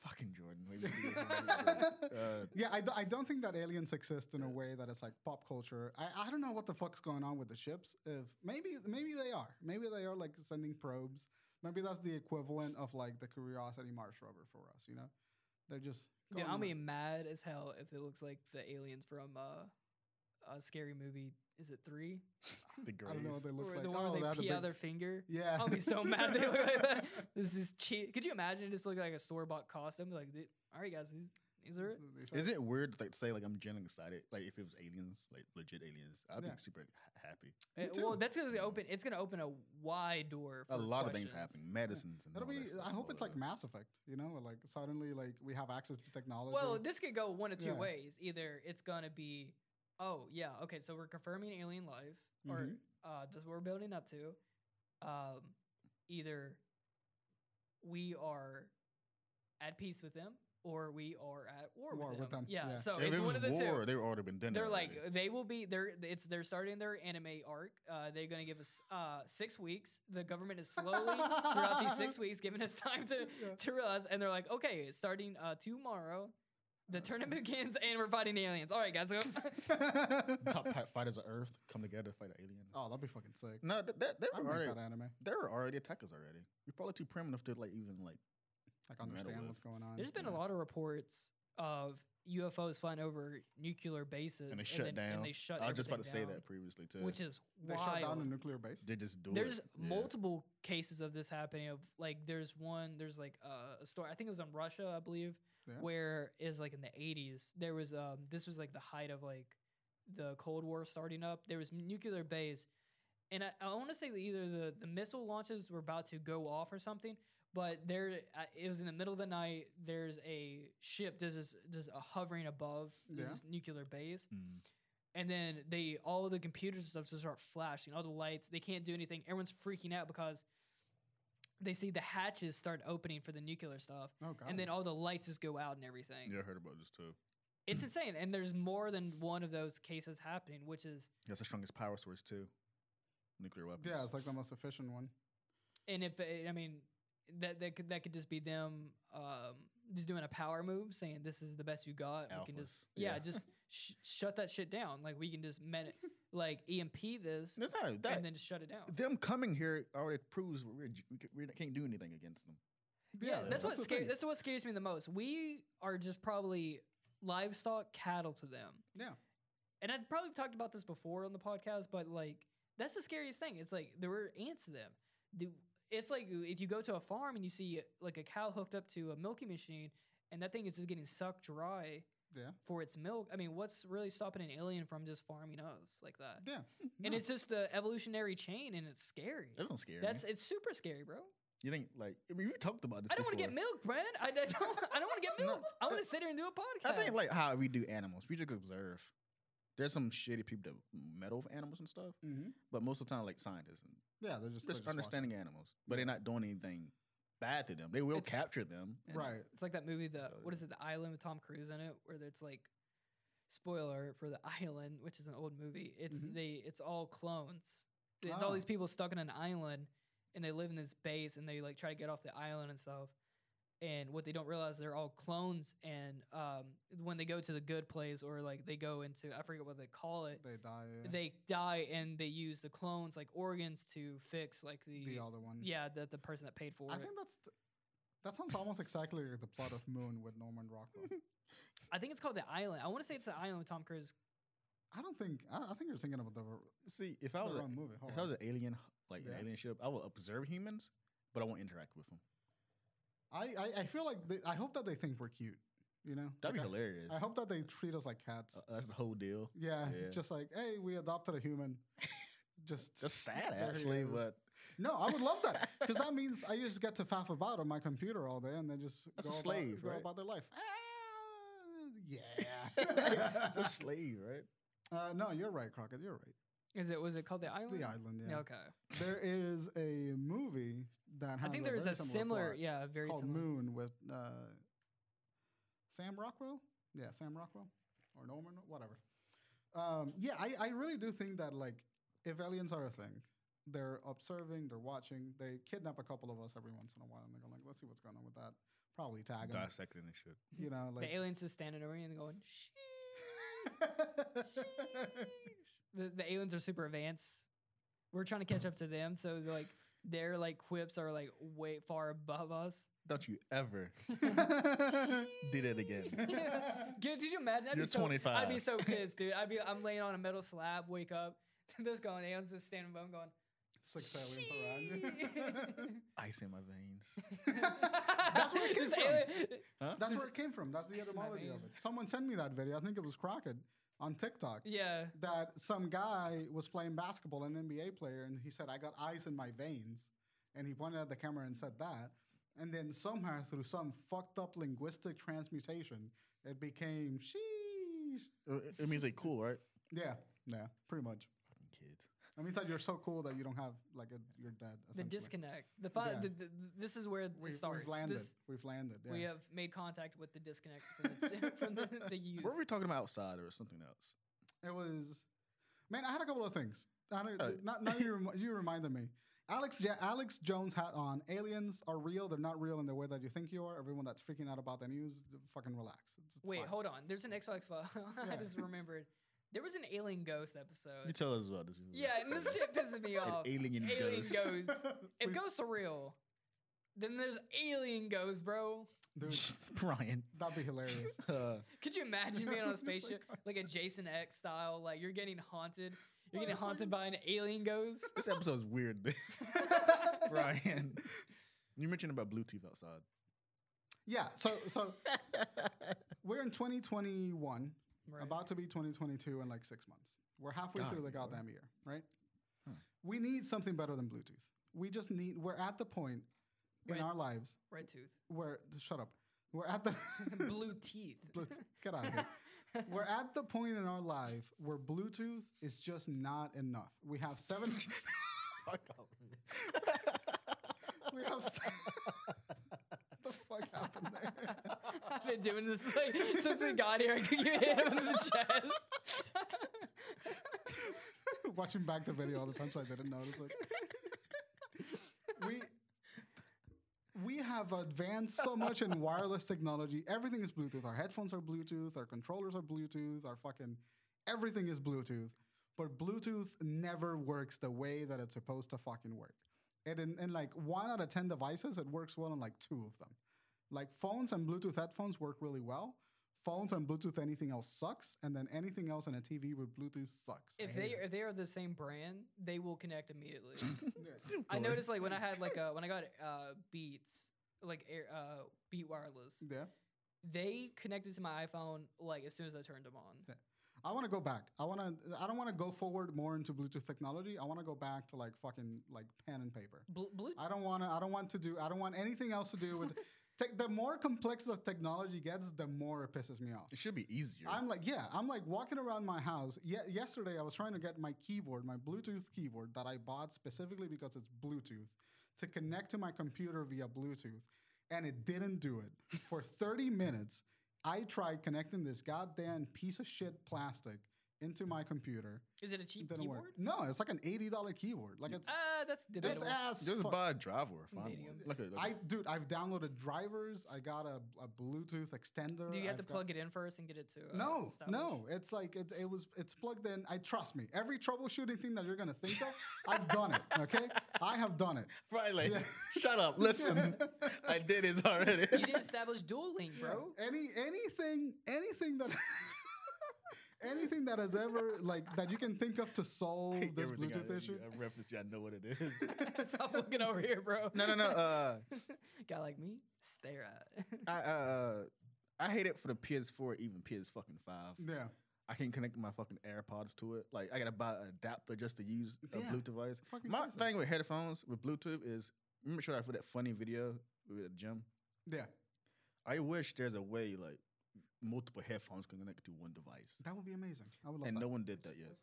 [SPEAKER 1] fucking Jordan. why you do this? uh,
[SPEAKER 3] yeah, I, do, I don't think that aliens exist in a way that it's like pop culture. I, I don't know what the fuck's going on with the ships. If maybe maybe they are, maybe they are like sending probes. Maybe that's the equivalent of like the Curiosity Mars rover for us. You know, they're just.
[SPEAKER 2] Dude,
[SPEAKER 3] going
[SPEAKER 2] I'll be
[SPEAKER 3] around.
[SPEAKER 2] mad as hell if it looks like the aliens from uh, a scary movie. Is it three?
[SPEAKER 1] the
[SPEAKER 3] I don't know
[SPEAKER 1] Greys.
[SPEAKER 3] what they look
[SPEAKER 2] Or
[SPEAKER 3] like.
[SPEAKER 2] the one
[SPEAKER 3] Oh,
[SPEAKER 2] where
[SPEAKER 3] have
[SPEAKER 2] they
[SPEAKER 3] the
[SPEAKER 2] pee
[SPEAKER 3] big-
[SPEAKER 2] out their finger.
[SPEAKER 3] Yeah,
[SPEAKER 2] I'll be so mad they look like that. This is cheap. Could you imagine it just look like a store bought costume? Like, "Th- all right, guys, these, these
[SPEAKER 3] Mm-hmm.
[SPEAKER 2] are it.
[SPEAKER 1] Is it weird to like, say like I'm genuinely excited? Like if it was aliens, like legit aliens, I'd
[SPEAKER 3] Yeah.
[SPEAKER 1] be super ha- happy.
[SPEAKER 3] Me
[SPEAKER 2] Uh, well,
[SPEAKER 3] too.
[SPEAKER 2] that's gonna open. It's gonna open a wide door. For
[SPEAKER 1] a lot of things
[SPEAKER 2] questions.
[SPEAKER 1] happen, medicines. And
[SPEAKER 3] That'll
[SPEAKER 1] all
[SPEAKER 3] be.
[SPEAKER 1] that stuff,
[SPEAKER 3] I hope
[SPEAKER 1] all
[SPEAKER 3] it's like
[SPEAKER 1] that.
[SPEAKER 3] Mass Effect. You know, where, like suddenly like we have access to technology.
[SPEAKER 2] Well, this could go one of two
[SPEAKER 3] Yeah.
[SPEAKER 2] ways. Either it's gonna be, oh yeah, okay, so we're confirming alien life, or
[SPEAKER 3] Mhm.
[SPEAKER 2] uh, that's what we're building up to. Um, either we are at peace with them, or we are at war,
[SPEAKER 3] War
[SPEAKER 2] with,
[SPEAKER 3] with
[SPEAKER 2] them.
[SPEAKER 3] them,
[SPEAKER 2] Yeah,
[SPEAKER 3] yeah.
[SPEAKER 2] so
[SPEAKER 1] if
[SPEAKER 2] it's
[SPEAKER 1] it was
[SPEAKER 2] one of the
[SPEAKER 1] war,
[SPEAKER 2] two.
[SPEAKER 1] they were already been done.
[SPEAKER 2] They're like
[SPEAKER 1] already.
[SPEAKER 2] they will be they're it's they're starting their anime arc. Uh, they're going to give us uh, six weeks. The government is slowly throughout these six weeks giving us time to
[SPEAKER 3] Yeah.
[SPEAKER 2] to realize, and they're like, okay, starting uh, tomorrow,
[SPEAKER 1] Uh,
[SPEAKER 2] the tournament begins, and we're fighting aliens. All right, guys, go.
[SPEAKER 1] top pi- fighters of Earth come together to fight the aliens.
[SPEAKER 3] oh, that'd be fucking sick.
[SPEAKER 1] no, th- that they
[SPEAKER 3] I
[SPEAKER 1] were
[SPEAKER 3] would make
[SPEAKER 1] already
[SPEAKER 3] that anime.
[SPEAKER 1] they were already attackers already. You're probably too primitive to like even like.
[SPEAKER 3] Like
[SPEAKER 1] Metal
[SPEAKER 3] understand
[SPEAKER 1] Wolf.
[SPEAKER 3] what's going on.
[SPEAKER 2] There's been a
[SPEAKER 1] Yeah.
[SPEAKER 2] lot of reports of UFOs flying over nuclear bases,
[SPEAKER 1] And they shut
[SPEAKER 2] then-
[SPEAKER 1] down.
[SPEAKER 2] And they shut.
[SPEAKER 1] I was just about to
[SPEAKER 2] everything
[SPEAKER 1] say
[SPEAKER 2] down,
[SPEAKER 1] that previously too.
[SPEAKER 2] which is
[SPEAKER 3] They
[SPEAKER 2] wild.
[SPEAKER 3] shut down a nuclear base.
[SPEAKER 1] they just do
[SPEAKER 2] there's
[SPEAKER 1] it. Yeah.
[SPEAKER 2] multiple cases of this happening of like there's one there's like uh, a story i think it was in russia i believe
[SPEAKER 3] Yeah.
[SPEAKER 2] where is like in the 80s there was um this was like the height of like the cold war starting up there was nuclear base and i, I want to say that either the the missile launches were about to go off or something but there uh, it was in the middle of the night there's a ship there's this, there's a uh, hovering above
[SPEAKER 3] Yeah.
[SPEAKER 2] this nuclear base
[SPEAKER 1] Mm.
[SPEAKER 2] and then they all the computers and stuff just start flashing, all the lights. They can't do anything. Everyone's freaking out because they see the hatches start opening for the nuclear stuff,
[SPEAKER 3] Oh god.
[SPEAKER 2] and then all the lights just go out and everything.
[SPEAKER 1] Yeah, I heard about this too.
[SPEAKER 2] It's insane, and there's more than one of those cases happening, which is
[SPEAKER 1] That's the strongest power source too. Nuclear weapons.
[SPEAKER 3] yeah, it's like the most efficient one.
[SPEAKER 2] and if I mean that that could that could just be them um, just doing a power move, saying this is the best you got. We can just
[SPEAKER 1] Alphas,
[SPEAKER 2] yeah,
[SPEAKER 1] yeah.
[SPEAKER 2] just sh- shut that shit down. Like we can just med- like EMP this
[SPEAKER 1] That's not that.
[SPEAKER 2] and then just shut it down.
[SPEAKER 1] them coming here already proves we're, we c- we can't do anything against them.
[SPEAKER 2] Yeah, that's what
[SPEAKER 3] the
[SPEAKER 2] scares.
[SPEAKER 3] thing.
[SPEAKER 2] That's what scares me the most. We are just probably livestock cattle to them,
[SPEAKER 3] Yeah.
[SPEAKER 2] and I've probably talked about this before on the podcast, but like that's the scariest thing. It's like there were ants to them. The, it's like if you go to a farm and you see like a cow hooked up to a milking machine, and that thing is just getting sucked dry
[SPEAKER 3] Yeah.
[SPEAKER 2] for its milk. I mean, what's really stopping an alien from just farming us like that?
[SPEAKER 3] Yeah.
[SPEAKER 2] And
[SPEAKER 3] No.
[SPEAKER 2] it's just the evolutionary chain, and it's scary.
[SPEAKER 1] That's not scary.
[SPEAKER 2] That's it's super scary, bro.
[SPEAKER 1] you think like I mean we talked about this.
[SPEAKER 2] I don't want to get
[SPEAKER 1] before.
[SPEAKER 2] milked, man. I, I don't. I don't want to get
[SPEAKER 1] No,
[SPEAKER 2] milked. I want
[SPEAKER 1] but-
[SPEAKER 2] to sit here and do a
[SPEAKER 1] I
[SPEAKER 2] podcast.
[SPEAKER 1] think like how we do animals, we just observe. There's some shitty people that meddle with animals and stuff,
[SPEAKER 3] Mhm.
[SPEAKER 1] but most of the time like scientists,
[SPEAKER 3] Yeah, they're just,
[SPEAKER 1] just,
[SPEAKER 3] they're just walking.
[SPEAKER 1] understanding animals, but they're not doing anything bad to them. They will
[SPEAKER 2] It's-
[SPEAKER 1] capture them.
[SPEAKER 2] it's,
[SPEAKER 3] right.
[SPEAKER 2] It's like that movie, the
[SPEAKER 1] So
[SPEAKER 2] what
[SPEAKER 1] it
[SPEAKER 2] is it, The Island with Tom Cruise in it, where it's like, spoiler for The Island, which is an old movie. It's
[SPEAKER 1] Mm-hmm.
[SPEAKER 3] Mhm.
[SPEAKER 2] they. It's all clones. It's all
[SPEAKER 3] Ah.
[SPEAKER 2] these people stuck in an island, and they live in this base, and they like try to get off the island and stuff. And what they don't realize, they're all clones. And um, when they go to the good place, or like they go into, I forget what they call it.
[SPEAKER 3] They die. yeah.
[SPEAKER 2] they die and they use the clones like organs to fix like the,
[SPEAKER 3] the other one.
[SPEAKER 2] yeah the, the person that paid for
[SPEAKER 3] I
[SPEAKER 2] it.
[SPEAKER 3] think that's th- that sounds almost exactly like the plot of Moon with Norman Rockwell.
[SPEAKER 2] I think it's called the Island. I want to say it's the Island with Tom Cruise.
[SPEAKER 3] I don't think I, I think you're thinking about the, r-
[SPEAKER 1] See, if I
[SPEAKER 3] the
[SPEAKER 1] was
[SPEAKER 3] wrong
[SPEAKER 1] a,
[SPEAKER 3] movie. Hold
[SPEAKER 1] if I
[SPEAKER 3] on.
[SPEAKER 1] was an alien, like an
[SPEAKER 3] Yeah.
[SPEAKER 1] alien ship, I would observe humans, but I won't interact with them.
[SPEAKER 3] I, I, I feel like they, I hope that they think we're cute. You know,
[SPEAKER 1] That'd be
[SPEAKER 3] Like,
[SPEAKER 1] hilarious.
[SPEAKER 3] I, I hope that they treat us like cats.
[SPEAKER 1] Uh, that's the whole deal.
[SPEAKER 3] yeah,
[SPEAKER 1] yeah.
[SPEAKER 3] just like hey, we adopted a human. just
[SPEAKER 1] That's sad,
[SPEAKER 3] There he
[SPEAKER 1] actually,
[SPEAKER 3] is.
[SPEAKER 1] but
[SPEAKER 3] no, I would love that because that means I just get to faff about on my computer all day and then just
[SPEAKER 1] That's
[SPEAKER 3] go
[SPEAKER 1] a
[SPEAKER 3] about-
[SPEAKER 1] slave,
[SPEAKER 3] go
[SPEAKER 1] right? Uh,
[SPEAKER 3] about their life. yeah.
[SPEAKER 1] it's a slave, right?
[SPEAKER 3] uh, no, you're right, Crockett. You're right.
[SPEAKER 2] Is it was it called the Island?
[SPEAKER 3] The island. Yeah.
[SPEAKER 2] Okay.
[SPEAKER 3] there is a movie that
[SPEAKER 2] I
[SPEAKER 3] has
[SPEAKER 2] think there
[SPEAKER 3] a
[SPEAKER 2] is
[SPEAKER 3] very
[SPEAKER 2] a similar
[SPEAKER 3] plot
[SPEAKER 2] yeah very
[SPEAKER 3] called
[SPEAKER 2] similar.
[SPEAKER 3] Moon with uh, Sam Rockwell. Yeah, Sam Rockwell or Norman, whatever. Um, yeah, I, I really do think that like if aliens are a thing, they're observing, they're watching, they kidnap a couple of us every once in a while, and they go like, let's see what's going on with that. Probably tag them,
[SPEAKER 1] Dissecting and shit.
[SPEAKER 3] you know, like.
[SPEAKER 2] the aliens just standing over you and going. Shh. The, the aliens are super advanced. We're trying to catch up to them, so like their like quips are like way far above us.
[SPEAKER 1] Don't you ever do that again.
[SPEAKER 2] Dude, did you imagine? I'd
[SPEAKER 1] You're
[SPEAKER 2] be so, I'd be
[SPEAKER 1] 25.
[SPEAKER 2] so pissed, dude. I'd be I'm laying on a metal slab, wake up, this going, aliens just standing above, me going.
[SPEAKER 3] Six aliens around you.
[SPEAKER 1] Ice in my veins.
[SPEAKER 2] That's
[SPEAKER 3] where it came from.
[SPEAKER 1] Huh?
[SPEAKER 3] That's
[SPEAKER 2] This-
[SPEAKER 3] where it came from. That's the
[SPEAKER 2] That's my
[SPEAKER 3] etymology of it.
[SPEAKER 2] man.
[SPEAKER 3] Someone sent me that video. I think it was Crockett on TikTok.
[SPEAKER 2] Yeah,
[SPEAKER 3] That some guy was playing basketball, an NBA player, and he said, "I got ice in my veins," and he pointed at the camera and said that. And then somehow, through some fucked up linguistic transmutation, it became sheesh.
[SPEAKER 1] Uh, It means like cool, right?
[SPEAKER 3] Yeah, yeah, pretty much.
[SPEAKER 1] Fucking kids.
[SPEAKER 3] Let me tell you, you're so cool that you don't have like a, your dad.
[SPEAKER 2] the
[SPEAKER 3] essentially.
[SPEAKER 2] disconnect. The, fi-
[SPEAKER 3] Yeah.
[SPEAKER 2] the, the, this is where
[SPEAKER 3] We,
[SPEAKER 2] it starts.
[SPEAKER 3] have landed.
[SPEAKER 2] This-
[SPEAKER 3] we've landed. Yeah.
[SPEAKER 2] We have made contact with the disconnect from the, from the, the youth.
[SPEAKER 1] Were we talking about outside or something else?
[SPEAKER 3] It was, man. I had a couple of things. I don't,
[SPEAKER 1] Oh.
[SPEAKER 3] not, now you, rem- you reminded me. Alex ja- Alex Jones hat on. Aliens are real. They're not real in the way that you think you are. Everyone that's freaking out about the news, fucking relax. It's, it's
[SPEAKER 2] Wait,
[SPEAKER 3] fine.
[SPEAKER 2] hold on. There's an X Files file. I
[SPEAKER 3] Yeah.
[SPEAKER 2] just remembered. There was an alien ghost
[SPEAKER 1] You
[SPEAKER 2] episode.
[SPEAKER 1] tell us about this.
[SPEAKER 2] Yeah, and this shit pisses me
[SPEAKER 1] An
[SPEAKER 2] off.
[SPEAKER 1] alien,
[SPEAKER 2] Alien
[SPEAKER 1] ghost.
[SPEAKER 2] ghost. If
[SPEAKER 3] Please-
[SPEAKER 2] ghosts are real, then there's alien ghosts, bro.
[SPEAKER 3] Dude,
[SPEAKER 1] Brian.
[SPEAKER 3] that'd be hilarious.
[SPEAKER 1] Uh,
[SPEAKER 2] Could you imagine being on a
[SPEAKER 3] Just like-
[SPEAKER 2] spaceship like a Jason X style? Like you're getting haunted. You're getting
[SPEAKER 3] Motherfucker.
[SPEAKER 2] haunted by an alien ghost.
[SPEAKER 1] this episode's weird, dude. Brian. You mentioned about Bluetooth outside.
[SPEAKER 3] yeah. So so we're in 2021,
[SPEAKER 2] Right.
[SPEAKER 3] about to be 2022 in like six months. We're halfway
[SPEAKER 1] God,
[SPEAKER 3] through the
[SPEAKER 1] bro.
[SPEAKER 3] goddamn year, right?
[SPEAKER 1] Huh.
[SPEAKER 2] Hmm.
[SPEAKER 3] We need something better than Bluetooth. We just need. We're at the point in
[SPEAKER 2] Right.
[SPEAKER 3] our lives
[SPEAKER 2] red tooth,
[SPEAKER 3] where. Shut up. We're at the.
[SPEAKER 2] blue teeth.
[SPEAKER 3] Bluetooth. Get out of here. We're at the point in our life where Bluetooth is just not enough. We have seven. we have. Se- the fuck happened there?
[SPEAKER 2] I've been doing this like since we got here. You hit him in the chest.
[SPEAKER 3] Watching back the video all the time, so I didn't notice it. We. We have advanced so much in wireless technology. Everything is Bluetooth. Our headphones are Bluetooth. Our controllers are Bluetooth. Our fucking everything is Bluetooth. But Bluetooth never works the way that it's supposed to fucking work. And in, in like one out of 10 devices, it works well on like two of them. Like phones and Bluetooth headphones work really well. Phones and Bluetooth anything else sucks. And then anything else on a TV with Bluetooth sucks. I
[SPEAKER 2] if
[SPEAKER 3] hate
[SPEAKER 2] they
[SPEAKER 3] it.
[SPEAKER 2] if they are the same brand, they will connect immediately.
[SPEAKER 3] Yeah.
[SPEAKER 2] I noticed like when I had like uh, when I got uh, Beats like Air- uh, Beat Wireless,
[SPEAKER 3] yeah.
[SPEAKER 2] they connected to my iPhone like as soon as I turned them on.
[SPEAKER 3] I want to go back. I want to. I don't want to go forward more into Bluetooth technology. I want to go back to like fucking like pen and paper.
[SPEAKER 2] Blu- Blue,
[SPEAKER 3] I don't want to. I don't want to do. I don't want anything else to do with. Tech the more complex the technology gets, the more it pisses me off.
[SPEAKER 1] It should be easier.
[SPEAKER 3] I'm like, yeah, I'm like walking around my house. Ye- yesterday, I was trying to get my keyboard, my Bluetooth keyboard that I bought specifically because it's Bluetooth, to connect to my computer via Bluetooth, and it didn't do it. For 30 minutes, I tried connecting this goddamn piece of shit plastic into my computer.
[SPEAKER 2] is it a
[SPEAKER 3] It
[SPEAKER 2] cheap
[SPEAKER 3] didn't
[SPEAKER 2] keyboard?
[SPEAKER 3] work. No, it's like an $80 keyboard. Like it's
[SPEAKER 2] Uh, that's
[SPEAKER 3] this
[SPEAKER 2] debatable.
[SPEAKER 3] ass.
[SPEAKER 1] Just
[SPEAKER 3] fuck-
[SPEAKER 1] buy a driver or find
[SPEAKER 2] medium.
[SPEAKER 1] one. Like a, like
[SPEAKER 3] I dude, I've downloaded drivers. I got a, a Bluetooth extender.
[SPEAKER 2] Do you have to
[SPEAKER 3] I've got-
[SPEAKER 2] plug it in first and get it to? Uh,
[SPEAKER 3] no,
[SPEAKER 2] establish?
[SPEAKER 3] no. It's like it, it was. It's plugged in. I trust me. Every troubleshooting thing that you're gonna think of, I've done it. Okay, I have done it.
[SPEAKER 1] Probably like,
[SPEAKER 3] Yeah.
[SPEAKER 1] shut up, listen. I did this already.
[SPEAKER 2] You didn't establish dual link, bro.
[SPEAKER 3] Any anything anything that anything that has ever like that you can think of to solve
[SPEAKER 1] Hate
[SPEAKER 3] this
[SPEAKER 1] everything
[SPEAKER 3] Bluetooth
[SPEAKER 1] I,
[SPEAKER 3] issue.
[SPEAKER 1] I reference you. I know what it is.
[SPEAKER 2] Stop looking over here, bro.
[SPEAKER 1] no, no, no. Uh,
[SPEAKER 2] Guy like me, stare at.
[SPEAKER 1] I, uh, I hate it for the PS4, even PS fucking five.
[SPEAKER 3] Yeah,
[SPEAKER 1] I can't connect my fucking AirPods to it. Like I gotta buy an adapter just to use a
[SPEAKER 3] Yeah.
[SPEAKER 1] Bluetooth device.
[SPEAKER 3] Fucking
[SPEAKER 1] My
[SPEAKER 3] crazy.
[SPEAKER 1] thing with headphones with Bluetooth is remember sure I put that funny video with the gym.
[SPEAKER 3] yeah.
[SPEAKER 1] I wish there's a way like multiple headphones can connect to one device,
[SPEAKER 3] That would be amazing. I would love
[SPEAKER 1] and
[SPEAKER 3] that.
[SPEAKER 1] no one did that yet.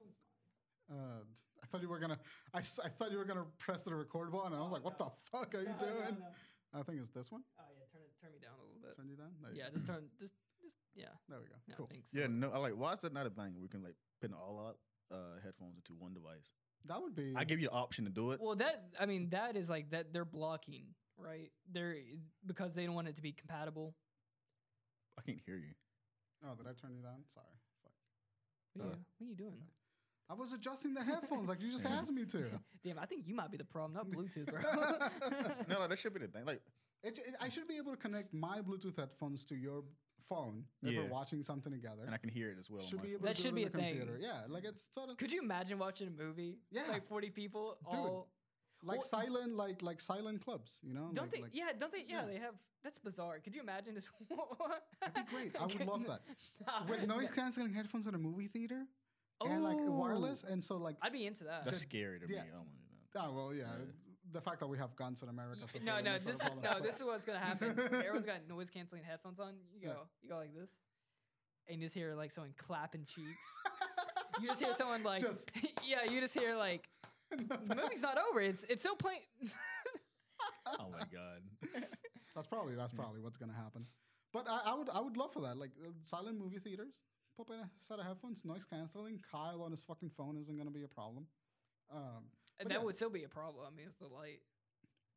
[SPEAKER 3] uh, I thought you were gonna. I, s- I thought you were gonna press the record button, and I was like, "What the fuck are you doing?" I think it's this one.
[SPEAKER 2] Oh yeah, turn it, turn me down a little bit.
[SPEAKER 3] Turn you down. There you
[SPEAKER 2] yeah,
[SPEAKER 3] go.
[SPEAKER 2] just turn, just, just yeah.
[SPEAKER 3] There we go.
[SPEAKER 2] yeah
[SPEAKER 3] cool.
[SPEAKER 2] Thanks.
[SPEAKER 1] Yeah, Uh, no, I like why is that not a thing? We can like pin all our uh, headphones into one device.
[SPEAKER 3] That would be.
[SPEAKER 1] I give you the option to do it.
[SPEAKER 2] Well, that I mean, that is like that. They're blocking, right? They're because they don't want it to be compatible.
[SPEAKER 1] I can't hear you.
[SPEAKER 3] oh, did I turn you down? Sorry. Fuck.
[SPEAKER 2] What are,
[SPEAKER 1] Uh.
[SPEAKER 2] you, what are you doing?
[SPEAKER 3] I was adjusting the headphones like you just
[SPEAKER 1] Yeah.
[SPEAKER 3] asked me to.
[SPEAKER 2] Damn, I think you might be the problem, not Bluetooth, bro.
[SPEAKER 1] No, like, that should be the thing. Like
[SPEAKER 3] It, it- I should be able to connect my Bluetooth headphones to your phone if
[SPEAKER 1] Yeah.
[SPEAKER 3] we're watching something together.
[SPEAKER 1] and I can hear it as well. on
[SPEAKER 3] should
[SPEAKER 1] my
[SPEAKER 3] be able
[SPEAKER 1] phone.
[SPEAKER 2] That
[SPEAKER 3] to do
[SPEAKER 2] should
[SPEAKER 3] it
[SPEAKER 2] be
[SPEAKER 3] on
[SPEAKER 2] a
[SPEAKER 3] the
[SPEAKER 2] thing.
[SPEAKER 3] computer. Yeah, like it's sort of
[SPEAKER 2] Could you imagine watching a movie?
[SPEAKER 3] Yeah.
[SPEAKER 2] like forty people
[SPEAKER 3] Dude,
[SPEAKER 2] all.
[SPEAKER 3] like
[SPEAKER 2] well-
[SPEAKER 3] silent, like like silent clubs. You know?
[SPEAKER 2] Don't
[SPEAKER 3] like,
[SPEAKER 2] they?
[SPEAKER 3] like-
[SPEAKER 2] yeah, don't they? Yeah,
[SPEAKER 3] yeah.
[SPEAKER 2] they have. That's bizarre. Could you imagine this?
[SPEAKER 3] That'd be great. I would love that.
[SPEAKER 2] Nah,
[SPEAKER 3] With noise
[SPEAKER 2] that-
[SPEAKER 3] canceling headphones in a movie theater and
[SPEAKER 2] Oh.
[SPEAKER 3] like wireless,
[SPEAKER 2] Ooh,
[SPEAKER 3] and so like
[SPEAKER 2] I'd be into that.
[SPEAKER 1] That's scary to me.
[SPEAKER 3] yeah.
[SPEAKER 1] I don't want to do that.
[SPEAKER 3] Ah, well, yeah.
[SPEAKER 1] Yeah.
[SPEAKER 3] The fact that we have guns in America. so
[SPEAKER 2] no,
[SPEAKER 3] clearly
[SPEAKER 2] no,
[SPEAKER 3] it's not a
[SPEAKER 2] this
[SPEAKER 3] problem.
[SPEAKER 2] no, this is what's gonna happen. Everyone's got noise canceling headphones on. You go,
[SPEAKER 3] Yeah.
[SPEAKER 2] you go like this, and you just hear like someone clapping cheeks. you just hear someone like,
[SPEAKER 3] Just-
[SPEAKER 2] yeah, you just hear like the movie's not over. It's it's still playing.
[SPEAKER 1] oh my god.
[SPEAKER 3] That's probably that's probably what's gonna happen. But I, I would I would love for that. Like uh, silent movie theaters, pop in a set of headphones, noise canceling. Kyle on his fucking phone isn't gonna be a problem. Um, But
[SPEAKER 2] that
[SPEAKER 3] yeah.
[SPEAKER 2] would still be a problem. I mean, it's the light.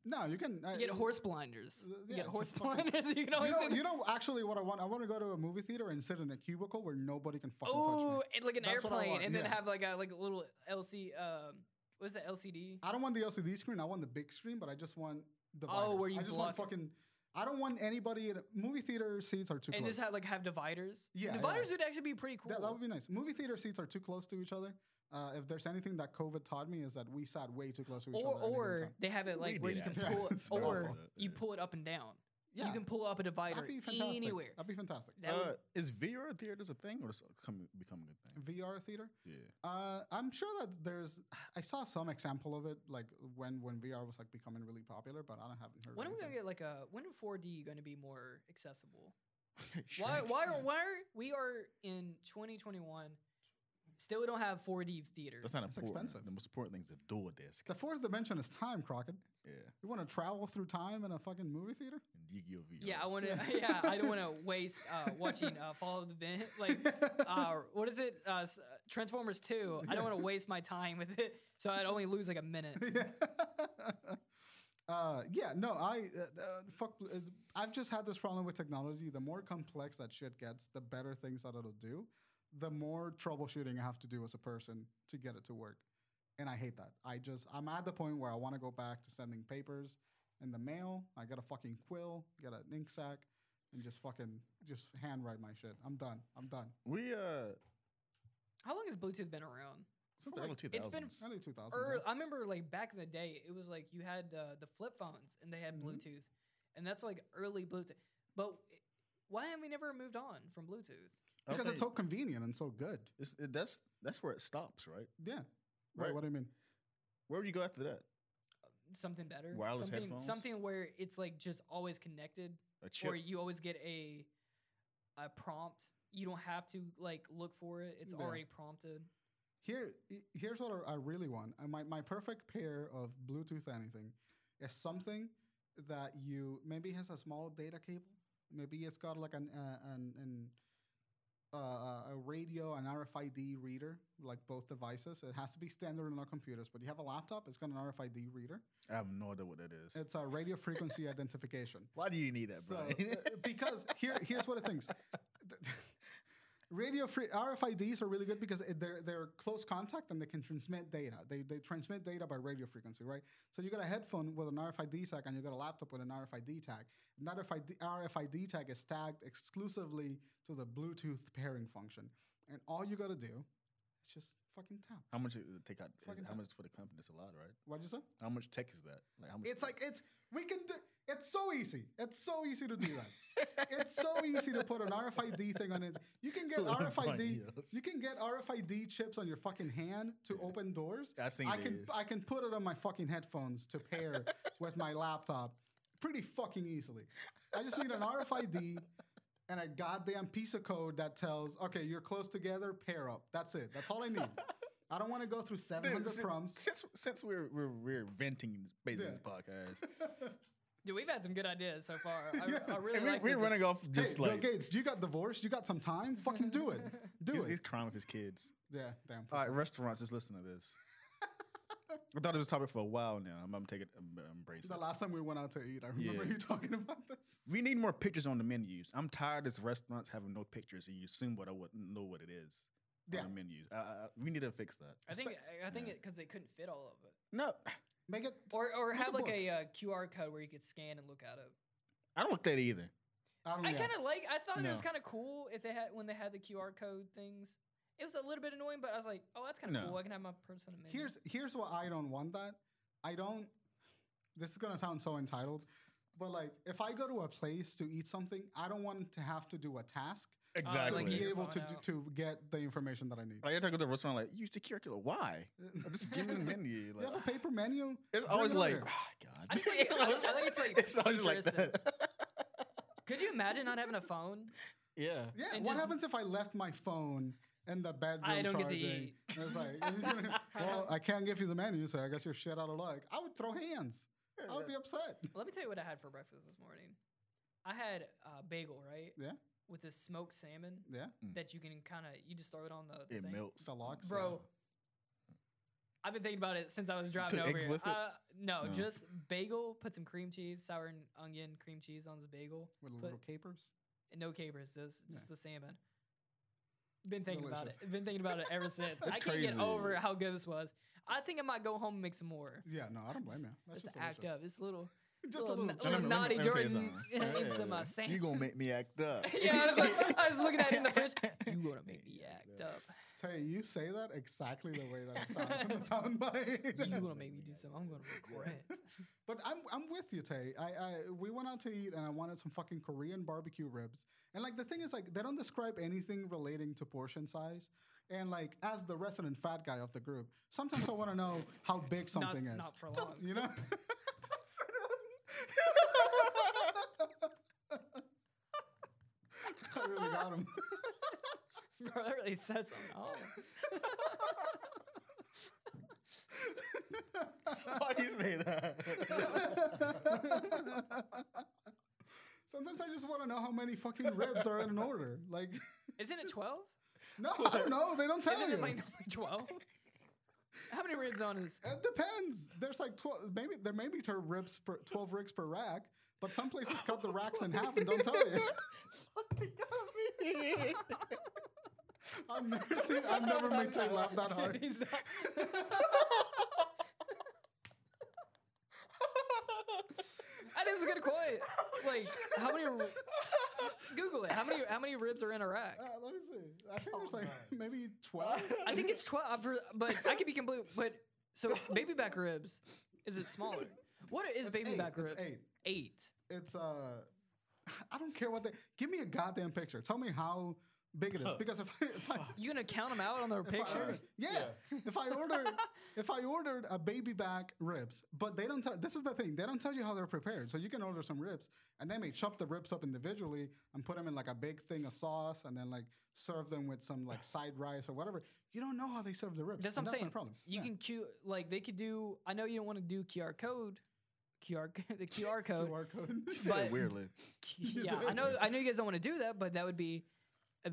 [SPEAKER 3] no, you can uh,
[SPEAKER 2] You get horse blinders.
[SPEAKER 3] Uh,
[SPEAKER 2] you
[SPEAKER 3] yeah,
[SPEAKER 2] get horse
[SPEAKER 3] just fucking-
[SPEAKER 2] blinders. You can
[SPEAKER 3] You
[SPEAKER 2] always.
[SPEAKER 3] know, you know, actually, what I want, I want to go to a movie theater and sit in a cubicle where nobody can fucking touch
[SPEAKER 2] oh,
[SPEAKER 3] me.
[SPEAKER 2] and like an
[SPEAKER 3] That's what I
[SPEAKER 2] airplane,
[SPEAKER 3] want,
[SPEAKER 2] and then
[SPEAKER 3] yeah.
[SPEAKER 2] have like a like a little LC. Um, what's that LCD?
[SPEAKER 3] I don't want the LCD screen. I want the big screen, but I just want the.
[SPEAKER 2] Oh, where you
[SPEAKER 3] I just want
[SPEAKER 2] block it.
[SPEAKER 3] fucking. I don't want anybody in a, movie theater seats are too
[SPEAKER 2] and
[SPEAKER 3] close.
[SPEAKER 2] just have like have dividers.
[SPEAKER 3] Yeah, yeah.
[SPEAKER 2] dividers would actually be pretty cool.
[SPEAKER 3] that, that would be nice. Movie theater seats are too close to each other. Uh, if there's anything that COVID taught me is that we sat way too close to each
[SPEAKER 2] or
[SPEAKER 3] other. at any given
[SPEAKER 2] or
[SPEAKER 3] time.
[SPEAKER 2] they have it like
[SPEAKER 1] We
[SPEAKER 2] where
[SPEAKER 1] did
[SPEAKER 2] you can
[SPEAKER 1] actually.
[SPEAKER 2] pull
[SPEAKER 1] It's
[SPEAKER 3] not
[SPEAKER 2] or
[SPEAKER 1] awful.
[SPEAKER 2] you pull it up and down.
[SPEAKER 3] yeah,
[SPEAKER 2] You can pull up a divider
[SPEAKER 3] that'd be fantastic.
[SPEAKER 2] anywhere.
[SPEAKER 3] That'd be fantastic.
[SPEAKER 2] That would-
[SPEAKER 1] Uh, is VR theaters a thing or is it coming, becoming a thing?
[SPEAKER 3] VR theater.
[SPEAKER 1] Yeah.
[SPEAKER 3] Uh, I'm sure that there's. I saw some example of it, like when when VR was like becoming really popular, but I don't haven't heard.
[SPEAKER 2] when are we
[SPEAKER 3] anything.
[SPEAKER 2] gonna get like a when are 4D going to be more accessible? Why why are,
[SPEAKER 3] Yeah.
[SPEAKER 2] why are we are in 2021 still we don't have 4D theaters?
[SPEAKER 1] That's not
[SPEAKER 3] It's
[SPEAKER 1] important.
[SPEAKER 3] expensive.
[SPEAKER 1] The most important thing is the door disc.
[SPEAKER 3] The fourth dimension is time, Crockett.
[SPEAKER 1] Yeah.
[SPEAKER 3] You want to travel through time in a fucking movie theater?
[SPEAKER 1] And Yu-Gi-Oh! VR.
[SPEAKER 2] yeah, I want to.
[SPEAKER 3] Yeah.
[SPEAKER 2] Yeah, I don't want to waste uh, watching uh, Follow the Vent. Like, uh, what is it? Uh, s- Transformers Two. I don't want to waste my time with it, so I'd only lose like a minute.
[SPEAKER 3] uh, yeah, no, I uh, uh, fuck. Uh, I've just had this problem with technology. The more complex that shit gets, the better things that it'll do. The more troubleshooting I have to do as a person to get it to work, and I hate that. I just I'm at the point where I want to go back to sending papers in the mail. I got a fucking quill, get an ink sack, and just fucking just handwrite my shit. I'm done. I'm done.
[SPEAKER 1] We uh
[SPEAKER 2] How long has Bluetooth been around?
[SPEAKER 1] since the
[SPEAKER 3] Oh,
[SPEAKER 1] early
[SPEAKER 3] like,
[SPEAKER 1] two
[SPEAKER 2] it's been-
[SPEAKER 1] thousands.
[SPEAKER 3] Early 2000s.
[SPEAKER 2] Or
[SPEAKER 3] right?
[SPEAKER 2] I remember like back in the day, it was like you had uh, the flip phones and they had
[SPEAKER 3] Mhm.
[SPEAKER 2] Bluetooth, and that's like early Bluetooth. But why have we never moved on from Bluetooth?
[SPEAKER 3] Because it's so convenient and so good.
[SPEAKER 1] it's, it, that's that's where it stops, right?
[SPEAKER 3] Yeah. Right.
[SPEAKER 1] Right.
[SPEAKER 3] What do you mean?
[SPEAKER 1] Where would you go after that?
[SPEAKER 2] Something better,
[SPEAKER 1] Wireless
[SPEAKER 2] something
[SPEAKER 1] headphones?
[SPEAKER 2] something where it's like just always connected,
[SPEAKER 1] A chip.
[SPEAKER 2] or you always get a a prompt. You don't have to like look for it; it's
[SPEAKER 3] Yeah.
[SPEAKER 2] already prompted.
[SPEAKER 3] Here, i- here's what I I really want. Uh, My, my perfect pair of Bluetooth anything is something that you maybe has a small data cable. Maybe it's got like an uh, an, an uh, uh, a radio, an RFID reader, like both devices. It has to be standard on our computers, but you have a laptop. It's got an RFID reader.
[SPEAKER 1] I have no idea what that is.
[SPEAKER 3] It's a radio frequency identification.
[SPEAKER 1] Why do you need that,
[SPEAKER 3] So,
[SPEAKER 1] bro?
[SPEAKER 3] uh, because here, here's what it thinks. Radio free RFIDs are really good because it- they're they're close contact and they can transmit data. They, they transmit data by radio frequency, right? So you got a headphone with an RFID tag and you got a laptop with an RFID tag. And that RFID, RFID tag is tagged exclusively to the Bluetooth pairing function, and all you got to do is just fucking tap.
[SPEAKER 1] how much it would take out? Is,
[SPEAKER 3] Fucking
[SPEAKER 1] how
[SPEAKER 3] time.
[SPEAKER 1] much for the company? That's a lot, right?
[SPEAKER 3] What'd you say?
[SPEAKER 1] How much tech is that? Like how much?
[SPEAKER 3] It's like it's we can do. It's so easy. It's so easy to do that. it's so easy to put an RFID thing on it. You can get
[SPEAKER 1] Little
[SPEAKER 3] RFID.
[SPEAKER 1] bunnies.
[SPEAKER 3] You can get RFID chips on your fucking hand to
[SPEAKER 1] Yeah.
[SPEAKER 3] open doors.
[SPEAKER 1] I seen
[SPEAKER 3] I can
[SPEAKER 1] these.
[SPEAKER 3] I can put it on my fucking headphones to pair with my laptop pretty fucking easily. I just need an RFID and a goddamn piece of code that tells, okay, you're close together, pair up. That's it. That's all I need. I don't want to go through
[SPEAKER 1] Dude,
[SPEAKER 3] 700
[SPEAKER 1] si-
[SPEAKER 3] prompts.
[SPEAKER 1] since since we're we're, we're venting based on
[SPEAKER 3] Yeah.
[SPEAKER 1] this podcast,
[SPEAKER 2] Dude, we've had some good ideas so far. I,
[SPEAKER 3] Yeah.
[SPEAKER 2] I really
[SPEAKER 1] and we,
[SPEAKER 2] like that
[SPEAKER 1] we're
[SPEAKER 2] this-
[SPEAKER 1] running off just
[SPEAKER 3] hey,
[SPEAKER 1] like
[SPEAKER 3] Bill Gates, you got divorced. You got some time. Fucking do it. Do
[SPEAKER 1] he's,
[SPEAKER 3] it.
[SPEAKER 1] he's crying with his kids.
[SPEAKER 3] yeah, damn.
[SPEAKER 1] All right, restaurants, just listen to this. I thought it was a topic for a while now. I'm, I'm taking I'm, I'm embracing.
[SPEAKER 3] the
[SPEAKER 1] it.
[SPEAKER 3] last time we went out to eat, I remember
[SPEAKER 1] Yeah.
[SPEAKER 3] you talking about this.
[SPEAKER 1] We need more pictures on the menus. I'm tired of restaurants having no pictures, and you assume what I would know what it is
[SPEAKER 3] Yeah,
[SPEAKER 1] on the menus. I, I, I- we need to fix that.
[SPEAKER 2] I think I think
[SPEAKER 1] Yeah.
[SPEAKER 2] because they couldn't fit all of it.
[SPEAKER 1] No,
[SPEAKER 3] make it.
[SPEAKER 2] Or, or
[SPEAKER 3] Look
[SPEAKER 2] have
[SPEAKER 3] at
[SPEAKER 2] like
[SPEAKER 3] book.
[SPEAKER 2] a uh, QR code where you could scan and look at it.
[SPEAKER 1] I don't like that
[SPEAKER 3] Uh,
[SPEAKER 1] either.
[SPEAKER 3] I don't
[SPEAKER 2] I
[SPEAKER 3] know.
[SPEAKER 2] kind of like. I thought it was
[SPEAKER 1] No.
[SPEAKER 2] kind of cool if they had when they had the QR code things. It was a little bit annoying, but I was like, oh, that's kind of
[SPEAKER 1] No.
[SPEAKER 2] cool. I can have my person. in the menu.
[SPEAKER 3] here's here's what I don't want. That I don't. This is gonna sound so entitled, but like if I go to a place to eat something, I don't want to have to do a task
[SPEAKER 2] Exactly.
[SPEAKER 3] to
[SPEAKER 2] get
[SPEAKER 3] be
[SPEAKER 2] your
[SPEAKER 3] able
[SPEAKER 2] phone
[SPEAKER 3] to do,
[SPEAKER 2] out.
[SPEAKER 3] to get the information that I need.
[SPEAKER 1] Like, I gotta go to the restaurant. Like, use the QR code. Why? I'm just giving the menu.
[SPEAKER 3] you
[SPEAKER 1] Like,
[SPEAKER 3] have a paper menu.
[SPEAKER 1] it's
[SPEAKER 3] Bring
[SPEAKER 1] always
[SPEAKER 3] it
[SPEAKER 1] like,
[SPEAKER 3] over.
[SPEAKER 1] "Ah, God.
[SPEAKER 2] I just think it's- I just- I think it's, like,
[SPEAKER 1] it's always like
[SPEAKER 2] futuristic.
[SPEAKER 1] that.
[SPEAKER 2] Could you imagine not having a phone?
[SPEAKER 1] yeah.
[SPEAKER 3] Yeah.
[SPEAKER 2] and
[SPEAKER 3] What
[SPEAKER 2] just-
[SPEAKER 3] happens if I left my phone in the bedroom
[SPEAKER 2] I don't get to
[SPEAKER 3] charging.
[SPEAKER 2] eat.
[SPEAKER 3] And it's like, well, I can't give you the menu, so I guess you're shit out of luck. I would throw hands. I would be upset.
[SPEAKER 2] Let me tell you what I had for breakfast this morning. I had a bagel, right?
[SPEAKER 3] Yeah.
[SPEAKER 2] With this smoked salmon
[SPEAKER 3] Yeah,
[SPEAKER 2] that you can kind of you just throw it on the, the
[SPEAKER 1] Mm. It
[SPEAKER 2] thing.
[SPEAKER 1] melts.
[SPEAKER 3] so locks,
[SPEAKER 2] Bro, I've been thinking about it since I was
[SPEAKER 1] put
[SPEAKER 2] driving over
[SPEAKER 1] eggs
[SPEAKER 2] here.
[SPEAKER 1] with it?
[SPEAKER 2] Uh, no,
[SPEAKER 1] No.
[SPEAKER 2] just bagel. Put some cream cheese, sour and onion cream cheese on this bagel.
[SPEAKER 3] with
[SPEAKER 2] Put-
[SPEAKER 3] little capers.
[SPEAKER 2] and no capers, just
[SPEAKER 3] Yeah.
[SPEAKER 2] just the salmon. Been thinking about
[SPEAKER 3] Delicious.
[SPEAKER 2] it. Been thinking about it ever since. I
[SPEAKER 1] That's
[SPEAKER 2] can't get
[SPEAKER 1] crazy.
[SPEAKER 2] over how good this was. I think I might go home and make some more.
[SPEAKER 3] Yeah, no, I don't blame
[SPEAKER 2] Just-
[SPEAKER 3] you. That's
[SPEAKER 2] just
[SPEAKER 3] just,
[SPEAKER 2] to act
[SPEAKER 3] delicious.
[SPEAKER 2] up. It's little,
[SPEAKER 3] Just a
[SPEAKER 2] little,
[SPEAKER 3] little.
[SPEAKER 2] na-
[SPEAKER 1] Let
[SPEAKER 2] little
[SPEAKER 1] me- let
[SPEAKER 2] naughty
[SPEAKER 1] me- let me tell
[SPEAKER 2] Jordan
[SPEAKER 1] you something.
[SPEAKER 2] in some uh,
[SPEAKER 1] Hey, You
[SPEAKER 2] salmon.
[SPEAKER 1] gonna make me act up?
[SPEAKER 2] yeah, I was, like, I was looking at it in the fridge. You gonna make me act up?
[SPEAKER 3] Tell you, you say that exactly the way that it sounds in the soundbite.
[SPEAKER 2] You gonna make me do something? I'm gonna regret.
[SPEAKER 3] But I'm I'm with you, Tay. I, I we went out to eat and I wanted some fucking Korean barbecue ribs. And like the thing is like they don't describe anything relating to portion size. And like as the resident fat guy of the group, sometimes I want to know how big
[SPEAKER 2] Not-
[SPEAKER 3] something is.
[SPEAKER 2] not for long.
[SPEAKER 3] You know. I really got him.
[SPEAKER 2] Bro, that really says something. Oh.
[SPEAKER 1] Why you say
[SPEAKER 3] Sometimes I just want to know how many fucking ribs are in an order. Like,
[SPEAKER 2] Isn't it twelve?
[SPEAKER 3] no, I don't know. They don't tell
[SPEAKER 2] Isn't
[SPEAKER 3] you.
[SPEAKER 2] it like twelve? How many ribs on is?
[SPEAKER 3] It depends. There's like twelve. Maybe there may be ter- ribs per, twelve rigs per rack, but some places cut the racks in half and don't tell you. I've never seen. I've never made Tay laugh that hard.
[SPEAKER 2] He's not- that is a good quote. Like, how many? r- Google it. How many? How many ribs are in a rack?
[SPEAKER 3] Uh, let me see. I think there's like
[SPEAKER 1] God.
[SPEAKER 3] maybe twelve.
[SPEAKER 2] Oh, I think it's twelve, I've heard- but I could be complete. But so baby back ribs, is it smaller? What is baby
[SPEAKER 3] eight,
[SPEAKER 2] back
[SPEAKER 3] it's
[SPEAKER 2] ribs?
[SPEAKER 3] eight.
[SPEAKER 2] Eight.
[SPEAKER 3] it's uh I don't care what they give me a goddamn picture. Tell me how big it is because if I, if I
[SPEAKER 2] You gonna count them out on their
[SPEAKER 3] if I-
[SPEAKER 2] pictures?
[SPEAKER 3] yeah, if I ordered if I ordered a baby back ribs, but they don't tell this is the thing, they don't tell you how they're prepared. So you can order some ribs and they may chop the ribs up individually and put them in like a big thing of sauce and then like serve them with some like side rice or whatever. You don't know how they serve the ribs.
[SPEAKER 2] That's what I'm
[SPEAKER 3] and
[SPEAKER 2] saying.
[SPEAKER 3] My problem.
[SPEAKER 2] You
[SPEAKER 3] Yeah.
[SPEAKER 2] can Q like they could do. I know you don't want to do QR code, QR c- the QR code.
[SPEAKER 3] QR code.
[SPEAKER 2] said it But-
[SPEAKER 1] weirdly.
[SPEAKER 3] You
[SPEAKER 2] yeah, I
[SPEAKER 3] did.
[SPEAKER 2] know. I know you guys don't want to do that, but that would be uh,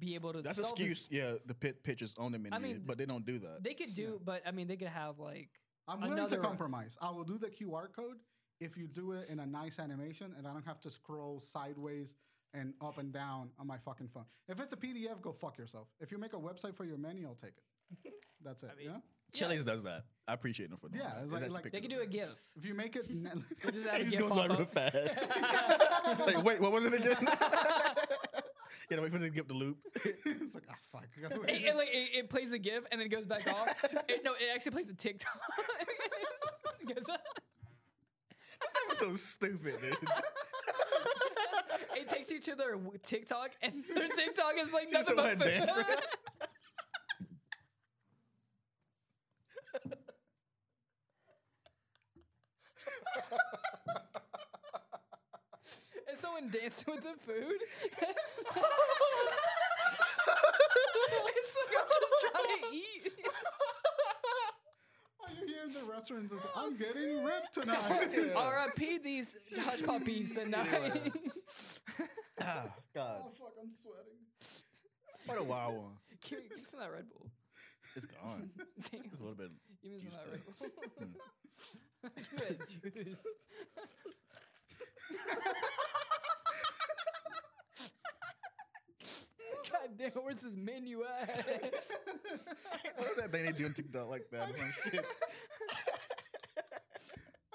[SPEAKER 2] be able to.
[SPEAKER 1] That's
[SPEAKER 2] solve this-
[SPEAKER 1] excuse. Yeah, the pit pitchers on the menu,
[SPEAKER 2] mean,
[SPEAKER 1] but they don't do that.
[SPEAKER 2] They could do, but I mean, they could have like
[SPEAKER 3] I'm willing
[SPEAKER 2] Another-
[SPEAKER 3] to compromise. I will do the QR code if you do it in a nice animation and I don't have to scroll sideways and up and down on my fucking phone. If it's a PDF, go fuck yourself. If you make a website for your menu, I'll take it. That's it. yeah.
[SPEAKER 1] Chili's does that. I appreciate them for doing
[SPEAKER 3] Yeah,
[SPEAKER 1] that.
[SPEAKER 3] it's
[SPEAKER 1] It's
[SPEAKER 3] like-
[SPEAKER 1] actually
[SPEAKER 3] like-
[SPEAKER 2] they
[SPEAKER 1] pictures
[SPEAKER 2] could
[SPEAKER 1] of
[SPEAKER 2] do a
[SPEAKER 1] it.
[SPEAKER 2] GIF.
[SPEAKER 3] If you make it, ne-
[SPEAKER 2] They just have a
[SPEAKER 1] It just
[SPEAKER 2] GIF
[SPEAKER 1] goes by
[SPEAKER 2] pop
[SPEAKER 1] real
[SPEAKER 2] up.
[SPEAKER 1] fast. like, wait, what was it again? yeah, wait for them to get the loop.
[SPEAKER 3] it's like ah fuck.
[SPEAKER 2] It, it, like, it, it plays the GIF and then it goes back off. It- no, it actually plays the TikTok. It goes up.
[SPEAKER 1] That's so stupid, dude.
[SPEAKER 2] it takes you to their w- TikTok, and their TikTok is like
[SPEAKER 1] Just someone
[SPEAKER 2] nothing but food.
[SPEAKER 1] dancing.
[SPEAKER 2] Is someone dancing with the food? it's like I'm just trying to eat.
[SPEAKER 3] Are you here in the restaurants? Is, I'm getting ripped tonight.
[SPEAKER 2] R.I.P. these hush puppies tonight.
[SPEAKER 1] Ah, God,
[SPEAKER 3] Oh fuck, I'm sweating.
[SPEAKER 1] what a wild one.
[SPEAKER 2] give, me- give me some of that Red Bull.
[SPEAKER 1] It's gone.
[SPEAKER 2] Damn.
[SPEAKER 1] It's a little bit.
[SPEAKER 2] Give me some
[SPEAKER 1] juice
[SPEAKER 2] of that
[SPEAKER 1] to
[SPEAKER 2] Red
[SPEAKER 1] it.
[SPEAKER 2] Bull. Give me that juice. God damn, where's this menu at?
[SPEAKER 1] What was that thing they do on TikTok like that? or some shit?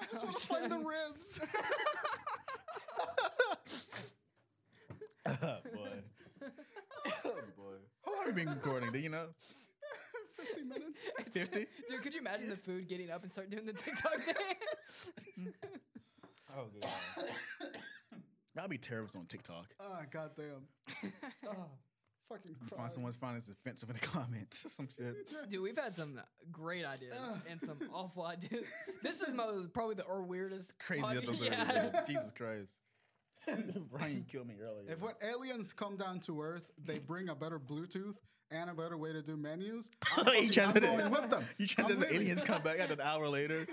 [SPEAKER 3] I just want to find the ribs.
[SPEAKER 1] Ah, boy. Oh, boy. How long have we been recording? Do you know?
[SPEAKER 3] Fifty minutes.
[SPEAKER 2] It's-
[SPEAKER 1] 50?
[SPEAKER 2] Dude, could you imagine the food getting up and start doing the TikTok dance?
[SPEAKER 1] Oh, good. That'd be terrible if it's on TikTok.
[SPEAKER 3] Ah goddamn. Ah, fucking.
[SPEAKER 1] You
[SPEAKER 3] cry.
[SPEAKER 1] find someone's finding this offensive in the comments or some shit.
[SPEAKER 2] Dude, we've had some great ideas
[SPEAKER 3] Ugh.
[SPEAKER 2] and some awful ideas. This is most, probably the or weirdest
[SPEAKER 1] Crazy
[SPEAKER 2] pod-
[SPEAKER 1] episode.
[SPEAKER 2] Yeah.
[SPEAKER 1] man. Jesus Christ. Brian killed me earlier.
[SPEAKER 3] If when aliens come down to Earth, they bring a better Bluetooth and a better way to do menus.
[SPEAKER 1] he tries
[SPEAKER 3] I'm going with them.
[SPEAKER 1] You trying
[SPEAKER 3] I'm
[SPEAKER 1] to say
[SPEAKER 3] leaving.
[SPEAKER 1] aliens come back after an hour later?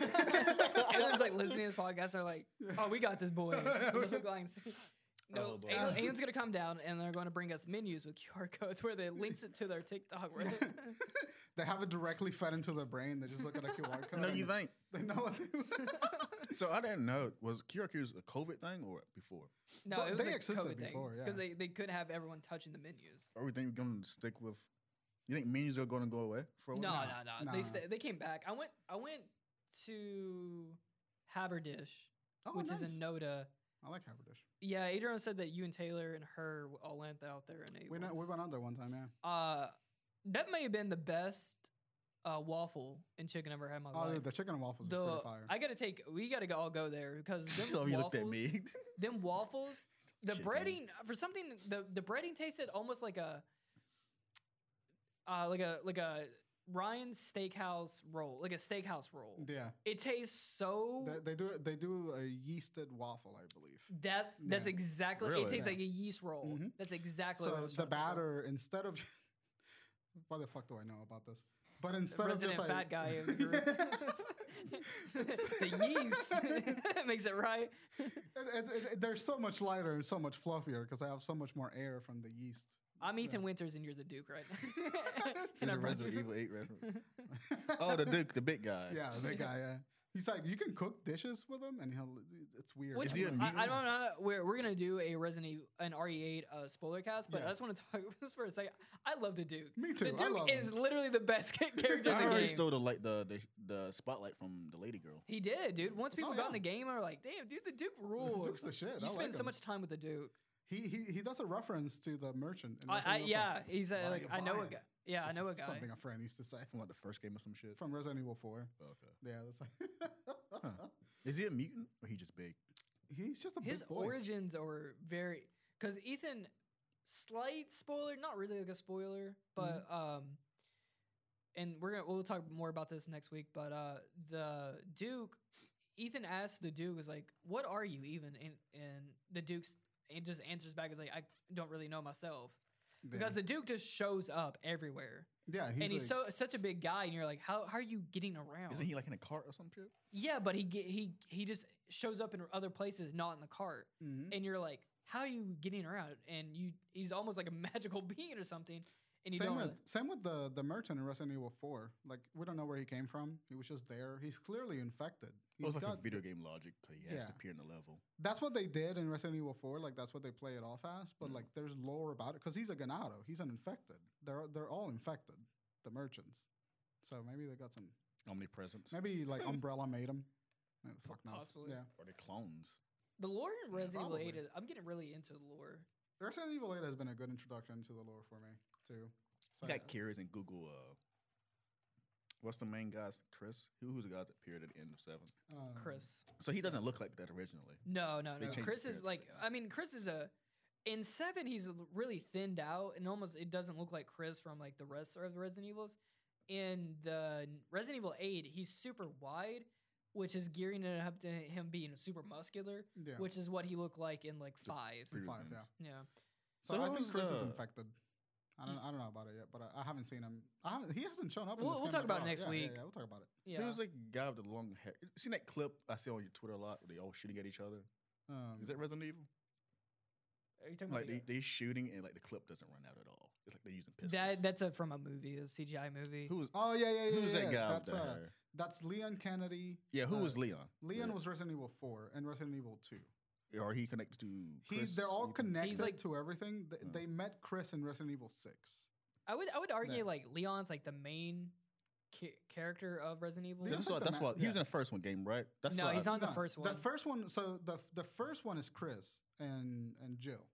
[SPEAKER 2] Aliens like listening to this podcast are like, oh, we got this boy. We look like-
[SPEAKER 1] Oh,
[SPEAKER 2] No,
[SPEAKER 1] boy.
[SPEAKER 2] alien- aliens gonna come down and they're gonna bring us menus with QR codes where they links it to their TikTok. Where
[SPEAKER 3] They have it directly fed into their brain. They just look at a QR code.
[SPEAKER 1] no,
[SPEAKER 3] and
[SPEAKER 1] you think.
[SPEAKER 3] They know what they
[SPEAKER 1] So I didn't know. Was QRQs a COVID thing or before?
[SPEAKER 2] no,
[SPEAKER 3] Well,
[SPEAKER 2] it was
[SPEAKER 3] they
[SPEAKER 2] a
[SPEAKER 3] existed
[SPEAKER 2] COVID
[SPEAKER 3] before, yeah.
[SPEAKER 2] because they they could have everyone touching the menus.
[SPEAKER 1] Are we think going to stick with? You think menus are going to go away for a
[SPEAKER 2] No,
[SPEAKER 1] while?
[SPEAKER 2] no,
[SPEAKER 3] Nah,
[SPEAKER 2] no.
[SPEAKER 3] nah.
[SPEAKER 2] They sta they came back. I went I went to Haberdish,
[SPEAKER 3] Oh,
[SPEAKER 2] which
[SPEAKER 3] nice.
[SPEAKER 2] is in Noda.
[SPEAKER 3] I like Haberdish.
[SPEAKER 2] Yeah, Adrian said that you and Taylor and her w- all went out there and ate.
[SPEAKER 3] We, know,
[SPEAKER 2] once.
[SPEAKER 3] we went out there one time, yeah.
[SPEAKER 2] uh, that may have been the best uh, waffle and chicken I've ever had in my
[SPEAKER 3] Oh,
[SPEAKER 2] life.
[SPEAKER 3] dude, the chicken and waffles is
[SPEAKER 2] The-
[SPEAKER 3] pretty fire.
[SPEAKER 2] I gotta take. We gotta go, all go there because them
[SPEAKER 1] So you
[SPEAKER 2] waffles.
[SPEAKER 1] looked at me.
[SPEAKER 2] Them waffles. The
[SPEAKER 1] Chicken.
[SPEAKER 2] breading for something. The the breading tasted almost like a. Uh, like a like a Ryan's steakhouse roll, like a steakhouse roll.
[SPEAKER 3] yeah,
[SPEAKER 2] It tastes so
[SPEAKER 3] they, they do it- they do a yeasted waffle, I believe.
[SPEAKER 2] that that's
[SPEAKER 3] Yeah.
[SPEAKER 2] exactly
[SPEAKER 1] Really?
[SPEAKER 2] it tastes
[SPEAKER 3] Yeah.
[SPEAKER 2] like a yeast roll.
[SPEAKER 3] Mhm.
[SPEAKER 2] That's exactly what I
[SPEAKER 3] So
[SPEAKER 2] was
[SPEAKER 3] the
[SPEAKER 2] trying to call.
[SPEAKER 3] batter instead of why the fuck do I know about this? But instead of
[SPEAKER 2] resident
[SPEAKER 3] just like
[SPEAKER 2] fat guy of the group. the yeast makes it right.
[SPEAKER 3] It, it, it- they're so much lighter and so much fluffier because I have so much more air from the yeast.
[SPEAKER 2] I'm Ethan Winters and you're the Duke right now.
[SPEAKER 1] It's
[SPEAKER 2] And
[SPEAKER 1] a
[SPEAKER 2] I'm
[SPEAKER 1] Resident
[SPEAKER 2] Roger-
[SPEAKER 1] Evil Eight reference. Oh, the Duke, the big guy.
[SPEAKER 3] yeah, that guy. Yeah, he's like you can cook dishes with him, and he'll. It's weird.
[SPEAKER 2] Which
[SPEAKER 1] Is he a
[SPEAKER 2] I, I
[SPEAKER 1] mutant?
[SPEAKER 2] don't know. We're, we're gonna do a Resident Evil, an RE8 uh, spoiler cast, but
[SPEAKER 3] Yeah.
[SPEAKER 2] I just want to talk about this for a second. I love the Duke.
[SPEAKER 3] Me too.
[SPEAKER 2] The
[SPEAKER 3] I love
[SPEAKER 2] Duke is
[SPEAKER 3] him.
[SPEAKER 2] literally the best ca- character
[SPEAKER 1] I
[SPEAKER 2] in the
[SPEAKER 1] already
[SPEAKER 2] game.
[SPEAKER 1] stole the like the, the the spotlight from the lady girl.
[SPEAKER 2] he did, dude. Once people got in
[SPEAKER 3] Oh, yeah.
[SPEAKER 2] the game, are like, damn, dude, the Duke rules.
[SPEAKER 3] Duke's the shit. I
[SPEAKER 2] You spend
[SPEAKER 3] like
[SPEAKER 2] so
[SPEAKER 3] him.
[SPEAKER 2] much time with the Duke.
[SPEAKER 3] He, he he does a reference to the merchant. in
[SPEAKER 2] I, I,
[SPEAKER 3] Resident Evil
[SPEAKER 2] yeah,
[SPEAKER 3] four.
[SPEAKER 2] he's
[SPEAKER 3] Why
[SPEAKER 2] a,
[SPEAKER 3] are
[SPEAKER 2] like,
[SPEAKER 3] you
[SPEAKER 2] I know a
[SPEAKER 3] buying
[SPEAKER 2] guy.
[SPEAKER 3] it?
[SPEAKER 2] Yeah, I
[SPEAKER 3] Just
[SPEAKER 2] know a guy.
[SPEAKER 3] Something a friend used to say
[SPEAKER 1] From like the first game or some shit.
[SPEAKER 3] from Resident Evil Four.
[SPEAKER 1] Oh, Okay.
[SPEAKER 3] Yeah, that's like
[SPEAKER 1] Huh. Is he a mutant or he just big?
[SPEAKER 3] he's just a
[SPEAKER 2] his
[SPEAKER 3] big boy.
[SPEAKER 2] origins are very because Ethan, slight spoiler, not really like a spoiler, but
[SPEAKER 3] Mm-hmm.
[SPEAKER 2] um, and we're gonna we'll talk more about this next week. But uh, the Duke, Ethan asked the Duke was like, "What are you even?" And and the Duke's and just answers back is like, "I don't really know myself."
[SPEAKER 3] Yeah.
[SPEAKER 2] Because the Duke just shows up everywhere,
[SPEAKER 3] yeah, he's
[SPEAKER 2] and he's
[SPEAKER 3] like-
[SPEAKER 2] so such a big guy, and you're like, "How how are you getting around?"
[SPEAKER 1] Isn't he like in a cart or some shit?
[SPEAKER 2] yeah, but he ge- he he just shows up in other places, not in the cart
[SPEAKER 3] Mhm.
[SPEAKER 2] and you're like, how are you getting around? And you, he's almost like a magical being or something, and you
[SPEAKER 3] Same
[SPEAKER 2] don't.
[SPEAKER 3] with,
[SPEAKER 2] really-
[SPEAKER 3] same with the, the merchant in Resident Evil 4. Like, we don't know where he came from. He was just there. He's clearly infected.
[SPEAKER 1] It was
[SPEAKER 3] He's
[SPEAKER 1] like a
[SPEAKER 3] got-
[SPEAKER 1] video game logic 'cause he has to
[SPEAKER 3] Yeah.
[SPEAKER 1] appear in the level.
[SPEAKER 3] That's what they did in Resident Evil 4. Like, that's what they play it off as. But,
[SPEAKER 1] Mm.
[SPEAKER 3] like, there's lore about it because he's a Ganado. He's an infected. They're, they're all infected, the merchants. So maybe they got some.
[SPEAKER 1] Omnipresence.
[SPEAKER 3] Maybe, like, Umbrella made him. Uh, fuck knows.
[SPEAKER 2] Possibly.
[SPEAKER 3] Yeah.
[SPEAKER 1] Or they clones.
[SPEAKER 2] The lore in
[SPEAKER 3] Yeah,
[SPEAKER 2] Resident Evil Eight,
[SPEAKER 3] probably.
[SPEAKER 2] is, I'm getting really into the lore.
[SPEAKER 3] Resident Evil 8 has been a good introduction to the lore for me, too. So,
[SPEAKER 1] I got curious and Google. Uh, what's the main guy's Chris? Who, who's the guy that appeared at the end of seven?
[SPEAKER 3] um,
[SPEAKER 2] Chris,
[SPEAKER 1] So he doesn't look like that originally.
[SPEAKER 2] no, no,
[SPEAKER 1] They
[SPEAKER 2] no.
[SPEAKER 1] changed his
[SPEAKER 2] Chris is
[SPEAKER 1] character,
[SPEAKER 2] like,
[SPEAKER 1] yeah.
[SPEAKER 2] I mean, Chris is a. In seven, he's l- really thinned out, and almost it doesn't look like Chris from like the rest of the Resident Evils. In the Resident Evil Eight, he's super wide, which is gearing it up to him being super muscular,
[SPEAKER 3] Yeah.
[SPEAKER 2] which is what he looked like in like five.
[SPEAKER 1] Previous
[SPEAKER 3] Five,
[SPEAKER 1] names.
[SPEAKER 3] yeah.
[SPEAKER 2] Yeah.
[SPEAKER 3] So,
[SPEAKER 1] So uh,
[SPEAKER 3] I think
[SPEAKER 1] who's
[SPEAKER 3] Chris is
[SPEAKER 1] the-
[SPEAKER 3] infected. I don't, I don't know about it yet, but I, I haven't seen him. I haven't, he hasn't shown up. in
[SPEAKER 2] We'll-
[SPEAKER 3] this
[SPEAKER 2] we'll talk
[SPEAKER 3] game at
[SPEAKER 2] about it
[SPEAKER 3] all.
[SPEAKER 2] next
[SPEAKER 3] Yeah, yeah,
[SPEAKER 2] week.
[SPEAKER 3] Yeah, we'll talk about it.
[SPEAKER 2] Yeah.
[SPEAKER 1] Who was the guy with the long hair? Seen that clip I see on your Twitter a lot? Where they all shooting at each other.
[SPEAKER 3] Um,
[SPEAKER 1] Is that Resident Evil?
[SPEAKER 2] Are you
[SPEAKER 3] Oh,
[SPEAKER 2] talking
[SPEAKER 1] Like
[SPEAKER 2] about
[SPEAKER 1] they,
[SPEAKER 2] the-
[SPEAKER 1] they shooting and like the clip doesn't run out at all. It's like they're using pistols.
[SPEAKER 2] that? That's a, from a movie, a CGI movie.
[SPEAKER 1] who was
[SPEAKER 3] oh yeah, yeah, yeah.
[SPEAKER 1] who was
[SPEAKER 3] yeah,
[SPEAKER 1] that
[SPEAKER 3] yeah.
[SPEAKER 1] guy? with
[SPEAKER 3] That's
[SPEAKER 1] the
[SPEAKER 3] uh,
[SPEAKER 1] hair?
[SPEAKER 3] that's Leon Kennedy.
[SPEAKER 1] Yeah, who
[SPEAKER 3] uh,
[SPEAKER 1] was Leon?
[SPEAKER 3] Leon
[SPEAKER 1] Yeah.
[SPEAKER 3] was Resident Evil Four and Resident Evil Two.
[SPEAKER 1] Or he connected to
[SPEAKER 3] He,
[SPEAKER 1] Chris?
[SPEAKER 3] they're all
[SPEAKER 1] you think?
[SPEAKER 3] connected
[SPEAKER 2] like-
[SPEAKER 3] to everything. Th-
[SPEAKER 1] Yeah.
[SPEAKER 3] They met Chris in Resident Evil Six.
[SPEAKER 2] I would I would argue
[SPEAKER 3] Yeah.
[SPEAKER 2] like Leon's like the main ca- character of Resident Evil.
[SPEAKER 3] Leon's
[SPEAKER 1] That's why.
[SPEAKER 3] like the
[SPEAKER 1] That's
[SPEAKER 3] ma-
[SPEAKER 1] why he was
[SPEAKER 3] yeah.
[SPEAKER 1] in the first one game, right? That's
[SPEAKER 2] No,
[SPEAKER 1] why
[SPEAKER 2] he's
[SPEAKER 1] I-
[SPEAKER 2] on the first
[SPEAKER 3] The
[SPEAKER 2] one.
[SPEAKER 3] first one. So the the first one is Chris and and Jill.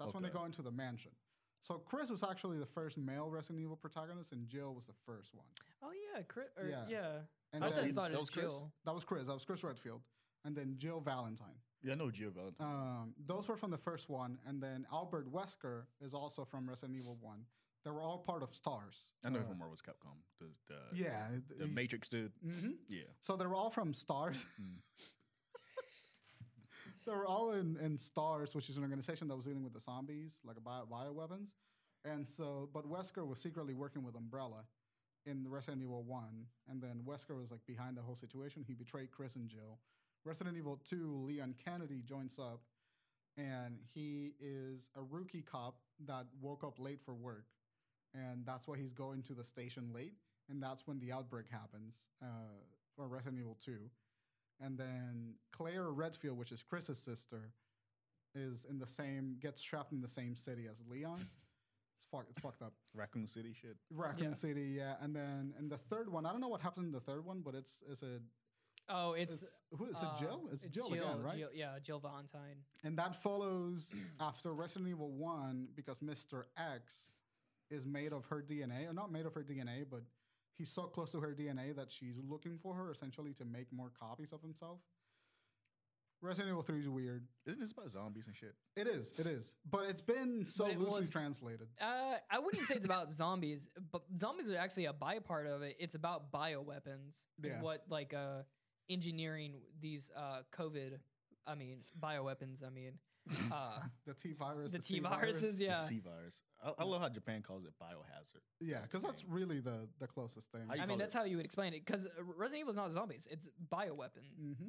[SPEAKER 3] That's when they
[SPEAKER 1] Okay.
[SPEAKER 3] go into the mansion. So Chris was actually the first male Resident Evil protagonist, and Jill was the first one.
[SPEAKER 2] oh yeah, Chris, or, yeah.
[SPEAKER 3] Yeah. And
[SPEAKER 1] That
[SPEAKER 2] I
[SPEAKER 1] was-
[SPEAKER 2] also
[SPEAKER 3] then-
[SPEAKER 2] thought
[SPEAKER 1] that
[SPEAKER 2] it was
[SPEAKER 1] was Chris?
[SPEAKER 2] Jill.
[SPEAKER 3] That was Chris. That was Chris Redfield. And then Jill Valentine.
[SPEAKER 1] Yeah, I know Gio Valentine.
[SPEAKER 3] Um, those were from the first one. And then Albert Wesker is also from Resident Evil 1. They were all part of STARS.
[SPEAKER 1] I know
[SPEAKER 3] Uh,
[SPEAKER 1] him from Marvel's Capcom. The, the
[SPEAKER 3] Yeah.
[SPEAKER 1] the Matrix dude.
[SPEAKER 3] hmm
[SPEAKER 1] Yeah,
[SPEAKER 3] So they were all from STARS.
[SPEAKER 1] Mm.
[SPEAKER 3] they were all in, in STARS, which is an organization that was dealing with the zombies, like bio, bioweapons. And so, but Wesker was secretly working with Umbrella in Resident Evil 1. And then Wesker was like behind the whole situation. He betrayed Chris and Jill. Resident Evil 2, Leon Kennedy joins up. And he is a rookie cop that woke up late for work. And that's why he's going to the station late. And that's when the outbreak happens uh, for Resident Evil 2. And then Claire Redfield, which is Chris's sister, is in the same, gets trapped in the same city as Leon. It's, fuck, it's fucked up.
[SPEAKER 1] Raccoon City shit.
[SPEAKER 3] Raccoon
[SPEAKER 2] Yeah.
[SPEAKER 3] City, yeah. And then in the third one, I don't know what happened in the third one, but it's it's a
[SPEAKER 2] Oh,
[SPEAKER 3] it's,
[SPEAKER 2] it's.
[SPEAKER 3] who is
[SPEAKER 2] uh,
[SPEAKER 3] it Jill? It's Jill, again, right?
[SPEAKER 2] Jill- yeah, Jill Valentine.
[SPEAKER 3] And that follows after Resident Evil One because Mr. X is made of her DNA, or not made of her DNA, but he's so close to her DNA that she's looking for her essentially to make more copies of himself. Resident Evil Three is weird.
[SPEAKER 1] Isn't this about zombies and shit?
[SPEAKER 3] It is, it is, but it's been so
[SPEAKER 2] But it- well,
[SPEAKER 3] loosely
[SPEAKER 2] it's-
[SPEAKER 3] translated.
[SPEAKER 2] Uh, I wouldn't even say it's about zombies, but zombies are actually a bypart of it. It's about bioweapons. and
[SPEAKER 3] Yeah.
[SPEAKER 2] What like uh engineering these uh COVID I mean bioweapons, I mean uh
[SPEAKER 3] The T virus,
[SPEAKER 2] the T
[SPEAKER 3] C virus.
[SPEAKER 2] viruses,
[SPEAKER 1] The
[SPEAKER 2] yeah.
[SPEAKER 1] sea virus. I, I love how Japan calls it biohazard.
[SPEAKER 3] yeah,
[SPEAKER 1] That's the
[SPEAKER 3] because that's
[SPEAKER 1] name.
[SPEAKER 3] really the the closest thing.
[SPEAKER 1] How you
[SPEAKER 2] I
[SPEAKER 1] call
[SPEAKER 2] mean that's
[SPEAKER 1] it?
[SPEAKER 2] how you would explain it cuz Resident Evil is not zombies, it's bioweapon.
[SPEAKER 3] mm-hmm.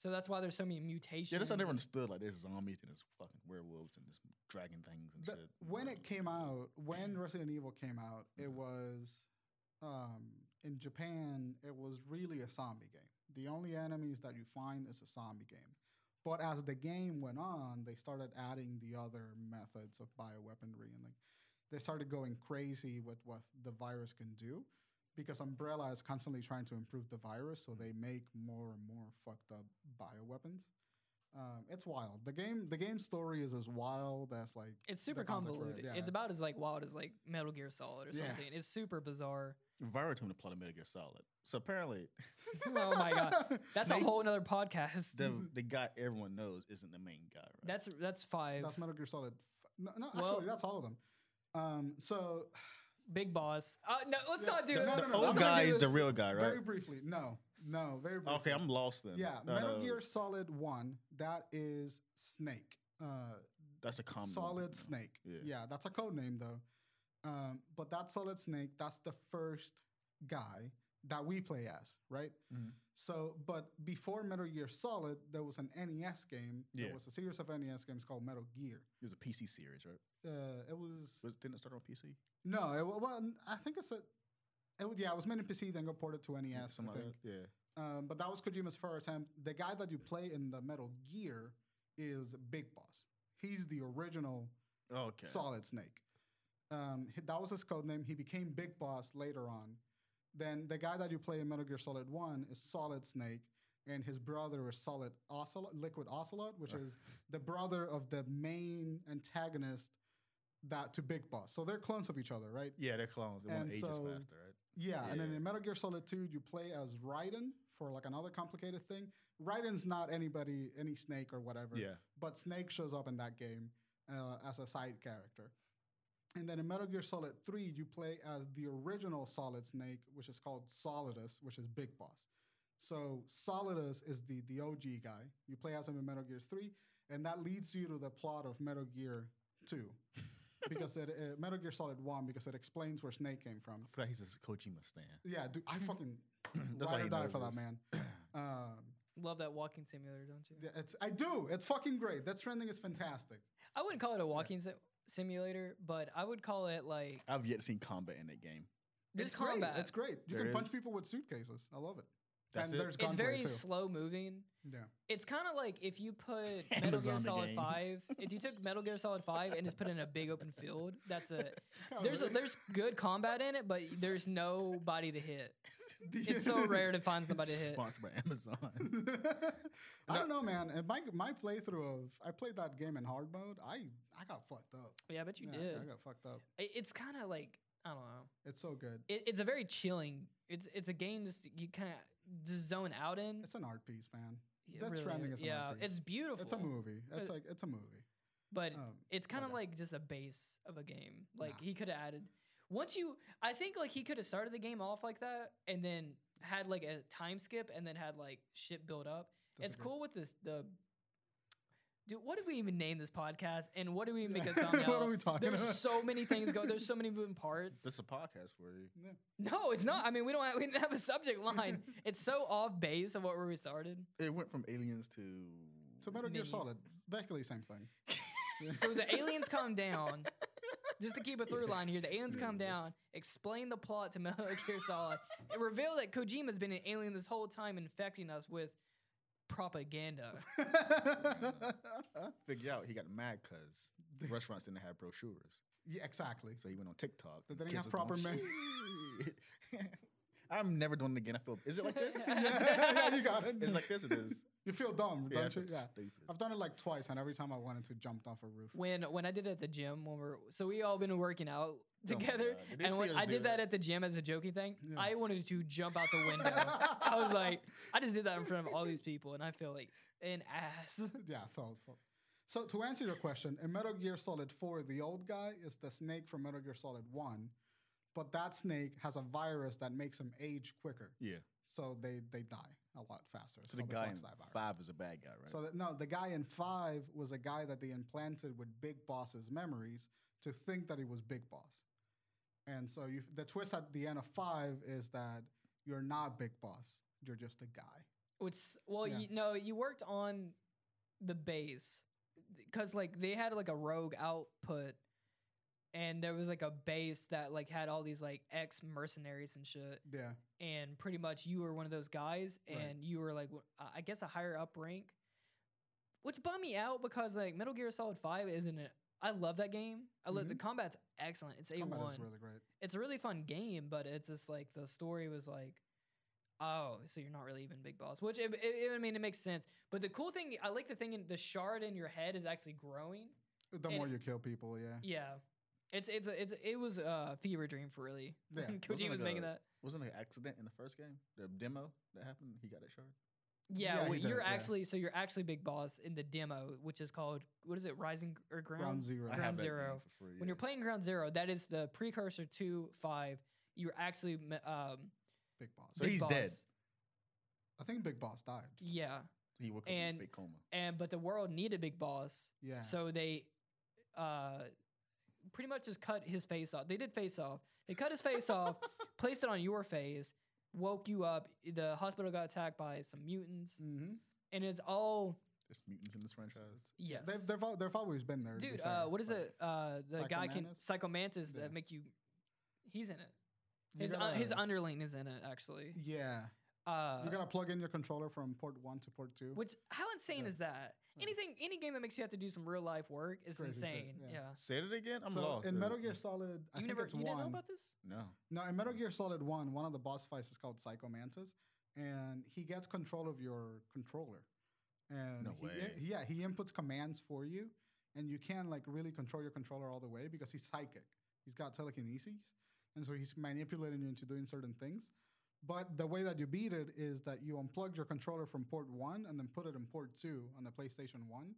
[SPEAKER 2] So that's why there's so many mutations.
[SPEAKER 1] Yeah, that's how I never
[SPEAKER 2] and-
[SPEAKER 1] understood. Like, there's zombies and there's fucking werewolves and there's dragon things and
[SPEAKER 3] The-
[SPEAKER 1] shit.
[SPEAKER 3] when it came out, when Resident Evil came out,
[SPEAKER 1] Mhm.
[SPEAKER 3] it was um, in Japan. It was really a zombie game. The only enemies that you find is a zombie game. But as the game went on, they started adding the other methods of bioweaponry and like they started going crazy with what the virus can do because Umbrella is constantly trying to improve the virus, so
[SPEAKER 1] Mm-hmm.
[SPEAKER 3] they make more and more fucked up bioweapons. Um, it's wild. The game the game story is as wild as like
[SPEAKER 2] it's super
[SPEAKER 3] context for it,
[SPEAKER 2] convoluted.
[SPEAKER 3] yeah,
[SPEAKER 2] it's
[SPEAKER 3] it's-
[SPEAKER 2] about as like wild as like Metal Gear Solid or
[SPEAKER 3] Yeah.
[SPEAKER 2] something. It's super bizarre.
[SPEAKER 1] Virotum the plot of Metal Gear Solid. So apparently,
[SPEAKER 2] oh my god. That's
[SPEAKER 1] Snake-
[SPEAKER 2] a whole nother podcast.
[SPEAKER 1] the
[SPEAKER 3] Mm-hmm.
[SPEAKER 1] the guy everyone knows isn't the main guy, right?
[SPEAKER 2] that's that's 5.
[SPEAKER 3] That's Metal Gear Solid. f- No, no
[SPEAKER 2] Well-
[SPEAKER 3] actually, that's all of them. Um, so
[SPEAKER 2] Big Boss. Uh, no, let's
[SPEAKER 3] Yeah,
[SPEAKER 2] not do
[SPEAKER 1] the,
[SPEAKER 2] it.
[SPEAKER 3] no,
[SPEAKER 1] the
[SPEAKER 3] no, no,
[SPEAKER 1] old
[SPEAKER 3] let's not
[SPEAKER 1] guy
[SPEAKER 3] do
[SPEAKER 1] is the
[SPEAKER 3] this.
[SPEAKER 1] real guy, right?
[SPEAKER 3] very briefly, no, no, very briefly.
[SPEAKER 1] Okay, I'm Uh, lost then.
[SPEAKER 3] yeah,
[SPEAKER 1] No,
[SPEAKER 3] Metal
[SPEAKER 1] no,
[SPEAKER 3] Gear Solid One. That is Snake. Uh,
[SPEAKER 1] That's a common one,
[SPEAKER 3] Solid
[SPEAKER 1] no.
[SPEAKER 3] Snake.
[SPEAKER 1] Yeah.
[SPEAKER 3] Yeah. that's a code name though. Um, but that Solid Snake, that's the first guy that we play as, right?
[SPEAKER 1] Mhm.
[SPEAKER 3] So, but before Metal Gear Solid, there was an NES game.
[SPEAKER 1] Yeah.
[SPEAKER 3] There was a series of NES games called Metal Gear.
[SPEAKER 1] It was a PC series, right?
[SPEAKER 3] Uh, it was
[SPEAKER 1] Was didn't it start on PC?
[SPEAKER 3] no, it, wa- well, I think it's a. It, was- yeah, it was made in PC, then got ported to NES.
[SPEAKER 1] Yeah,
[SPEAKER 3] I
[SPEAKER 1] something
[SPEAKER 3] think.
[SPEAKER 1] like that. Yeah.
[SPEAKER 3] Um, but that was Kojima's first attempt. The guy that you play in the Metal Gear is Big Boss. He's the original
[SPEAKER 1] Oh, Okay.
[SPEAKER 3] Solid Snake. Um, he- that was his code name. He became Big Boss later on. Then the guy that you play in Metal Gear Solid One is Solid Snake, and his brother is Solid Ocelot, Liquid Ocelot, which
[SPEAKER 1] Uh.
[SPEAKER 3] is the brother of the main antagonist that to Big Boss. So they're clones of each other, right?
[SPEAKER 1] yeah, they're clones. They
[SPEAKER 3] And
[SPEAKER 1] want ages
[SPEAKER 3] so-
[SPEAKER 1] faster, right?
[SPEAKER 3] Yeah, and then
[SPEAKER 1] Yeah.
[SPEAKER 3] in Metal Gear Solid 2, you play as Raiden for like another complicated thing. Raiden's not anybody, any snake or whatever,
[SPEAKER 1] Yeah.
[SPEAKER 3] but Snake shows up in that game uh, as a side character. And then in Metal Gear Solid 3, you play as the original Solid Snake, which is called Solidus, which is Big Boss. So Solidus is the, the OG guy. You play as him in Metal Gear 3, and that leads you to the plot of Metal Gear 2. because it, uh, Metal Gear Solid 1, because it explains where Snake came from.
[SPEAKER 1] I forgot he's a Kojima stan.
[SPEAKER 3] Yeah, dude, I fucking
[SPEAKER 1] That's
[SPEAKER 3] ride
[SPEAKER 1] why
[SPEAKER 3] or
[SPEAKER 1] he
[SPEAKER 3] die
[SPEAKER 1] knows
[SPEAKER 3] for that
[SPEAKER 1] this.
[SPEAKER 3] man. Um,
[SPEAKER 2] Love that walking simulator, don't you?
[SPEAKER 3] yeah, it's I do. It's fucking great. That's trending is fantastic.
[SPEAKER 2] I wouldn't call it a walking si- simulator, but I would call it like
[SPEAKER 1] I've yet seen combat in that game.
[SPEAKER 2] there's
[SPEAKER 3] it's
[SPEAKER 2] combat.
[SPEAKER 3] Great. It's great. You
[SPEAKER 1] There
[SPEAKER 3] can punch
[SPEAKER 1] is.
[SPEAKER 3] people with suitcases. I love it.
[SPEAKER 1] That's
[SPEAKER 3] and
[SPEAKER 1] it.
[SPEAKER 3] there's
[SPEAKER 1] It's
[SPEAKER 2] It's
[SPEAKER 3] gunplay
[SPEAKER 2] very
[SPEAKER 3] too.
[SPEAKER 2] slow moving.
[SPEAKER 3] yeah.
[SPEAKER 2] It's kind of like if you put
[SPEAKER 1] And
[SPEAKER 2] Metal
[SPEAKER 1] the
[SPEAKER 2] Gear
[SPEAKER 1] zombie
[SPEAKER 2] Solid
[SPEAKER 1] game.
[SPEAKER 2] Five. If you took Metal Gear Solid Five and just put it in a big open field, that's a there's a,
[SPEAKER 3] Kinda
[SPEAKER 2] there's good combat in it, but there's nobody to hit.
[SPEAKER 3] weird.
[SPEAKER 2] It's so rare to find somebody to hit.
[SPEAKER 1] sponsored by Amazon.
[SPEAKER 3] I don't know, man. And my my playthrough of I played that game in hard mode. I I got fucked up.
[SPEAKER 2] Yeah, I bet you
[SPEAKER 3] Yeah,
[SPEAKER 2] did.
[SPEAKER 3] I got fucked up.
[SPEAKER 2] I- It's kind of like I don't know.
[SPEAKER 3] It's so good.
[SPEAKER 2] It, it's a very chilling. It's it's a game just you kind of just zone out in.
[SPEAKER 3] It's an art piece, man.
[SPEAKER 2] It
[SPEAKER 3] Death Stranding is an
[SPEAKER 2] yeah,
[SPEAKER 3] art piece.
[SPEAKER 2] it's beautiful.
[SPEAKER 3] It's a movie. It's
[SPEAKER 2] Uh,
[SPEAKER 3] like it's a movie.
[SPEAKER 2] but
[SPEAKER 3] Um,
[SPEAKER 2] it's kind of
[SPEAKER 3] okay.
[SPEAKER 2] like just a base of a game. Like
[SPEAKER 3] Nah.
[SPEAKER 2] he could have added once you. I think like he could have started the game off like that and then had like a time skip and then had like shit build up. it's
[SPEAKER 3] disagree.
[SPEAKER 2] cool with this the Dude, what did we even name this podcast? And what do we make a thumbnail?
[SPEAKER 3] what are we talking
[SPEAKER 2] There's
[SPEAKER 3] about?
[SPEAKER 2] so many things going. There's so many moving parts.
[SPEAKER 1] This is a podcast for you.
[SPEAKER 2] no, it's not. I mean, we don't. Have, we didn't have a subject line. it's so off base of what where we started.
[SPEAKER 1] It went from aliens to.
[SPEAKER 3] So Metal Gear
[SPEAKER 2] Mini.
[SPEAKER 3] Solid, basically same thing.
[SPEAKER 2] So the aliens come down. Just to keep a through
[SPEAKER 1] Yeah.
[SPEAKER 2] line here, the aliens
[SPEAKER 1] Yeah,
[SPEAKER 2] come
[SPEAKER 1] yeah.
[SPEAKER 2] down, explain the plot to Metal Gear Solid, and reveal that Kojima's been an alien this whole time, infecting us with propaganda.
[SPEAKER 1] Figure out he got mad because the restaurants didn't have brochures,
[SPEAKER 3] yeah, exactly.
[SPEAKER 1] so he went on TikTok.
[SPEAKER 3] They
[SPEAKER 1] and
[SPEAKER 3] didn't
[SPEAKER 1] kids
[SPEAKER 3] have
[SPEAKER 1] was doing
[SPEAKER 3] proper
[SPEAKER 1] shit. I'm never doing it again. I feel. Is it like this?
[SPEAKER 3] yeah, yeah, you got it.
[SPEAKER 1] It's like this. It is.
[SPEAKER 3] you feel dumb,
[SPEAKER 1] Yeah, I
[SPEAKER 3] don't you?
[SPEAKER 1] feel
[SPEAKER 3] Yeah.
[SPEAKER 1] stupid.
[SPEAKER 3] I've done it like twice, and every time I wanted to, jumped off a roof.
[SPEAKER 2] When when I did it at the gym, when we're so we all been working out
[SPEAKER 1] Oh my
[SPEAKER 2] together,
[SPEAKER 1] God. Did they
[SPEAKER 2] and
[SPEAKER 1] see
[SPEAKER 2] when
[SPEAKER 1] us
[SPEAKER 2] I
[SPEAKER 1] do
[SPEAKER 2] did that
[SPEAKER 1] that?
[SPEAKER 2] at the gym as a joking thing,
[SPEAKER 3] Yeah.
[SPEAKER 2] I wanted to jump out the window. I was like, I just did that in front of all these people, and I feel like an ass.
[SPEAKER 3] yeah, felt, felt. So to answer your question, in Metal Gear Solid 4, the old guy is the snake from Metal Gear Solid 1, but that snake has a virus that makes him age quicker.
[SPEAKER 1] Yeah.
[SPEAKER 3] So they, they die a lot faster. It's
[SPEAKER 1] So the
[SPEAKER 3] called
[SPEAKER 1] guy in
[SPEAKER 3] Fox-Dye virus.
[SPEAKER 1] five is a bad guy, right?
[SPEAKER 3] So that, no, the guy in five was a guy that they implanted with Big Boss's memories to think that he was Big Boss. And so you, the twist at the end of five is that you're not Big Boss. You're just a guy.
[SPEAKER 2] Which well,
[SPEAKER 3] Yeah.
[SPEAKER 2] you no, you worked on the base because like they had like a rogue output, and there was like a base that like had all these like ex mercenaries and shit,
[SPEAKER 3] Yeah.
[SPEAKER 2] and pretty much you were one of those guys,
[SPEAKER 3] Right.
[SPEAKER 2] and you were like w- I- I guess a higher up rank, which bummed me out because like Metal Gear Solid Five isn't it. I love that game. I love the combat's excellent. It's a
[SPEAKER 3] Mm-hmm. Combat
[SPEAKER 2] one.
[SPEAKER 3] is really great.
[SPEAKER 2] it's a really fun game, but it's just like the story was like, oh, so you're not really even big boss, which it, it, it- I mean, it makes sense. But the cool thing, I like the thing in the shard in your head is actually growing.
[SPEAKER 3] The
[SPEAKER 2] And-
[SPEAKER 3] more you kill people, yeah.
[SPEAKER 2] Yeah, it's it's a- it's it was a fever dream for really.
[SPEAKER 3] Yeah,
[SPEAKER 2] Koji
[SPEAKER 3] wasn't
[SPEAKER 2] was
[SPEAKER 1] like
[SPEAKER 2] making
[SPEAKER 1] a-
[SPEAKER 2] that.
[SPEAKER 1] Wasn't there an accident in the first game? The demo that happened, he got that shard.
[SPEAKER 2] Yeah,
[SPEAKER 3] Yeah,
[SPEAKER 2] well,
[SPEAKER 3] he did
[SPEAKER 2] you're
[SPEAKER 3] it, yeah.
[SPEAKER 2] actually so you're actually big boss in the demo, which is called what is it, Rising or Ground?
[SPEAKER 3] Round zero.
[SPEAKER 1] I
[SPEAKER 2] Ground
[SPEAKER 1] have that game
[SPEAKER 2] Zero.
[SPEAKER 1] for free.
[SPEAKER 2] When you're playing Ground Zero, that is the precursor to five. You're actually me- um,
[SPEAKER 3] Big Boss.
[SPEAKER 1] So
[SPEAKER 2] big
[SPEAKER 1] he's dead.
[SPEAKER 2] boss.
[SPEAKER 3] I think Big Boss died.
[SPEAKER 2] Yeah,
[SPEAKER 1] he woke up in
[SPEAKER 2] and-
[SPEAKER 1] a fake coma.
[SPEAKER 2] and but the world needed big boss.
[SPEAKER 3] Yeah.
[SPEAKER 2] So they uh, pretty much just cut his face off. They did face off. They cut his face off, placed it on your face, woke you up. The hospital got attacked by some mutants,
[SPEAKER 3] mm-hmm.
[SPEAKER 2] and it's all
[SPEAKER 1] There's mutants in this franchise.
[SPEAKER 2] yes.
[SPEAKER 3] they've, they've, al- they've always been there. to be
[SPEAKER 2] Dude,
[SPEAKER 3] fair,
[SPEAKER 2] uh, what is
[SPEAKER 3] but
[SPEAKER 2] it? Uh, the guy can Psychomantis
[SPEAKER 3] Yeah.
[SPEAKER 2] that make you. He's in it.
[SPEAKER 3] you
[SPEAKER 2] His un- his
[SPEAKER 3] gotta-
[SPEAKER 2] underling is in it actually.
[SPEAKER 3] Yeah.
[SPEAKER 2] Uh,
[SPEAKER 3] you got to plug in your controller from port one to port two.
[SPEAKER 2] which how insane
[SPEAKER 3] Yeah.
[SPEAKER 2] is that? Anything any game that makes you have to do some real life work is
[SPEAKER 3] crazy shit,
[SPEAKER 2] insane.
[SPEAKER 3] yeah.
[SPEAKER 2] Yeah.
[SPEAKER 1] Say it again. I'm
[SPEAKER 3] so
[SPEAKER 1] lost.
[SPEAKER 3] in
[SPEAKER 1] Uh,
[SPEAKER 3] Metal Gear Solid, I
[SPEAKER 2] You
[SPEAKER 3] think
[SPEAKER 2] never
[SPEAKER 3] it's
[SPEAKER 2] you
[SPEAKER 3] one.
[SPEAKER 2] didn't know about this?
[SPEAKER 1] No.
[SPEAKER 3] No, in Metal Gear Solid 1, one of the boss fights is called Psycho Mantis, and he gets control of your controller. And
[SPEAKER 1] No
[SPEAKER 3] he,
[SPEAKER 1] way.
[SPEAKER 3] yeah, he inputs commands for you, and you can like really control your controller all the way because he's psychic. He's got telekinesis, and so he's manipulating you into doing certain things. But the way that you beat it is that you unplug your controller from port one and then put it in port two on the PlayStation 1,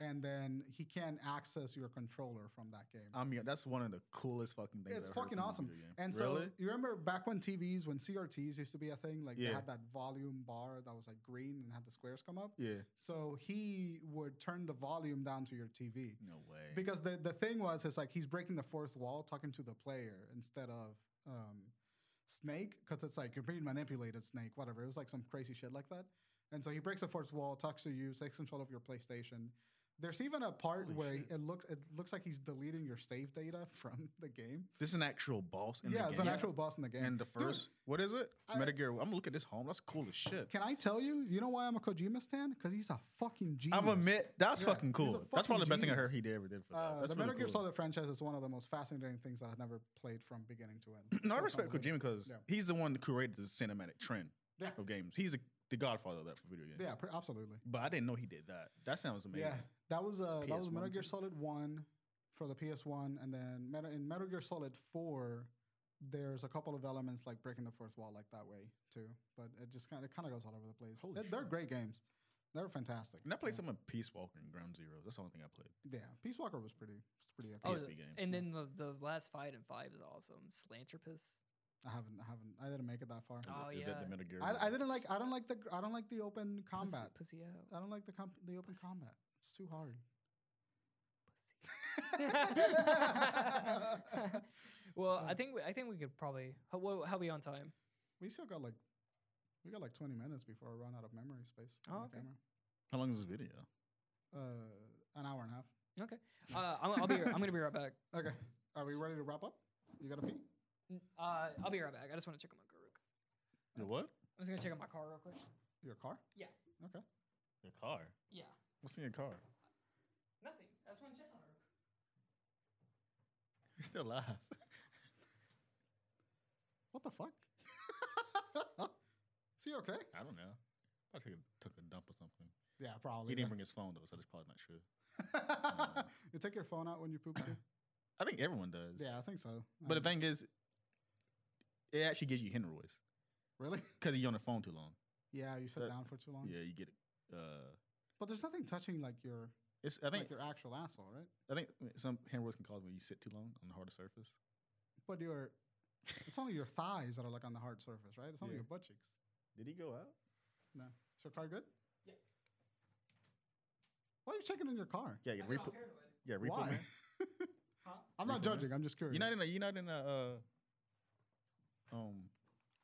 [SPEAKER 3] and then he can access your controller from that game.
[SPEAKER 1] I mean, that's one of the coolest fucking things.
[SPEAKER 3] It's
[SPEAKER 1] I've heard
[SPEAKER 3] fucking
[SPEAKER 1] from a
[SPEAKER 3] awesome.
[SPEAKER 1] video game.
[SPEAKER 3] And so
[SPEAKER 1] really?
[SPEAKER 3] you remember back when TVs, when CRTs used to be a thing, like they
[SPEAKER 1] Yeah.
[SPEAKER 3] had that volume bar that was like green and had the squares come up.
[SPEAKER 1] yeah.
[SPEAKER 3] So he would turn the volume down to your TV
[SPEAKER 1] No way.
[SPEAKER 3] because the the thing was it's like he's breaking the fourth wall, talking to the player instead of um, Snake because it's like you're being manipulated, Snake. Whatever. It was like some crazy shit like that. And so he breaks the fourth wall, talks to you, takes control of your PlayStation. There's even a part
[SPEAKER 1] Holy
[SPEAKER 3] where
[SPEAKER 1] shit.
[SPEAKER 3] it looks it looks like he's deleting your save data from the game
[SPEAKER 1] this is an actual boss. In
[SPEAKER 3] yeah,
[SPEAKER 1] the
[SPEAKER 3] it's
[SPEAKER 1] game.
[SPEAKER 3] an actual boss in the game.
[SPEAKER 1] And the
[SPEAKER 3] Dude,
[SPEAKER 1] first, what is it?
[SPEAKER 3] I-
[SPEAKER 1] Metal Gear. I'm looking at this home. That's cool as shit.
[SPEAKER 3] can I tell you? You know why I'm a Kojima stan? Because he's a fucking genius.
[SPEAKER 1] I've admit that's
[SPEAKER 3] Yeah,
[SPEAKER 1] fucking
[SPEAKER 3] he's a
[SPEAKER 1] cool. that's probably the
[SPEAKER 3] fucking
[SPEAKER 1] best thing I
[SPEAKER 3] genius.
[SPEAKER 1] heard he did ever did for that.
[SPEAKER 3] Uh, the
[SPEAKER 1] that's really
[SPEAKER 3] Metal Gear
[SPEAKER 1] cool.
[SPEAKER 3] Solid franchise is one of the most fascinating things that I've never played from beginning to end.
[SPEAKER 1] No, I
[SPEAKER 3] It's
[SPEAKER 1] respect
[SPEAKER 3] unbelievable.
[SPEAKER 1] Kojima because
[SPEAKER 3] Yeah.
[SPEAKER 1] he's the one that created the cinematic trend
[SPEAKER 3] Yeah.
[SPEAKER 1] of games. He's a, the godfather of that for video games.
[SPEAKER 3] Yeah, pr- absolutely.
[SPEAKER 1] But I didn't know he did that. That sounds amazing.
[SPEAKER 3] Yeah, that was uh, that was
[SPEAKER 1] PS1
[SPEAKER 3] Metal Gear
[SPEAKER 1] too.
[SPEAKER 3] Solid One for the PS One, and then Meta- in Metal Gear Solid Four, there's a couple of elements like breaking the fourth wall like that way too. But it just kind of it kind of goes all over the place.
[SPEAKER 1] Holy
[SPEAKER 3] They- they're
[SPEAKER 1] shit.
[SPEAKER 3] great games. They're fantastic.
[SPEAKER 1] And I played
[SPEAKER 3] Yeah.
[SPEAKER 1] some of Peace Walker and Ground Zero. That's the only thing I played.
[SPEAKER 3] Yeah, Peace Walker was pretty was pretty. epic.
[SPEAKER 2] Oh,
[SPEAKER 1] PSP game.
[SPEAKER 2] And then the, the last fight in five is awesome. Slantropus.
[SPEAKER 3] I haven't. I haven't. I didn't make it that far.
[SPEAKER 1] Is
[SPEAKER 2] Oh,
[SPEAKER 1] it- is that the
[SPEAKER 2] yeah.
[SPEAKER 1] Metal Gear?
[SPEAKER 3] I, I didn't like. I don't like the. gr- I don't like the open combat.
[SPEAKER 2] Pussy, pussy out.
[SPEAKER 3] I don't like the comp, the open combat. It's too hard.
[SPEAKER 2] well, I
[SPEAKER 3] Uh,
[SPEAKER 2] think we, I think we could probably. How, wha- how are we on time?
[SPEAKER 3] we still got like we got like 20 minutes before I run out of memory space.
[SPEAKER 2] Oh,
[SPEAKER 3] on the
[SPEAKER 2] okay.
[SPEAKER 3] camera.
[SPEAKER 1] How long is this video?
[SPEAKER 3] Uh, an hour and a half.
[SPEAKER 2] Uh, I'm, I'll be. I'm gonna be right back.
[SPEAKER 3] Okay. Are we ready to wrap up? You gotta pee.
[SPEAKER 2] N- Uh, I'll be right back. I just want to check on my car real quick.
[SPEAKER 1] Your what?
[SPEAKER 2] I'm just gonna check on my car real quick.
[SPEAKER 3] Your car?
[SPEAKER 1] Your car.
[SPEAKER 2] Yeah.
[SPEAKER 1] What's in your car?
[SPEAKER 2] Nothing. I just want to check on her.
[SPEAKER 1] You're still alive.
[SPEAKER 3] What the fuck? Is he okay?
[SPEAKER 1] I don't know. I took a, took a dump or something.
[SPEAKER 3] Yeah, probably.
[SPEAKER 1] He didn't bring his phone though, so that's probably not true.
[SPEAKER 3] yeah. you take your phone out when you poop too.
[SPEAKER 1] I think everyone does.
[SPEAKER 3] yeah, I think so.
[SPEAKER 1] But
[SPEAKER 3] Um,
[SPEAKER 1] the thing is, it actually gives you hemorrhoids
[SPEAKER 3] really?
[SPEAKER 1] because you're on the phone too long.
[SPEAKER 3] Yeah, you sit
[SPEAKER 1] That-
[SPEAKER 3] down for too long.
[SPEAKER 1] Yeah, you get. Uh,
[SPEAKER 3] But there's nothing touching like your
[SPEAKER 1] it's. I think.
[SPEAKER 3] like your actual asshole, right?
[SPEAKER 1] I think some hemorrhoids can cause when you sit too long on the harder surface.
[SPEAKER 3] But your it's only your thighs that are like on the hard surface, right? It's only
[SPEAKER 1] Yeah.
[SPEAKER 3] your butt cheeks.
[SPEAKER 1] Did he go out?
[SPEAKER 3] No. Is your car good?
[SPEAKER 2] Yeah.
[SPEAKER 3] Why are you checking in your car?
[SPEAKER 1] Yeah,
[SPEAKER 2] I
[SPEAKER 1] yeah,
[SPEAKER 2] know, I'm
[SPEAKER 1] repo.
[SPEAKER 2] paranoid.
[SPEAKER 1] Yeah, repo.
[SPEAKER 3] Why?
[SPEAKER 1] Man.
[SPEAKER 2] Huh?
[SPEAKER 3] I'm not
[SPEAKER 1] Repo man.
[SPEAKER 3] judging. I'm just curious.
[SPEAKER 1] You're not in a. You're not in a. Uh, um.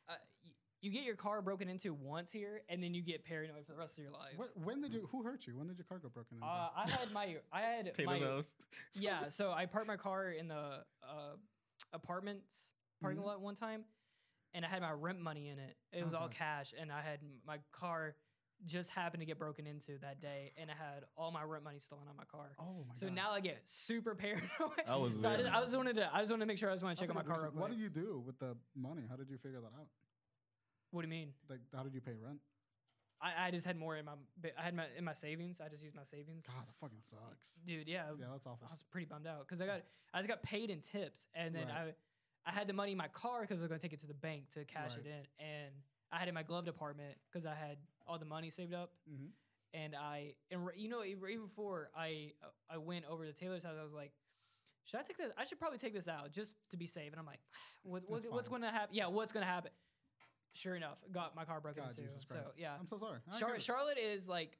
[SPEAKER 2] Uh, y- you get your car broken into once here, and then you get paranoid for the rest of your life.
[SPEAKER 3] Wh- when did you? Who hurt you? When did your car go broken into?
[SPEAKER 2] Uh, I had my. I had
[SPEAKER 1] Taylor's
[SPEAKER 2] my.
[SPEAKER 1] house.
[SPEAKER 2] yeah, so I parked my car in the uh, apartments parking
[SPEAKER 3] Mhm.
[SPEAKER 2] lot one time, and I had my rent money in it. It was all
[SPEAKER 3] Okay.
[SPEAKER 2] cash, and I had m- my car just happened to get broken into that day, and I had all my rent money stolen on my car.
[SPEAKER 3] oh my
[SPEAKER 2] so
[SPEAKER 3] god.
[SPEAKER 2] now I get super paranoid.
[SPEAKER 1] I was
[SPEAKER 2] so I,
[SPEAKER 1] there,
[SPEAKER 2] just, I
[SPEAKER 1] man.
[SPEAKER 2] just wanted to. I just wanted to make sure I was going to
[SPEAKER 3] That's
[SPEAKER 2] check
[SPEAKER 3] a
[SPEAKER 2] on my
[SPEAKER 3] good
[SPEAKER 2] car.
[SPEAKER 3] reason.
[SPEAKER 2] Real quick.
[SPEAKER 3] What did you do with the money? How did you figure that out?
[SPEAKER 2] What do you mean?
[SPEAKER 3] Like, how did you pay rent?
[SPEAKER 2] I, I just had more in my. bi- I had my in my savings. I just used my savings.
[SPEAKER 3] God, that fucking sucks.
[SPEAKER 2] Dude, yeah,
[SPEAKER 3] Yeah, that's awful.
[SPEAKER 2] Um, I was pretty bummed out because I got I just got paid in tips, and then
[SPEAKER 3] Right.
[SPEAKER 2] I I had the money in my car because I was gonna take it to the bank to cash
[SPEAKER 3] Right.
[SPEAKER 2] it in, and I had it in my glove department because I had all the money saved up,
[SPEAKER 3] Mhm.
[SPEAKER 2] and I and r- you know e- even before I I went over to Taylor's house, I was like. Should I take this? I should probably take this out just to be safe. And I'm like, what, what,
[SPEAKER 3] That's
[SPEAKER 2] what's
[SPEAKER 3] fine.
[SPEAKER 2] going to happen? Yeah, what's going to happen? Sure enough, got my car broken
[SPEAKER 3] God,
[SPEAKER 2] into.
[SPEAKER 3] Jesus
[SPEAKER 2] So
[SPEAKER 3] Christ.
[SPEAKER 2] yeah,
[SPEAKER 3] I'm so sorry. I
[SPEAKER 2] Char-
[SPEAKER 3] get it.
[SPEAKER 2] Charlotte is like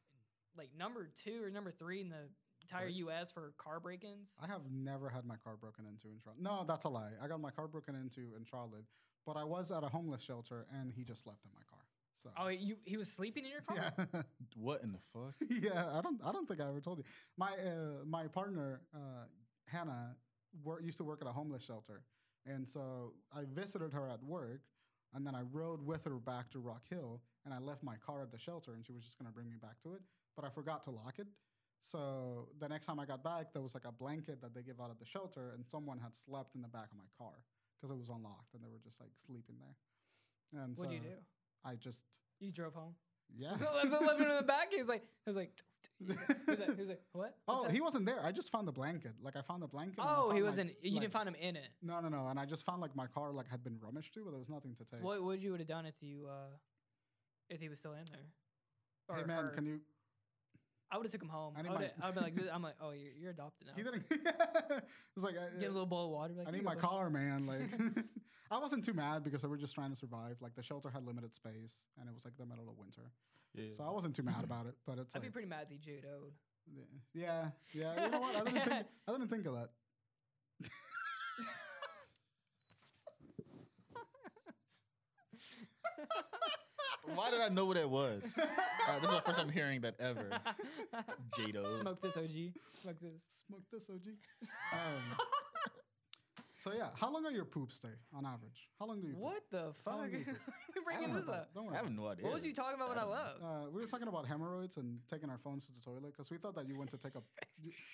[SPEAKER 2] like number two or number three in the entire
[SPEAKER 1] Breaks?
[SPEAKER 2] U.S. for car break-ins.
[SPEAKER 3] I have never had my car broken into in Charlotte. No, that's a lie. I got my car broken into in Charlotte, but I was at a homeless shelter and he just slept in my car. So
[SPEAKER 2] Oh, you he was sleeping in your car.
[SPEAKER 3] yeah.
[SPEAKER 1] What in the fuck?
[SPEAKER 3] yeah, I don't I don't think I ever told you. My uh, my partner uh, Hannah wor- used to work at a homeless shelter, and so I visited her at work, and then I rode with her back to Rock Hill, and I left my car at the shelter, and she was just gonna bring me back to it, but I forgot to lock it. So the next time I got back, there was like a blanket that they give out at the shelter, and someone had slept in the back of my car because it was unlocked, and they were just like sleeping there. And
[SPEAKER 2] What
[SPEAKER 3] so
[SPEAKER 2] would you do?
[SPEAKER 3] I just
[SPEAKER 2] You drove home.
[SPEAKER 3] yeah.
[SPEAKER 2] So I so left him in the back. He was like, he was like, he was like, he was like, he was like, what? What's
[SPEAKER 3] Oh,
[SPEAKER 2] that?"
[SPEAKER 3] he wasn't there. I just found the blanket. Like I found the blanket. and I
[SPEAKER 2] Oh, he
[SPEAKER 3] found,
[SPEAKER 2] was
[SPEAKER 3] like-
[SPEAKER 2] in. You
[SPEAKER 3] like-
[SPEAKER 2] didn't find him in it.
[SPEAKER 3] No, no, no. And I just found like my car like had been rummaged through, but there was nothing to take.
[SPEAKER 2] What would you would have done if you uh if he was still in there?
[SPEAKER 3] Hey
[SPEAKER 2] Or
[SPEAKER 3] man,
[SPEAKER 2] her?
[SPEAKER 3] can you?
[SPEAKER 2] I would have took him home.
[SPEAKER 3] I
[SPEAKER 2] I
[SPEAKER 3] need
[SPEAKER 2] would
[SPEAKER 3] my-
[SPEAKER 2] have been like, this- I'm like, oh, you're, you're adopted now.
[SPEAKER 3] He
[SPEAKER 2] So
[SPEAKER 3] didn't. it's like
[SPEAKER 2] Give him a
[SPEAKER 3] I,
[SPEAKER 2] little bowl of water. be like,
[SPEAKER 3] I
[SPEAKER 2] "Here you
[SPEAKER 3] need my
[SPEAKER 2] go, bud."
[SPEAKER 3] car, man. Like I wasn't too mad because they were just trying to survive. Like the shelter had limited space, and it was like the middle of winter,
[SPEAKER 1] Yeah.
[SPEAKER 3] so I wasn't too mad about it. But it's
[SPEAKER 2] I'd be
[SPEAKER 3] like,
[SPEAKER 2] pretty mad if he judoed.
[SPEAKER 3] yeah, yeah. You know what? I didn't think. I didn't think of that.
[SPEAKER 1] Why did I know what that was? Uh, this is my first time hearing that ever. Jado.
[SPEAKER 2] Smoke this, OG. Smoke this.
[SPEAKER 3] Smoke this, OG. Um, so yeah, how long are your poops stay on average? How long do you? poop?
[SPEAKER 2] What the fuck? Why
[SPEAKER 3] How long
[SPEAKER 2] are
[SPEAKER 3] do you
[SPEAKER 2] you
[SPEAKER 3] poop? I
[SPEAKER 2] bringing
[SPEAKER 3] don't know
[SPEAKER 2] this
[SPEAKER 3] about
[SPEAKER 2] up?
[SPEAKER 3] it. Don't worry
[SPEAKER 1] I
[SPEAKER 3] about it.
[SPEAKER 1] have no idea.
[SPEAKER 2] What was you talking about when I
[SPEAKER 1] don't know.
[SPEAKER 2] left?
[SPEAKER 3] Uh, we were talking about hemorrhoids and taking our phones to the toilet because we thought that you went to take a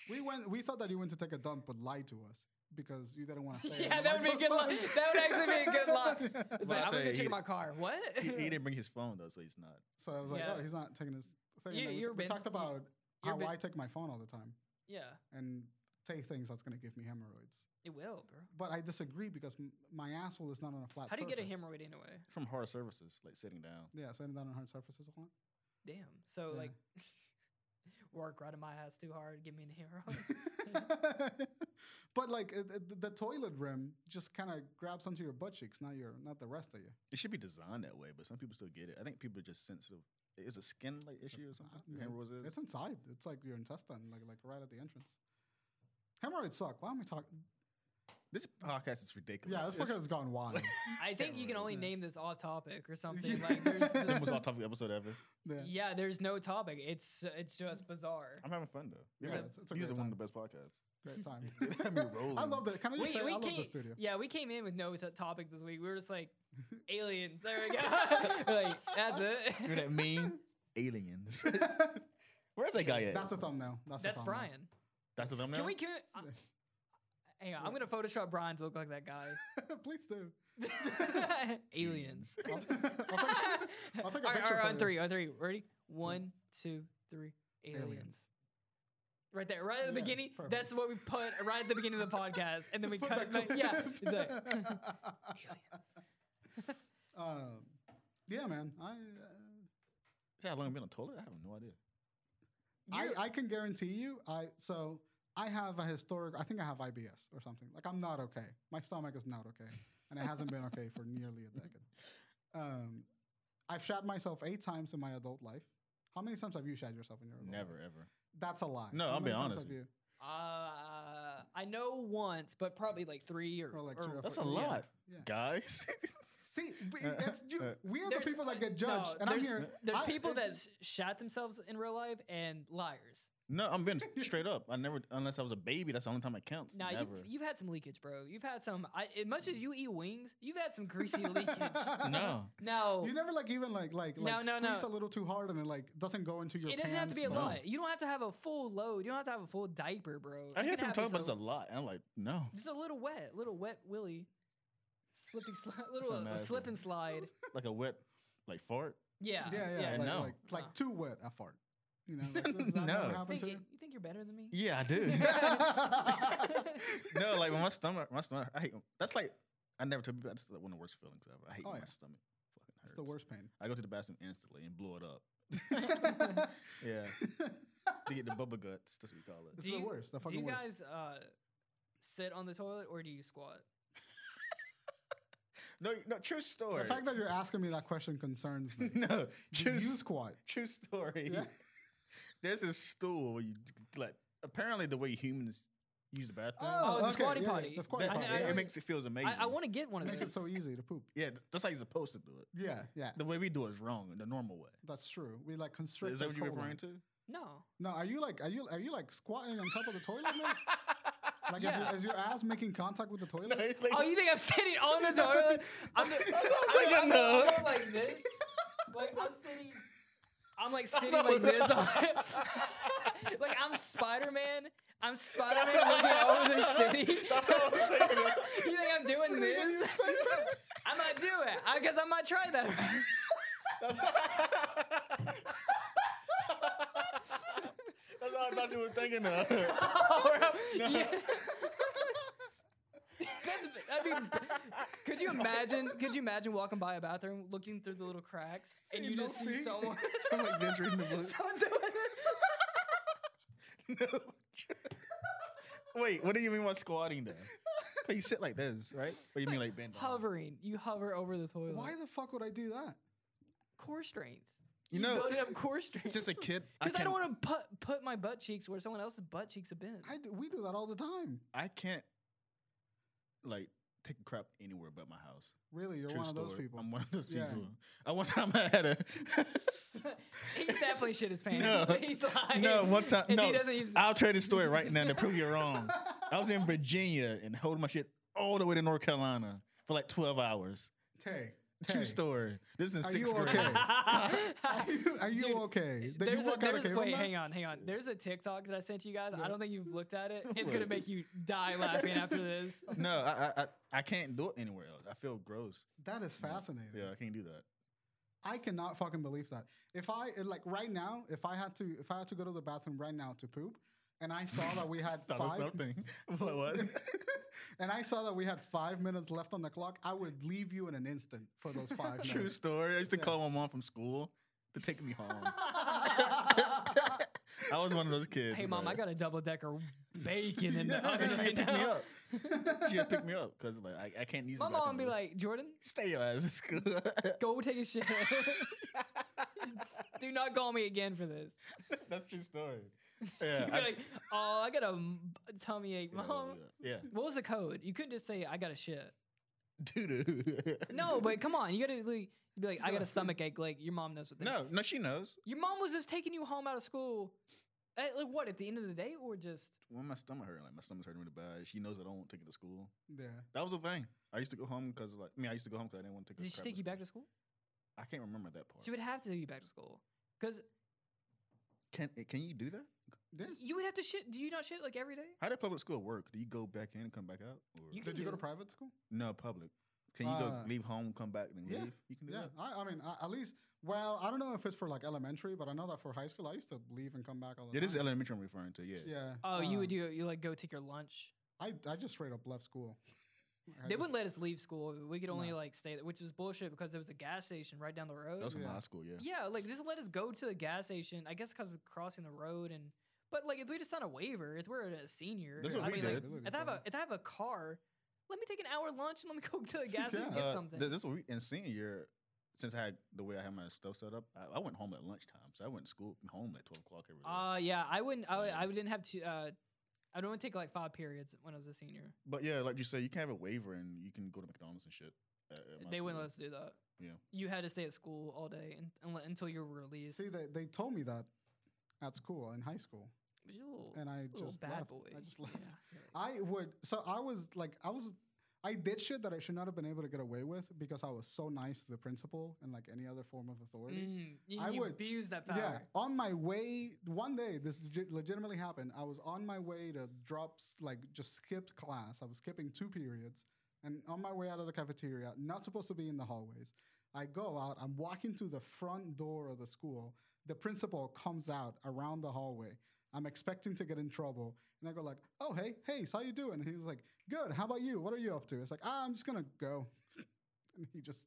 [SPEAKER 3] we went we thought that you went to take a dump but lied to us because you didn't want to say. it
[SPEAKER 2] Yeah,
[SPEAKER 3] on the
[SPEAKER 2] that would be a good lie.
[SPEAKER 3] microphone.
[SPEAKER 2] That would actually be a good lie. It's
[SPEAKER 1] Well, I'd
[SPEAKER 2] like, I'm gonna
[SPEAKER 1] say
[SPEAKER 2] go check
[SPEAKER 1] he-
[SPEAKER 2] my car. What?
[SPEAKER 1] He, he didn't bring his phone though, so he's not.
[SPEAKER 3] so I was like,
[SPEAKER 2] Yeah.
[SPEAKER 3] oh, he's not taking his thing. And
[SPEAKER 2] You-
[SPEAKER 3] then we,
[SPEAKER 2] you're
[SPEAKER 3] we
[SPEAKER 2] bits-
[SPEAKER 3] talked
[SPEAKER 2] you-
[SPEAKER 3] about
[SPEAKER 2] you're
[SPEAKER 3] how
[SPEAKER 2] bit-
[SPEAKER 3] I take my phone all the time
[SPEAKER 2] yeah,
[SPEAKER 3] and say things that's going to give me hemorrhoids.
[SPEAKER 2] it will, bro.
[SPEAKER 3] But I disagree because m- my asshole is not on a flat.
[SPEAKER 2] How do you get a
[SPEAKER 3] surface.
[SPEAKER 2] hemorrhoid anyway?
[SPEAKER 1] From hard services, like sitting down.
[SPEAKER 3] Yeah, sitting down on hard surfaces a lot.
[SPEAKER 2] Damn. So
[SPEAKER 3] Yeah.
[SPEAKER 2] like, work right in my ass too hard, give me a hemorrhoid.
[SPEAKER 3] but like it, it- the toilet rim just kind of grabs onto your butt cheeks, not your, not the rest of you.
[SPEAKER 1] It should be designed that way, but some people still get it. I think people are just sensitive is a skin like issue or something?
[SPEAKER 3] yeah.
[SPEAKER 1] Hemorrhoids is?
[SPEAKER 3] It's inside. It's like your intestine, like like right at the entrance. Hemorrhoids suck. Why am I talking?
[SPEAKER 1] This podcast is ridiculous.
[SPEAKER 3] Yeah, this
[SPEAKER 1] It's-
[SPEAKER 3] fucker has gone wild.
[SPEAKER 2] I think you can only
[SPEAKER 3] Yeah.
[SPEAKER 2] name this off topic or something. Like there's,
[SPEAKER 1] It's the
[SPEAKER 2] there's
[SPEAKER 1] most off topic episode ever.
[SPEAKER 3] yeah.
[SPEAKER 2] yeah, there's no topic. It's it's just bizarre.
[SPEAKER 1] I'm having fun though.
[SPEAKER 3] Yeah,
[SPEAKER 1] You're-
[SPEAKER 3] it's- it's a
[SPEAKER 1] These are
[SPEAKER 3] great
[SPEAKER 1] one of the best podcasts.
[SPEAKER 3] Great time.
[SPEAKER 1] I mean, rolling.
[SPEAKER 3] I love that. Can I just
[SPEAKER 2] We-
[SPEAKER 3] say
[SPEAKER 2] we
[SPEAKER 3] I love the
[SPEAKER 2] can't-
[SPEAKER 3] studio?
[SPEAKER 2] Yeah, we came in with no t- topic this week. We were just like aliens. There we go. like that's
[SPEAKER 1] You know
[SPEAKER 2] it.
[SPEAKER 1] that meme? Aliens. Where's that guy at?
[SPEAKER 3] That's the thumbnail. That's, the
[SPEAKER 2] That's
[SPEAKER 3] thumbnail.
[SPEAKER 2] Brian.
[SPEAKER 1] That's the thumbnail.
[SPEAKER 2] Can we? Can we- I- hang on, I'm gonna Photoshop Brian to look like that guy.
[SPEAKER 3] Please do.
[SPEAKER 2] aliens.
[SPEAKER 3] I'll, t- I'll take, I'll take a
[SPEAKER 2] All right,
[SPEAKER 3] picture.
[SPEAKER 2] all right,
[SPEAKER 3] for
[SPEAKER 2] on
[SPEAKER 3] you.
[SPEAKER 2] three, on three. Ready? One, two, three. Aliens.
[SPEAKER 3] Aliens.
[SPEAKER 2] Right there, right at the
[SPEAKER 3] Yeah,
[SPEAKER 2] beginning.
[SPEAKER 3] perfect.
[SPEAKER 2] That's what we put right at the beginning of the podcast, and then
[SPEAKER 3] Just
[SPEAKER 2] we
[SPEAKER 3] put
[SPEAKER 2] cut it
[SPEAKER 3] that
[SPEAKER 2] back. Yeah,
[SPEAKER 3] clip.
[SPEAKER 2] it's like,
[SPEAKER 3] um, yeah, man. I,
[SPEAKER 1] Is that how long I've been on the toilet? I have no idea.
[SPEAKER 3] uh,
[SPEAKER 2] You're-
[SPEAKER 3] I I can guarantee you. I so I have a historic. I think I have IBS or something. Like I'm not okay. My stomach is not okay, and it hasn't been okay for nearly a decade. Um, I've shot myself eight times in my adult life. How many times have you shot yourself in your adult life?
[SPEAKER 1] Never ever.
[SPEAKER 3] That's a lie.
[SPEAKER 1] No,
[SPEAKER 3] How
[SPEAKER 1] I'll be
[SPEAKER 3] many times
[SPEAKER 1] honest
[SPEAKER 3] have
[SPEAKER 1] with
[SPEAKER 3] you?
[SPEAKER 2] uh, I know once, but probably like three or,
[SPEAKER 3] Or like
[SPEAKER 2] or-
[SPEAKER 3] two or
[SPEAKER 1] That's
[SPEAKER 3] Yeah.
[SPEAKER 1] a lot,
[SPEAKER 3] Yeah.
[SPEAKER 1] guys.
[SPEAKER 3] See, we-
[SPEAKER 1] Uh,
[SPEAKER 3] that's you.
[SPEAKER 1] uh,
[SPEAKER 3] We're the
[SPEAKER 2] There's-
[SPEAKER 3] people that get
[SPEAKER 2] no,
[SPEAKER 3] judged, and I'm
[SPEAKER 2] there's-
[SPEAKER 3] here.
[SPEAKER 2] There's
[SPEAKER 3] I-
[SPEAKER 2] people
[SPEAKER 3] it-
[SPEAKER 2] that sh- shot themselves in real life and liars.
[SPEAKER 1] no, I'm being straight up. I never, unless I was a baby. That's the only time it counts.
[SPEAKER 2] Now
[SPEAKER 1] never.
[SPEAKER 2] you've you've had some leakage, bro. You've had some. I, as much
[SPEAKER 3] Mm.
[SPEAKER 2] as you eat wings, you've had some greasy leakage.
[SPEAKER 1] no,
[SPEAKER 2] Now
[SPEAKER 3] You never like even like like
[SPEAKER 2] No,
[SPEAKER 3] like
[SPEAKER 2] no, no.
[SPEAKER 3] squeeze a little too hard and it like doesn't go into your.
[SPEAKER 2] it doesn't have to be a
[SPEAKER 3] pants.
[SPEAKER 1] No.
[SPEAKER 2] lot. You don't have to have a full load. You don't have to have a full diaper, bro.
[SPEAKER 1] I
[SPEAKER 2] You
[SPEAKER 1] hear people
[SPEAKER 2] can have
[SPEAKER 1] talk
[SPEAKER 2] just
[SPEAKER 1] about this a lot. and I'm like, no.
[SPEAKER 2] Just a little wet, little wet willy, slipping, sli- little
[SPEAKER 1] not
[SPEAKER 2] uh,
[SPEAKER 1] nice,
[SPEAKER 2] slip
[SPEAKER 1] man.
[SPEAKER 2] and slide.
[SPEAKER 1] Like a wet, like fart.
[SPEAKER 2] Yeah,
[SPEAKER 3] Yeah, yeah,
[SPEAKER 1] Yeah,
[SPEAKER 3] like,
[SPEAKER 1] no.
[SPEAKER 3] like like
[SPEAKER 2] Uh.
[SPEAKER 3] too wet. I fart. You know, like, does that
[SPEAKER 1] No.
[SPEAKER 3] never happen
[SPEAKER 2] Think
[SPEAKER 3] to
[SPEAKER 2] you,
[SPEAKER 3] you?
[SPEAKER 2] you think you're better than me?
[SPEAKER 1] Yeah, I do. no, like when my stomach, my stomach. I hate. That's like I never told people. That's like one of the worst feelings ever. I hate
[SPEAKER 3] Oh,
[SPEAKER 1] when
[SPEAKER 3] yeah.
[SPEAKER 1] my stomach. Fucking hurts.
[SPEAKER 3] It's the worst pain.
[SPEAKER 1] I go to the bathroom instantly and blow it up. Yeah, to get the bubble guts. That's what we call it.
[SPEAKER 3] it's
[SPEAKER 2] Do
[SPEAKER 3] the
[SPEAKER 2] you-
[SPEAKER 3] worst. The
[SPEAKER 2] Do
[SPEAKER 3] fucking
[SPEAKER 2] you
[SPEAKER 3] worst.
[SPEAKER 2] guys uh, sit on the toilet or do you squat?
[SPEAKER 1] No, no, true story.
[SPEAKER 3] the fact that you're asking me that question concerns me.
[SPEAKER 1] no,
[SPEAKER 3] Do
[SPEAKER 1] true,
[SPEAKER 3] you
[SPEAKER 1] s-
[SPEAKER 3] squat.
[SPEAKER 1] true story.
[SPEAKER 3] Yeah.
[SPEAKER 1] There's a stool where you like. Apparently, the way humans use the bathroom,
[SPEAKER 2] Oh, the squatty
[SPEAKER 3] yeah, yeah,
[SPEAKER 2] potty.
[SPEAKER 3] The squatty
[SPEAKER 1] that-
[SPEAKER 2] I-
[SPEAKER 3] potty.
[SPEAKER 1] it,
[SPEAKER 2] I-
[SPEAKER 1] it
[SPEAKER 3] yeah.
[SPEAKER 1] makes it feels amazing.
[SPEAKER 2] I, I want to get one of
[SPEAKER 3] makes
[SPEAKER 2] those.
[SPEAKER 3] it so easy to poop.
[SPEAKER 1] Yeah, th- that's how you're supposed to do it.
[SPEAKER 3] Yeah, yeah,
[SPEAKER 1] The way we do it is wrong, the normal way.
[SPEAKER 3] that's true. We like constrict.
[SPEAKER 1] Is that
[SPEAKER 3] the
[SPEAKER 1] what you're referring
[SPEAKER 3] colon.
[SPEAKER 1] to?
[SPEAKER 2] No,
[SPEAKER 3] No, are you like are you are you like squatting on top of the toilet? Man? Like is,
[SPEAKER 2] Yeah.
[SPEAKER 3] your, is your ass making contact with the toilet?
[SPEAKER 1] No, it's like,
[SPEAKER 2] Oh, you think I'm standing on the toilet? I'm, just,
[SPEAKER 1] That's what I'm
[SPEAKER 2] I'm,
[SPEAKER 1] thinking
[SPEAKER 2] I'm, I'm,
[SPEAKER 1] of.
[SPEAKER 2] I'm like this. Like I'm sitting. I'm like sitting
[SPEAKER 1] what
[SPEAKER 2] like this. On,
[SPEAKER 1] I'm-
[SPEAKER 2] like I'm Spider Man. I'm Spider Man looking over the city.
[SPEAKER 1] That's what I was thinking of.
[SPEAKER 2] you think I'm doing
[SPEAKER 3] Reading
[SPEAKER 2] this?
[SPEAKER 3] newspaper?
[SPEAKER 2] I might do it. I guess I might try that.
[SPEAKER 1] That's, That's all I thought you were thinking of.
[SPEAKER 2] Yeah. That's, that'd be. Could you imagine? Could you imagine walking by a bathroom, looking through the little cracks, and
[SPEAKER 3] Seeing
[SPEAKER 2] you
[SPEAKER 3] no
[SPEAKER 2] just see
[SPEAKER 3] feet.
[SPEAKER 2] someone?
[SPEAKER 1] I'm like this reading the book.
[SPEAKER 2] someone doing-
[SPEAKER 1] No. Wait, what do you mean by squatting though? But you sit like this, right? Or you mean like bend? down?
[SPEAKER 2] hovering. You hover over the toilet.
[SPEAKER 3] Why the fuck would I do that?
[SPEAKER 2] core strength?
[SPEAKER 1] You know,
[SPEAKER 2] building up core strength.
[SPEAKER 1] Since a kid,
[SPEAKER 2] because I,
[SPEAKER 1] can't-
[SPEAKER 2] don't want to put put my butt cheeks where someone else's butt cheeks have been.
[SPEAKER 3] I do, we do that all the time.
[SPEAKER 1] I can't like take a crap anywhere but my house.
[SPEAKER 3] Really, you're
[SPEAKER 1] True
[SPEAKER 3] one of those
[SPEAKER 1] story.
[SPEAKER 3] people.
[SPEAKER 1] I'm one of those
[SPEAKER 3] Yeah.
[SPEAKER 1] people. I one time I had a
[SPEAKER 2] He's definitely shit his pants.
[SPEAKER 1] No.
[SPEAKER 2] He's lying.
[SPEAKER 1] no one time
[SPEAKER 2] If
[SPEAKER 1] no.
[SPEAKER 2] he doesn't use.
[SPEAKER 1] I'll tell you the story right now to prove you wrong. I was in Virginia and holding my shit all the way to North Carolina for like 12 hours.
[SPEAKER 3] Tay, Tay,
[SPEAKER 1] True story. This is in
[SPEAKER 3] Are
[SPEAKER 1] sixth
[SPEAKER 3] you
[SPEAKER 1] grade.
[SPEAKER 3] okay? Are you, are you
[SPEAKER 2] Dude,
[SPEAKER 3] okay? Did
[SPEAKER 2] there's
[SPEAKER 3] you
[SPEAKER 2] a,
[SPEAKER 3] walk out of
[SPEAKER 2] there's,
[SPEAKER 3] cable?
[SPEAKER 2] wait, hang on, hang on. There's a TikTok that I sent you guys. I don't think you've looked at it. It's gonna
[SPEAKER 1] What?
[SPEAKER 2] make you die laughing after this.
[SPEAKER 1] No, I, I I I can't do it anywhere else. I feel gross.
[SPEAKER 3] That is fascinating.
[SPEAKER 1] Yeah, I can't do that.
[SPEAKER 3] I cannot fucking believe that. If I like right now, if I had to, if I had to go to the bathroom right now to poop, and I saw that we had
[SPEAKER 1] Thought of
[SPEAKER 3] five,
[SPEAKER 1] something. what? what?
[SPEAKER 3] and I saw that we had five minutes left on the clock, I would leave you in an instant for those five
[SPEAKER 1] True
[SPEAKER 3] minutes.
[SPEAKER 1] story. I used to
[SPEAKER 3] Yeah.
[SPEAKER 1] call my mom from school to take me home. I was one of those kids.
[SPEAKER 2] Hey mom, I
[SPEAKER 1] bro.
[SPEAKER 2] got a double decker bacon in the
[SPEAKER 3] Yeah.
[SPEAKER 1] And
[SPEAKER 2] oven
[SPEAKER 1] she
[SPEAKER 2] right
[SPEAKER 1] picked me
[SPEAKER 2] now.
[SPEAKER 1] up. She'll pick me up because like I, I can't use.
[SPEAKER 2] My
[SPEAKER 1] the bathroom
[SPEAKER 2] mom would be
[SPEAKER 1] really.
[SPEAKER 2] like, Jordan,
[SPEAKER 1] "Stay your ass in school."
[SPEAKER 2] go take a shit. Do not call me again for this.
[SPEAKER 1] That's true story.
[SPEAKER 2] You'd
[SPEAKER 1] Yeah,
[SPEAKER 2] be
[SPEAKER 1] I-
[SPEAKER 2] like, oh, I got a m- tummy ache,
[SPEAKER 1] yeah,
[SPEAKER 2] mom.
[SPEAKER 1] Yeah,
[SPEAKER 2] What was the code? You couldn't just say I got a shit.
[SPEAKER 1] doo doo.
[SPEAKER 2] No, but come on, you gotta like, you'd be like, I got
[SPEAKER 3] No.
[SPEAKER 2] a stomach ache. Like your mom knows what. that is.
[SPEAKER 1] no, no, she knows.
[SPEAKER 2] your mom was just taking you home out of school. At, like what at the end of the day, or just
[SPEAKER 1] When my stomach hurt, like my stomach's hurting really bad. She knows I don't want to take it to school.
[SPEAKER 3] Yeah.
[SPEAKER 1] That was the thing. I used to go home because like, I mean, I used to go home because I didn't want to take.
[SPEAKER 2] did she take you back to school?
[SPEAKER 1] I can't remember that part.
[SPEAKER 2] She would have to take you back to school because
[SPEAKER 1] Can eh, can you do that?
[SPEAKER 3] Yeah.
[SPEAKER 2] you would have to shit. Do you not shit like every day?
[SPEAKER 1] How did public school work? Do you go back in and come back out? Or?
[SPEAKER 2] You
[SPEAKER 3] Did
[SPEAKER 2] can
[SPEAKER 3] you go
[SPEAKER 2] do
[SPEAKER 3] to
[SPEAKER 2] it.
[SPEAKER 3] private school?
[SPEAKER 1] no, public. Can you go
[SPEAKER 3] Uh,
[SPEAKER 1] leave home, come back, and
[SPEAKER 3] yeah,
[SPEAKER 1] leave? You can do
[SPEAKER 3] Yeah.
[SPEAKER 1] that.
[SPEAKER 3] I, I mean, I, at least, well, I don't know if it's for like elementary, but I know that for high school, I used to leave and come back all the
[SPEAKER 1] Yeah,
[SPEAKER 3] time.
[SPEAKER 1] this is elementary I'm referring to. Yeah.
[SPEAKER 3] Yeah.
[SPEAKER 2] Oh, you would
[SPEAKER 3] um,
[SPEAKER 2] do you like go take your lunch.
[SPEAKER 3] I, I just straight up left school. Like, I
[SPEAKER 2] They
[SPEAKER 3] just-
[SPEAKER 2] wouldn't let us leave school. We could only
[SPEAKER 3] No.
[SPEAKER 2] like stay there, which was bullshit because there was a gas station right down the road.
[SPEAKER 1] That was from
[SPEAKER 3] Yeah.
[SPEAKER 1] high school. Yeah.
[SPEAKER 2] Yeah, like just let us go to the gas station. I guess because we're crossing the road and. But like, if we just sign a waiver, if we're a senior,
[SPEAKER 1] That's what
[SPEAKER 2] I
[SPEAKER 1] we
[SPEAKER 2] mean, like,
[SPEAKER 1] did.
[SPEAKER 2] if I have a if I have a car, let me take an hour lunch and let me go to the gas station and
[SPEAKER 3] Yeah.
[SPEAKER 2] get
[SPEAKER 1] Uh,
[SPEAKER 2] something.
[SPEAKER 1] th- this was in senior year. Since I had the way I had my stuff set up, I, I went home at lunchtime. So I went to school home at twelve o'clock every day.
[SPEAKER 2] Uh yeah, I wouldn't. I,
[SPEAKER 1] Yeah.
[SPEAKER 2] I didn't have to. Uh, I'd only take like five periods when I was a senior.
[SPEAKER 1] but yeah, like you say, you can have a waiver and you can go to McDonald's and shit. at- at my
[SPEAKER 2] They wouldn't let us
[SPEAKER 1] school.
[SPEAKER 2] do that.
[SPEAKER 1] Yeah.
[SPEAKER 2] you had to stay at school all day and, and let- until you were released.
[SPEAKER 3] See, they, they told me that at school, in high school.
[SPEAKER 2] But you little,
[SPEAKER 3] And I
[SPEAKER 2] little
[SPEAKER 3] just
[SPEAKER 2] bad
[SPEAKER 3] left.
[SPEAKER 2] boy.
[SPEAKER 3] I just left.
[SPEAKER 2] Yeah, you're like-
[SPEAKER 3] I would. So I was like, I was, I did shit that I should not have been able to get away with because I was so nice to the principal and like any other form of authority.
[SPEAKER 2] Mm, you,
[SPEAKER 3] I
[SPEAKER 2] you
[SPEAKER 3] would-
[SPEAKER 2] abuse that power.
[SPEAKER 3] Yeah. On my way, one day this legi- legitimately happened. I was on my way to drop, s- like, just skipped class. I was skipping two periods, and on my way out of the cafeteria, not supposed to be in the hallways. I go out. I'm walking to the front door of the school. The principal comes out around the hallway. I'm expecting to get in trouble, and I go like, "Oh hey, hey, how you doing?" And he's like, "Good. How about you? What are you up to?" It's like, ah, "I'm just gonna go," and he just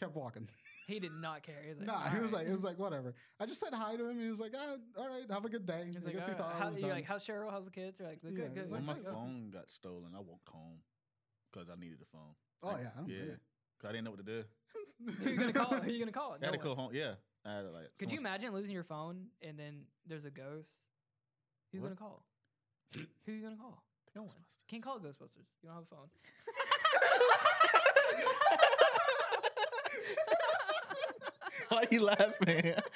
[SPEAKER 3] kept walking.
[SPEAKER 2] He did not care. He's like,
[SPEAKER 3] Nah, he was
[SPEAKER 2] "Alright."
[SPEAKER 3] like, it was like whatever. I just said hi to him. And he was like, ah, all right, have a good day.
[SPEAKER 2] He's
[SPEAKER 3] I
[SPEAKER 2] like,
[SPEAKER 3] guess he
[SPEAKER 2] "Alright,
[SPEAKER 3] thought I
[SPEAKER 2] how,
[SPEAKER 3] was
[SPEAKER 2] you're
[SPEAKER 3] done.
[SPEAKER 2] like, how's Cheryl? How's the kids? You're like, "They're
[SPEAKER 3] Yeah,
[SPEAKER 2] good, good.
[SPEAKER 3] it's
[SPEAKER 2] good."
[SPEAKER 1] When my
[SPEAKER 3] Like, uh,
[SPEAKER 1] phone got stolen, I walked home because I needed a phone.
[SPEAKER 3] oh
[SPEAKER 1] I-
[SPEAKER 3] yeah, I don't
[SPEAKER 1] yeah,
[SPEAKER 3] yeah.
[SPEAKER 1] because I didn't know what to do.
[SPEAKER 2] who you gonna call? Who you gonna call?
[SPEAKER 1] I had
[SPEAKER 2] No
[SPEAKER 1] to
[SPEAKER 2] one.
[SPEAKER 1] call home. Yeah, I had to, like.
[SPEAKER 2] Could you
[SPEAKER 1] someone-
[SPEAKER 2] imagine losing your phone and then there's a ghost? Who you
[SPEAKER 1] What?
[SPEAKER 2] gonna call? Who you gonna call? No one.
[SPEAKER 1] Ghostbusters.
[SPEAKER 2] Can't call Ghostbusters. You don't have a phone.
[SPEAKER 1] Why are you laughing?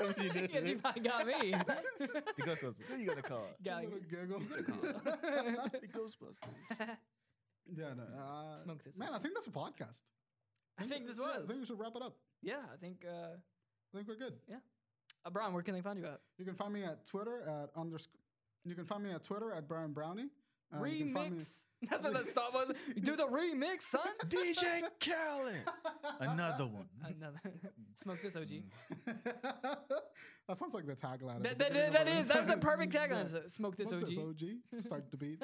[SPEAKER 1] you did
[SPEAKER 2] Because you
[SPEAKER 1] it.
[SPEAKER 2] probably got me.
[SPEAKER 1] the Ghostbusters. Who you gonna call?
[SPEAKER 2] got
[SPEAKER 3] A
[SPEAKER 2] you.
[SPEAKER 3] little giggle.
[SPEAKER 2] call.
[SPEAKER 1] The Ghostbusters.
[SPEAKER 3] yeah, no. Uh,
[SPEAKER 2] Smoke this
[SPEAKER 3] Man, I
[SPEAKER 2] one.
[SPEAKER 3] think that's a podcast.
[SPEAKER 2] I think this
[SPEAKER 3] Yeah, I
[SPEAKER 2] was.
[SPEAKER 3] think we should wrap it up.
[SPEAKER 2] Yeah, I think. Uh,
[SPEAKER 3] I think we're good.
[SPEAKER 2] uh, Brian, where can they find you at?
[SPEAKER 3] You can find me at Twitter at underscore. You can find me at Twitter at Brian Brownie. Uh, you can find me-
[SPEAKER 2] remix. That's what that stop was. Do the remix, son.
[SPEAKER 1] DJ Khaled. Another one.
[SPEAKER 2] Another. Smoke this,
[SPEAKER 1] Mm.
[SPEAKER 2] OG.
[SPEAKER 3] Mm, that sounds like the tagline. at the
[SPEAKER 2] That, that,
[SPEAKER 3] beginning of
[SPEAKER 2] that
[SPEAKER 3] every
[SPEAKER 2] is that's a
[SPEAKER 3] sentence.
[SPEAKER 2] perfect
[SPEAKER 3] Yeah.
[SPEAKER 2] tagline. So, Smoke this,
[SPEAKER 3] Smoke
[SPEAKER 2] OG.
[SPEAKER 3] this, OG. Start the beat.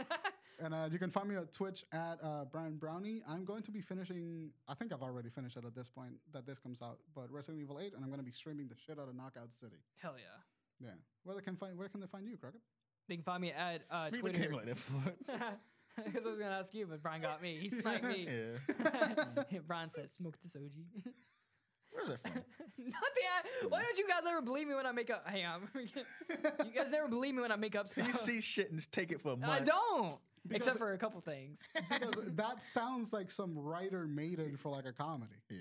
[SPEAKER 3] And uh, you can find me on Twitch at uh, Brian Brownie. I'm going to be finishing, I think I've already finished it at this point that this comes out, but Resident Evil 8, and I'm going to be streaming the shit out of Knockout City.
[SPEAKER 2] Hell yeah.
[SPEAKER 3] Yeah. Where they can find where can they find you, Crockett?
[SPEAKER 2] They can find me at uh,
[SPEAKER 1] We look
[SPEAKER 2] Twitter.
[SPEAKER 1] like that for it.
[SPEAKER 2] Because I was gonna ask you, but Brian got me. He sniped me.
[SPEAKER 1] Yeah.
[SPEAKER 2] Brian said, "Smoke this OG."
[SPEAKER 1] Where's that from?
[SPEAKER 2] Not the. Why don't you guys ever believe me when I make up? Hey, I'm. you guys never believe me when I make up stuff.
[SPEAKER 1] You see shit and take it for a month.
[SPEAKER 2] I don't,
[SPEAKER 3] Because-
[SPEAKER 2] except for a couple things.
[SPEAKER 3] Because that sounds like some writer made it for like a comedy.
[SPEAKER 1] Yeah.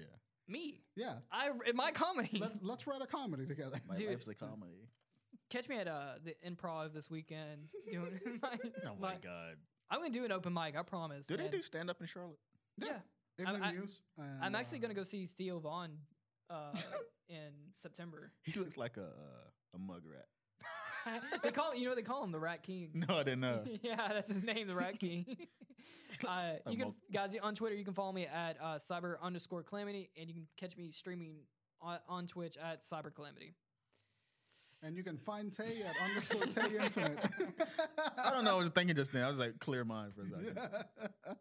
[SPEAKER 2] me,
[SPEAKER 3] Yeah.
[SPEAKER 2] I in my comedy.
[SPEAKER 3] Let's, let's write a comedy together.
[SPEAKER 1] My
[SPEAKER 2] Dude.
[SPEAKER 1] life's a comedy.
[SPEAKER 2] Catch me at uh, the improv this weekend doing my.
[SPEAKER 1] Oh my god.
[SPEAKER 2] I'm gonna do an open mic. I promise.
[SPEAKER 1] Do they
[SPEAKER 2] man.
[SPEAKER 1] do stand up in Charlotte?
[SPEAKER 2] Yeah,
[SPEAKER 3] Evening
[SPEAKER 2] I-
[SPEAKER 3] news. and,
[SPEAKER 2] I'm actually gonna
[SPEAKER 3] uh,
[SPEAKER 2] go see Theo Vaughn uh, in September.
[SPEAKER 1] He looks like a uh, a mug rat.
[SPEAKER 2] they call you know what they call him the Rat King.
[SPEAKER 1] No, I didn't know.
[SPEAKER 2] yeah, that's his name, the Rat King. uh, you can,
[SPEAKER 1] Mul-
[SPEAKER 2] guys, on Twitter, you can follow me at uh, cyber underscore calamity, and you can catch me streaming on, on Twitch at cyber calamity.
[SPEAKER 3] And you can find Tay at underscore Tay Infinite.
[SPEAKER 1] I don't know. I was thinking just then. I was like, clear mind for a second. Yeah.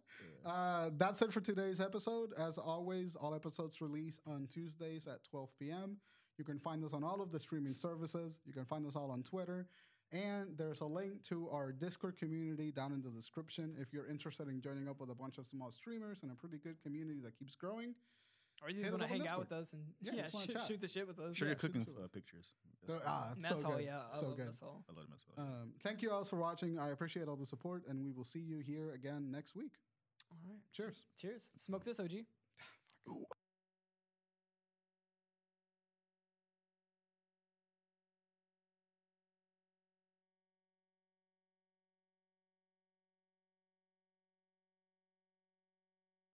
[SPEAKER 3] Uh, that's it for today's episode. As always, all episodes release on Tuesdays at 12 p.m. You can find us on all of the streaming services. You can find us all on Twitter. And there's a link to our Discord community down in the description if you're interested in joining up with a bunch of small streamers and a pretty good community that keeps growing.
[SPEAKER 2] Or you
[SPEAKER 3] Hit
[SPEAKER 2] just want
[SPEAKER 3] us
[SPEAKER 2] to
[SPEAKER 3] up on
[SPEAKER 2] hang out with us and
[SPEAKER 3] Yeah,
[SPEAKER 2] yeah,
[SPEAKER 3] just wanna
[SPEAKER 2] shoot-
[SPEAKER 3] chat.
[SPEAKER 2] shoot the shit with us.
[SPEAKER 1] Sure,
[SPEAKER 2] yeah.
[SPEAKER 1] your cooking
[SPEAKER 3] sure.
[SPEAKER 1] uh, pictures. That's
[SPEAKER 3] So,
[SPEAKER 1] fun.
[SPEAKER 3] ah, it's
[SPEAKER 2] Mess
[SPEAKER 3] so
[SPEAKER 2] hall,
[SPEAKER 3] good.
[SPEAKER 2] yeah, I
[SPEAKER 3] so
[SPEAKER 2] love
[SPEAKER 3] good.
[SPEAKER 2] mess hall.
[SPEAKER 1] I love them as well.
[SPEAKER 3] Um, thank you all for watching. I appreciate all the support, and we will see you here again next week.
[SPEAKER 2] All right,
[SPEAKER 3] Cheers.
[SPEAKER 2] cheers. Smoke this, OG.